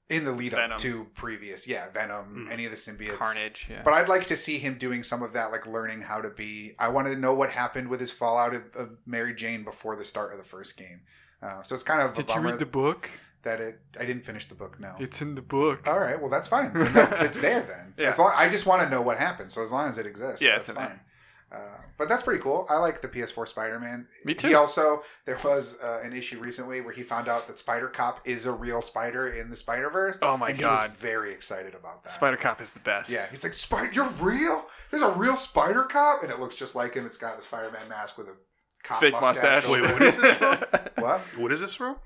in the lead
Venom. Mm-hmm.
up to previous, yeah, Venom,
Mm.
any of the symbiotes.
Carnage. Yeah.
But I'd like to see him doing some of that, like learning how to be. I wanted to know what happened with his fallout of, of Mary Jane before the start of the first game. Uh, so it's kind of a bummer
book?
that it. I didn't finish the book. No.
It's in the book.
all right, well that's
(laughs)
fine. Then that- it's there then.
Yeah.
As long, I just want to know what happened. So as long as it exists,
Yeah,
that's
it's in there.
fine. Uh, but that's pretty cool. I like the PS4 Spider-Man.
Me
He
too.
also there was uh, an issue recently where he found out that Spider Cop is a real spider in the Spider Verse.
Oh my
and he
God.
was very excited about that.
Spider Cop is the best.
Yeah, he's like Spider, you're real. There's a real Spider Cop, and it looks just like him. It's got the Spider-Man mask with a cop
Fake mustache.
over
Wait,
it.
what is this from?
(laughs) What?
What is this from?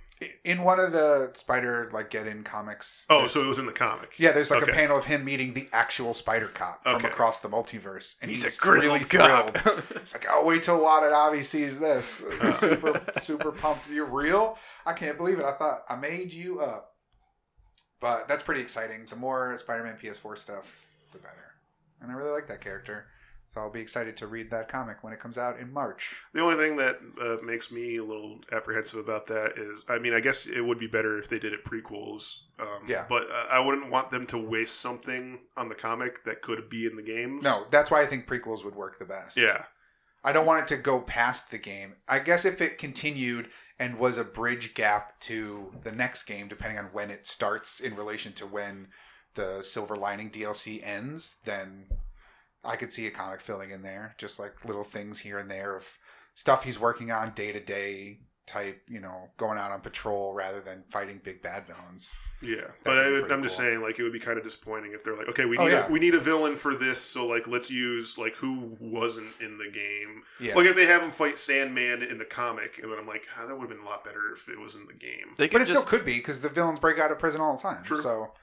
In one of the Spider like get in comics.
Oh,
there's-
so it was in the comic.
yeah, there's like
Okay.
a panel of him meeting the actual Spider Cop from
Okay.
across the multiverse, and he's,
(laughs) he's, a grizzled
really
really
thrilled.
cop. (laughs)
It's like, oh, wait till Watanabe sees this. (laughs) super, super pumped. You're real? I can't believe it. I thought I made you up. But that's pretty exciting. The more Spider Man PS4 stuff, the better. And I really like that character. So I'll be excited to read that comic when it comes out in March.
The only thing that uh, makes me a little apprehensive about that is, I mean, I guess it would be better if they did it prequels. Um,
Yeah.
But uh, I wouldn't want them to waste something on the comic that could be in the games.
No, that's why I think prequels would work the best.
Yeah.
I don't want it to go past the game. I guess if it continued and was a bridge gap to the next game, depending on when it starts in relation to when the Silver Lining DLC ends, then I could see a comic filling in there, just like little things here and there of stuff he's working on day to day type, you know, going out on patrol rather than fighting big bad villains.
Yeah. But
would
I
be
would,
pretty
I'm just
cool.
saying, like, it would be kind of disappointing if they're like, okay, we
Oh,
need,
yeah.
a, we need a villain for this, so, like, let's use, like, who wasn't in the game.
Yeah.
Like, if they have him fight Sandman in the comic, and then I'm like, ah, that would have been a lot better if it was in the game.
They
But
could
it
just
still could be because the villains break out of prison all the time.
True.
So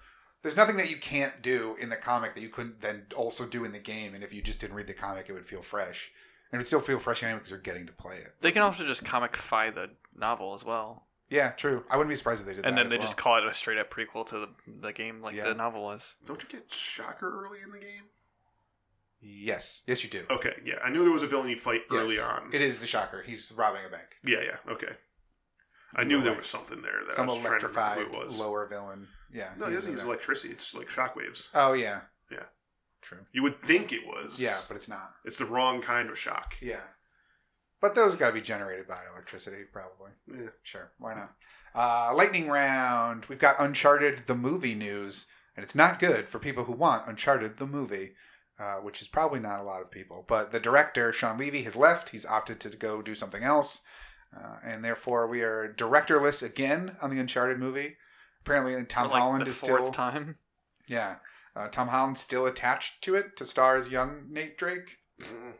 there's nothing that you can't do in the comic that you couldn't then also do in the game. And if you just didn't read the comic, it would feel fresh. And it would still feel fresh anyway because you're getting to play it.
they can also just comicify the novel as well,
Yeah, true. I wouldn't be surprised if they did that.
and then
as
they
well.
just call it a straight up prequel to the, the game, like
Yeah.
the novel is.
Don't you get Shocker early in the game?
Yes, yes, you do.
Okay, yeah. I knew there was a villain you fight
Yes.
early on.
It is the shocker. He's robbing a bank.
Yeah, yeah, okay. I knew there
Like
was something there that
Some
I was trying to remember
electrified
who it was.
lower villain. Yeah.
no, he doesn't
using
use
that.
electricity. It's like shockwaves.
Oh yeah.
Yeah.
True.
You would think it was.
Yeah, but it's not.
It's the wrong kind of shock.
Yeah. But those got to be generated by electricity, probably.
Yeah.
Sure. Why not? Uh, lightning round. We've got Uncharted the movie news, and it's not good for people who want Uncharted the movie, uh, which is probably not a lot of people. But the director, Sean Levy, has left. He's opted to go do something else. Uh, and therefore, we are directorless again on the Uncharted movie. Apparently, Tom
For, like,
Holland
the
is
fourth
still
time.
yeah. Uh, Tom Holland's still attached to it to star as young Nate Drake.
Mm.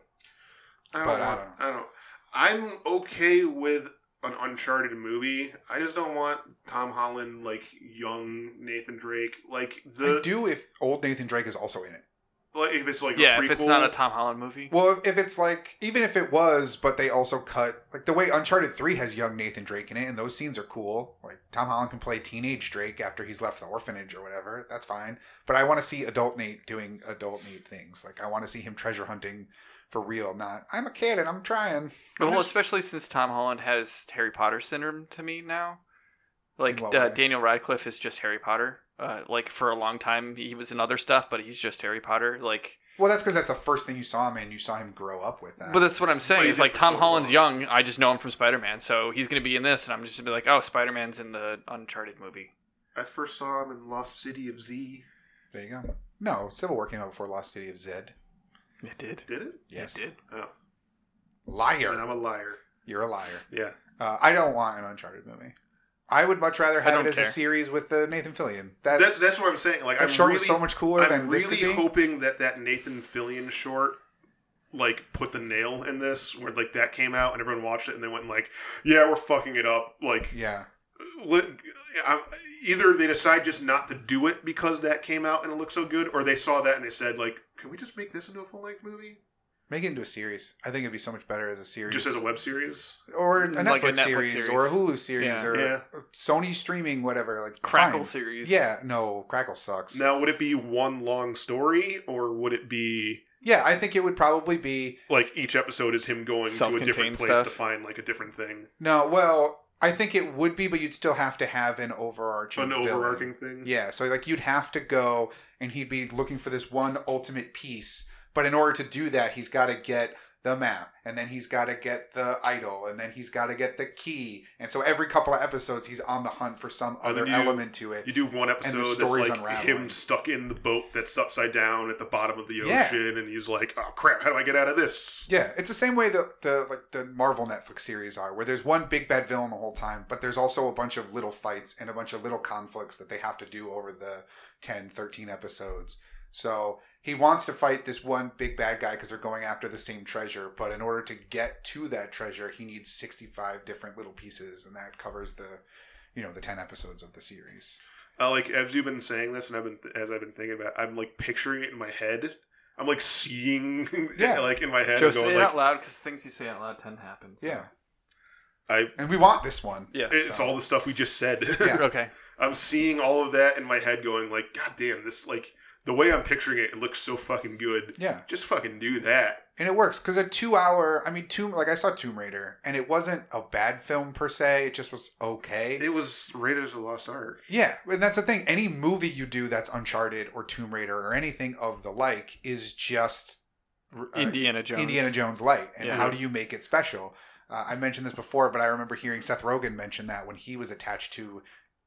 I don't,
But I
want, I don't. I'm okay with an Uncharted movie. I just don't want Tom Holland like young Nathan Drake. Like
I
the
do if old Nathan Drake is also in it.
like if it's like a
yeah,
prequel,
if it's not a Tom Holland movie.
Well, if, if it's like, even if it was, but they also cut, like the way Uncharted 3 has young Nathan Drake in it, and those scenes are cool. Like Tom Holland can play teenage Drake after he's left the orphanage or whatever. That's fine. But I want to see adult Nate doing adult Nate things. Like I want to see him treasure hunting for real, not, I'm a kid and I'm trying.
well,
just-
especially since Tom Holland has Harry Potter syndrome to me now. Like
In what
uh,
way?
Daniel Radcliffe is just Harry Potter. Uh, like for a long time he was in other stuff, but he's just Harry Potter. Like,
Well, that's because that's the first thing you saw him in. You saw him grow up with that.
but that's what I'm
But
saying.
he
Is
did
like
for
Tom
so
Holland's
long.
young. I just know him from Spider Man, so he's gonna be in this, and I'm just gonna be like, oh, Spider Man's in the Uncharted movie.
I first saw him in Lost City of Z.
there you go. No, Civil War came out before Lost City of Zed.
It did.
Did it?
Yes.
It did.
Oh, and
Liar.
I'm a liar.
You're a liar.
Yeah.
Uh, I don't want an Uncharted movie. I would much rather have
don't
it as a
care.
series with uh, Nathan Fillion. That,
That's that's what I'm saying. Like
that
I'm
short
really
was so much cooler than
I'm
this could
really
be.
hoping that that Nathan Fillion short like put the nail in this where like that came out and everyone watched it and they went like yeah we're fucking it up like
yeah,
let, I'm, either they decide just not to do it because that came out and it looked so good or they saw that and they said like can we just make this into a full-length movie
make it into a series. I think it'd be so much better as a series,
just as a web series
or a Netflix,
Like a Netflix
series,
series.
or a Hulu series,
Yeah.
or
Yeah.
or Sony streaming, whatever. Like
Crackle
fine.
series.
Yeah, no, Crackle sucks.
now would it be one long story or would it be
Yeah, I think it would probably be
like each episode is him going to a different
Self-contained
place to
stuff.
find like a different thing
no. Well, I think it would be, but you'd still have to have an overarching,
an
villain.
overarching thing
Yeah, so like you'd have to go and he'd be looking for this one ultimate piece. But in order to do that, he's got to get the map, and then he's got to get the idol, and then he's got to get the key. And so every couple of episodes, he's on the hunt for some
And
other
then you-
element to it.
You do one episode that's
story's
like
unraveling.
him stuck in the boat that's upside down at the bottom of the ocean,
Yeah.
and he's like, "Oh crap, how do I get out of this?"
Yeah, it's the same way that the like the Marvel Netflix series are, where there's one big bad villain the whole time, but there's also a bunch of little fights and a bunch of little conflicts that they have to do over the 10, 13 episodes. So he wants to fight this one big bad guy because they're going after the same treasure, but in order to get to that treasure, he needs 65 different little pieces, and that covers the you know the 10 episodes of the series.
Uh, like as you've been saying this, and I've been as I've been thinking about, it, I'm like picturing it in my head. I'm like seeing (laughs)
Yeah.
it like in my head,
Joe,
and
say
going
it
like,
out loud because things you say out loud tend to happen. so-
Yeah,
"I."
and we want this one.
Yeah.
It's
so-
all the stuff we just said.
Yeah.
Okay.
(laughs) I'm seeing all of that in my head, going like, "God damn, this like the way I'm picturing it, it looks so fucking good.
Yeah.
Just fucking do that."
and it works because a two hour i mean tomb like i saw tomb raider and it wasn't a bad film per se it just was okay
It was Raiders of the Lost Ark.
yeah and that's the thing any movie you do that's uncharted or tomb raider or anything of the like is just uh,
Indiana Jones.
indiana jones light and
Yeah.
how do you make it special uh, i mentioned this before but i remember hearing seth rogen mention that when he was attached to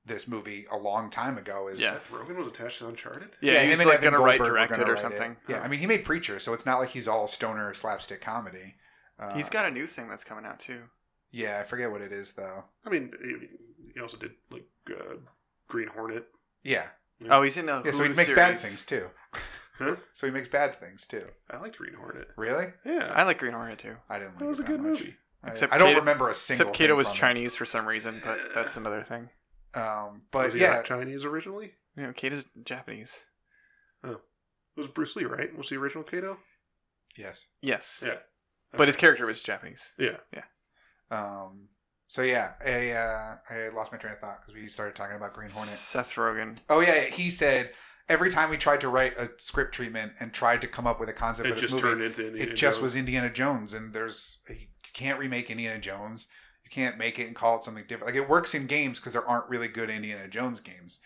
this movie a long time ago is
Yeah.
Seth Rogen was attached to Uncharted.
Yeah,
him
he's
and
like
Evan
gonna write
Goldberg were
directed
gonna
or
write it.
something.
yeah i mean he made preacher so it's not like he's all stoner slapstick comedy uh,
he's got a new thing that's coming out too.
yeah i forget what it is though
I mean, he- he also did like uh, Green Hornet.
yeah
Oh, he's in a
Yeah, so he
Hulu
makes bad things
series.
too.
(laughs) Huh?
So he makes bad things too.
I like Green Hornet.
Really?
Yeah,
I like Green Hornet too.
I didn't like
that was
it
a
that
good
much.
movie.
I-
Except
I, don't
Kato-
remember a single.
Except
thing
Kato was
from it.
Chinese for some reason, but that's another thing.
Um, but
was he
yeah,
not Chinese originally? It
You know, Kato's Japanese.
was Bruce Lee, right? Was the original Kato?
yes.
Yes.
Yeah.
But his character was Japanese.
Yeah.
Um, so yeah, I uh, I lost my train of thought because we started talking about Green Hornet.
(sighs)
Seth Rogen.
Oh yeah, he said every time we tried to write a script treatment and tried to come up with a concept
It
for this
just
movie,
turned into Indiana
it just
Jones.
was Indiana Jones, and there's you can't remake Indiana Jones. You can't make it and call it something different. Like it works in games because there aren't really good Indiana Jones games.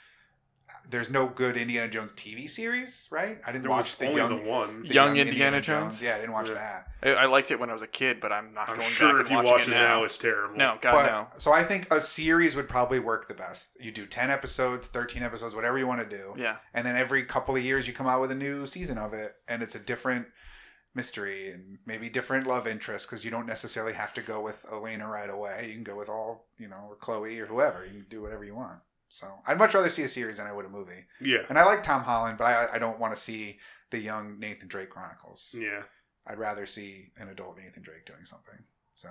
There's no good Indiana Jones TV series, right? I didn't
There
watch
was
the
only
young,
the one.
the
Young Indiana Jones?
Yeah, I didn't watch
Yeah.
that.
I, I liked it when I was a kid, but I'm not
I'm
going
sure if
back and
you
watching
watch it now, it's terrible.
no, God,
but
no.
so I think a series would probably work the best. You do ten episodes, thirteen episodes, whatever you want to do,
Yeah,
and then every couple of years you come out with a new season of it, and it's a different mystery and maybe different love interest because you don't necessarily have to go with Elena right away. You can go with all you know, or Chloe or whoever. You can do whatever you want. So I'd much rather see a series than I would a movie.
Yeah.
And I like Tom Holland, but I, I don't want to see the young Nathan Drake Chronicles.
Yeah.
I'd rather see an adult Nathan Drake doing something. So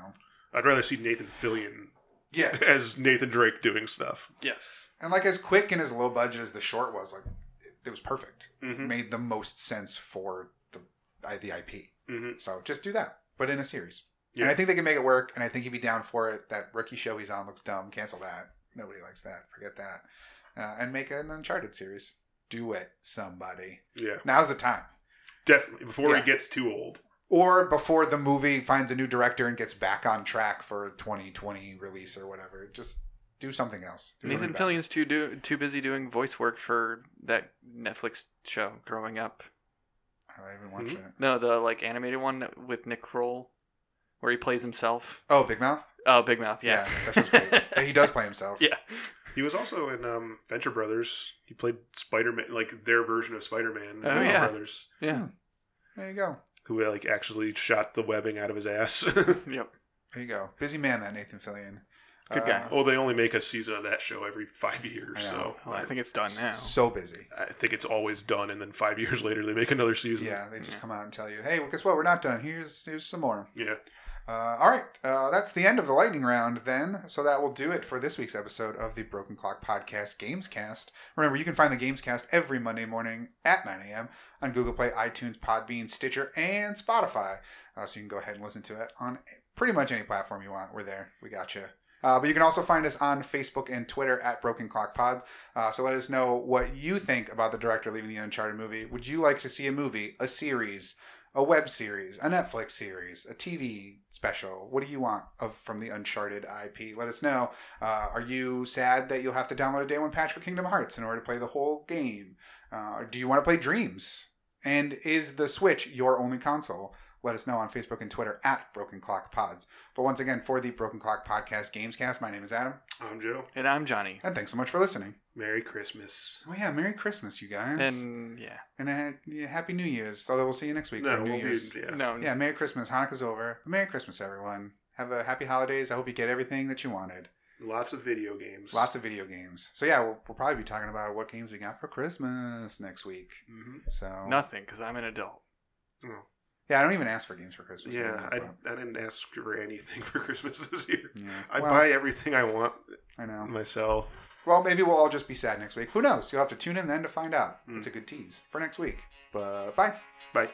I'd rather see Nathan Fillion (laughs)
yeah,
as Nathan Drake doing stuff.
yes.
and like as quick and as low budget as the short was, like it, it was perfect. It
Mm-hmm.
made the most sense for the I- the IP.
Mm-hmm.
So just do that, but in a series.
Yeah.
And I think they can make it work. And I think he'd be down for it. That rookie show he's on looks dumb. Cancel that. Nobody likes that. Forget that. Uh, and make an Uncharted series. Do it, somebody.
Yeah.
Now's the time.
Definitely. Before
Yeah.
he gets too old.
Or before the movie finds a new director and gets back on track for 2020 release or whatever. Just do something else. Do something
Nathan
better.
Fillion's too do, too busy doing voice work for that Netflix show Growing Up.
I haven't watched
Mhm.
it.
No, the like animated one that- with Nick Kroll, where he plays himself.
Oh, Big Mouth?
Oh, Big Mouth. Yeah,
that show's great. Yeah,
(laughs)
he does play himself.
(laughs) yeah.
He was also in um, Venture Brothers. He played Spider Man, like their version of Spider Man.
Oh, yeah.
Brothers,
Yeah.
There you go.
who like actually shot the webbing out of his ass. (laughs)
Hmm.
Yep.
There you go. Busy man, that Nathan Fillion. Uh,
Good guy.
well, they only make a season of that show every five years,
I
so
know.
Well, I think it's done now.
So busy.
I think it's always done, and then five (laughs) years later they make another season.
Yeah, they just
Yeah.
come out and tell you, hey, well, guess what? We're not done. Here's here's some more.
yeah.
Uh, all right, uh, that's the end of the lightning round then. So that will do it for this week's episode of the Broken Clock Podcast Gamescast. Remember, you can find the Gamescast every Monday morning at 9 a.m. on Google Play, iTunes, Podbean, Stitcher, and Spotify. Uh, so you can go ahead and listen to it on pretty much any platform you want. We're there. We got you. Uh, but you can also find us on Facebook and Twitter at Broken Clock Pod. Uh, so let us know what you think about the director leaving the Uncharted movie. Would you like to see a movie, a series, a web series, a Netflix series, a TV special? What do you want of from the Uncharted IP? Let us know. Uh, are you sad that you'll have to download a day one patch for Kingdom Hearts in order to play the whole game? Uh, or do you want to play Dreams? And is the Switch your only console? Let us know on Facebook and Twitter at Broken Clock Pods. But once again, for the Broken Clock Podcast Gamescast, my name is Adam,
I'm Joe.
And I'm Johnny.
and thanks so much for listening.
Merry Christmas.
Oh yeah, Merry Christmas, you guys, and,
And yeah,
a, yeah, Happy New Year's. Although we'll see you next week for
No,
New
we'll be,
Year's.
yeah.
no,
Yeah, Merry Christmas. Hanukkah's over. Merry Christmas, everyone. Have a happy holidays. I hope you get everything that you wanted.
Lots of video games.
Lots of video games. So yeah, we'll, we'll probably be talking about what games we got for Christmas next week.
hmm
So
nothing, because I'm an adult.
Yeah, I don't even ask for games for Christmas.
Yeah,
anymore,
I,
but-
I didn't ask for anything (laughs) for Christmas this year.
yeah.
I
Well, um,
buy everything I want
I know.
myself.
Well, maybe we'll all just be sad next week. Who knows? You'll have to tune in then to find out.
Mm.
It's a good tease for next week. But bye.
Bye.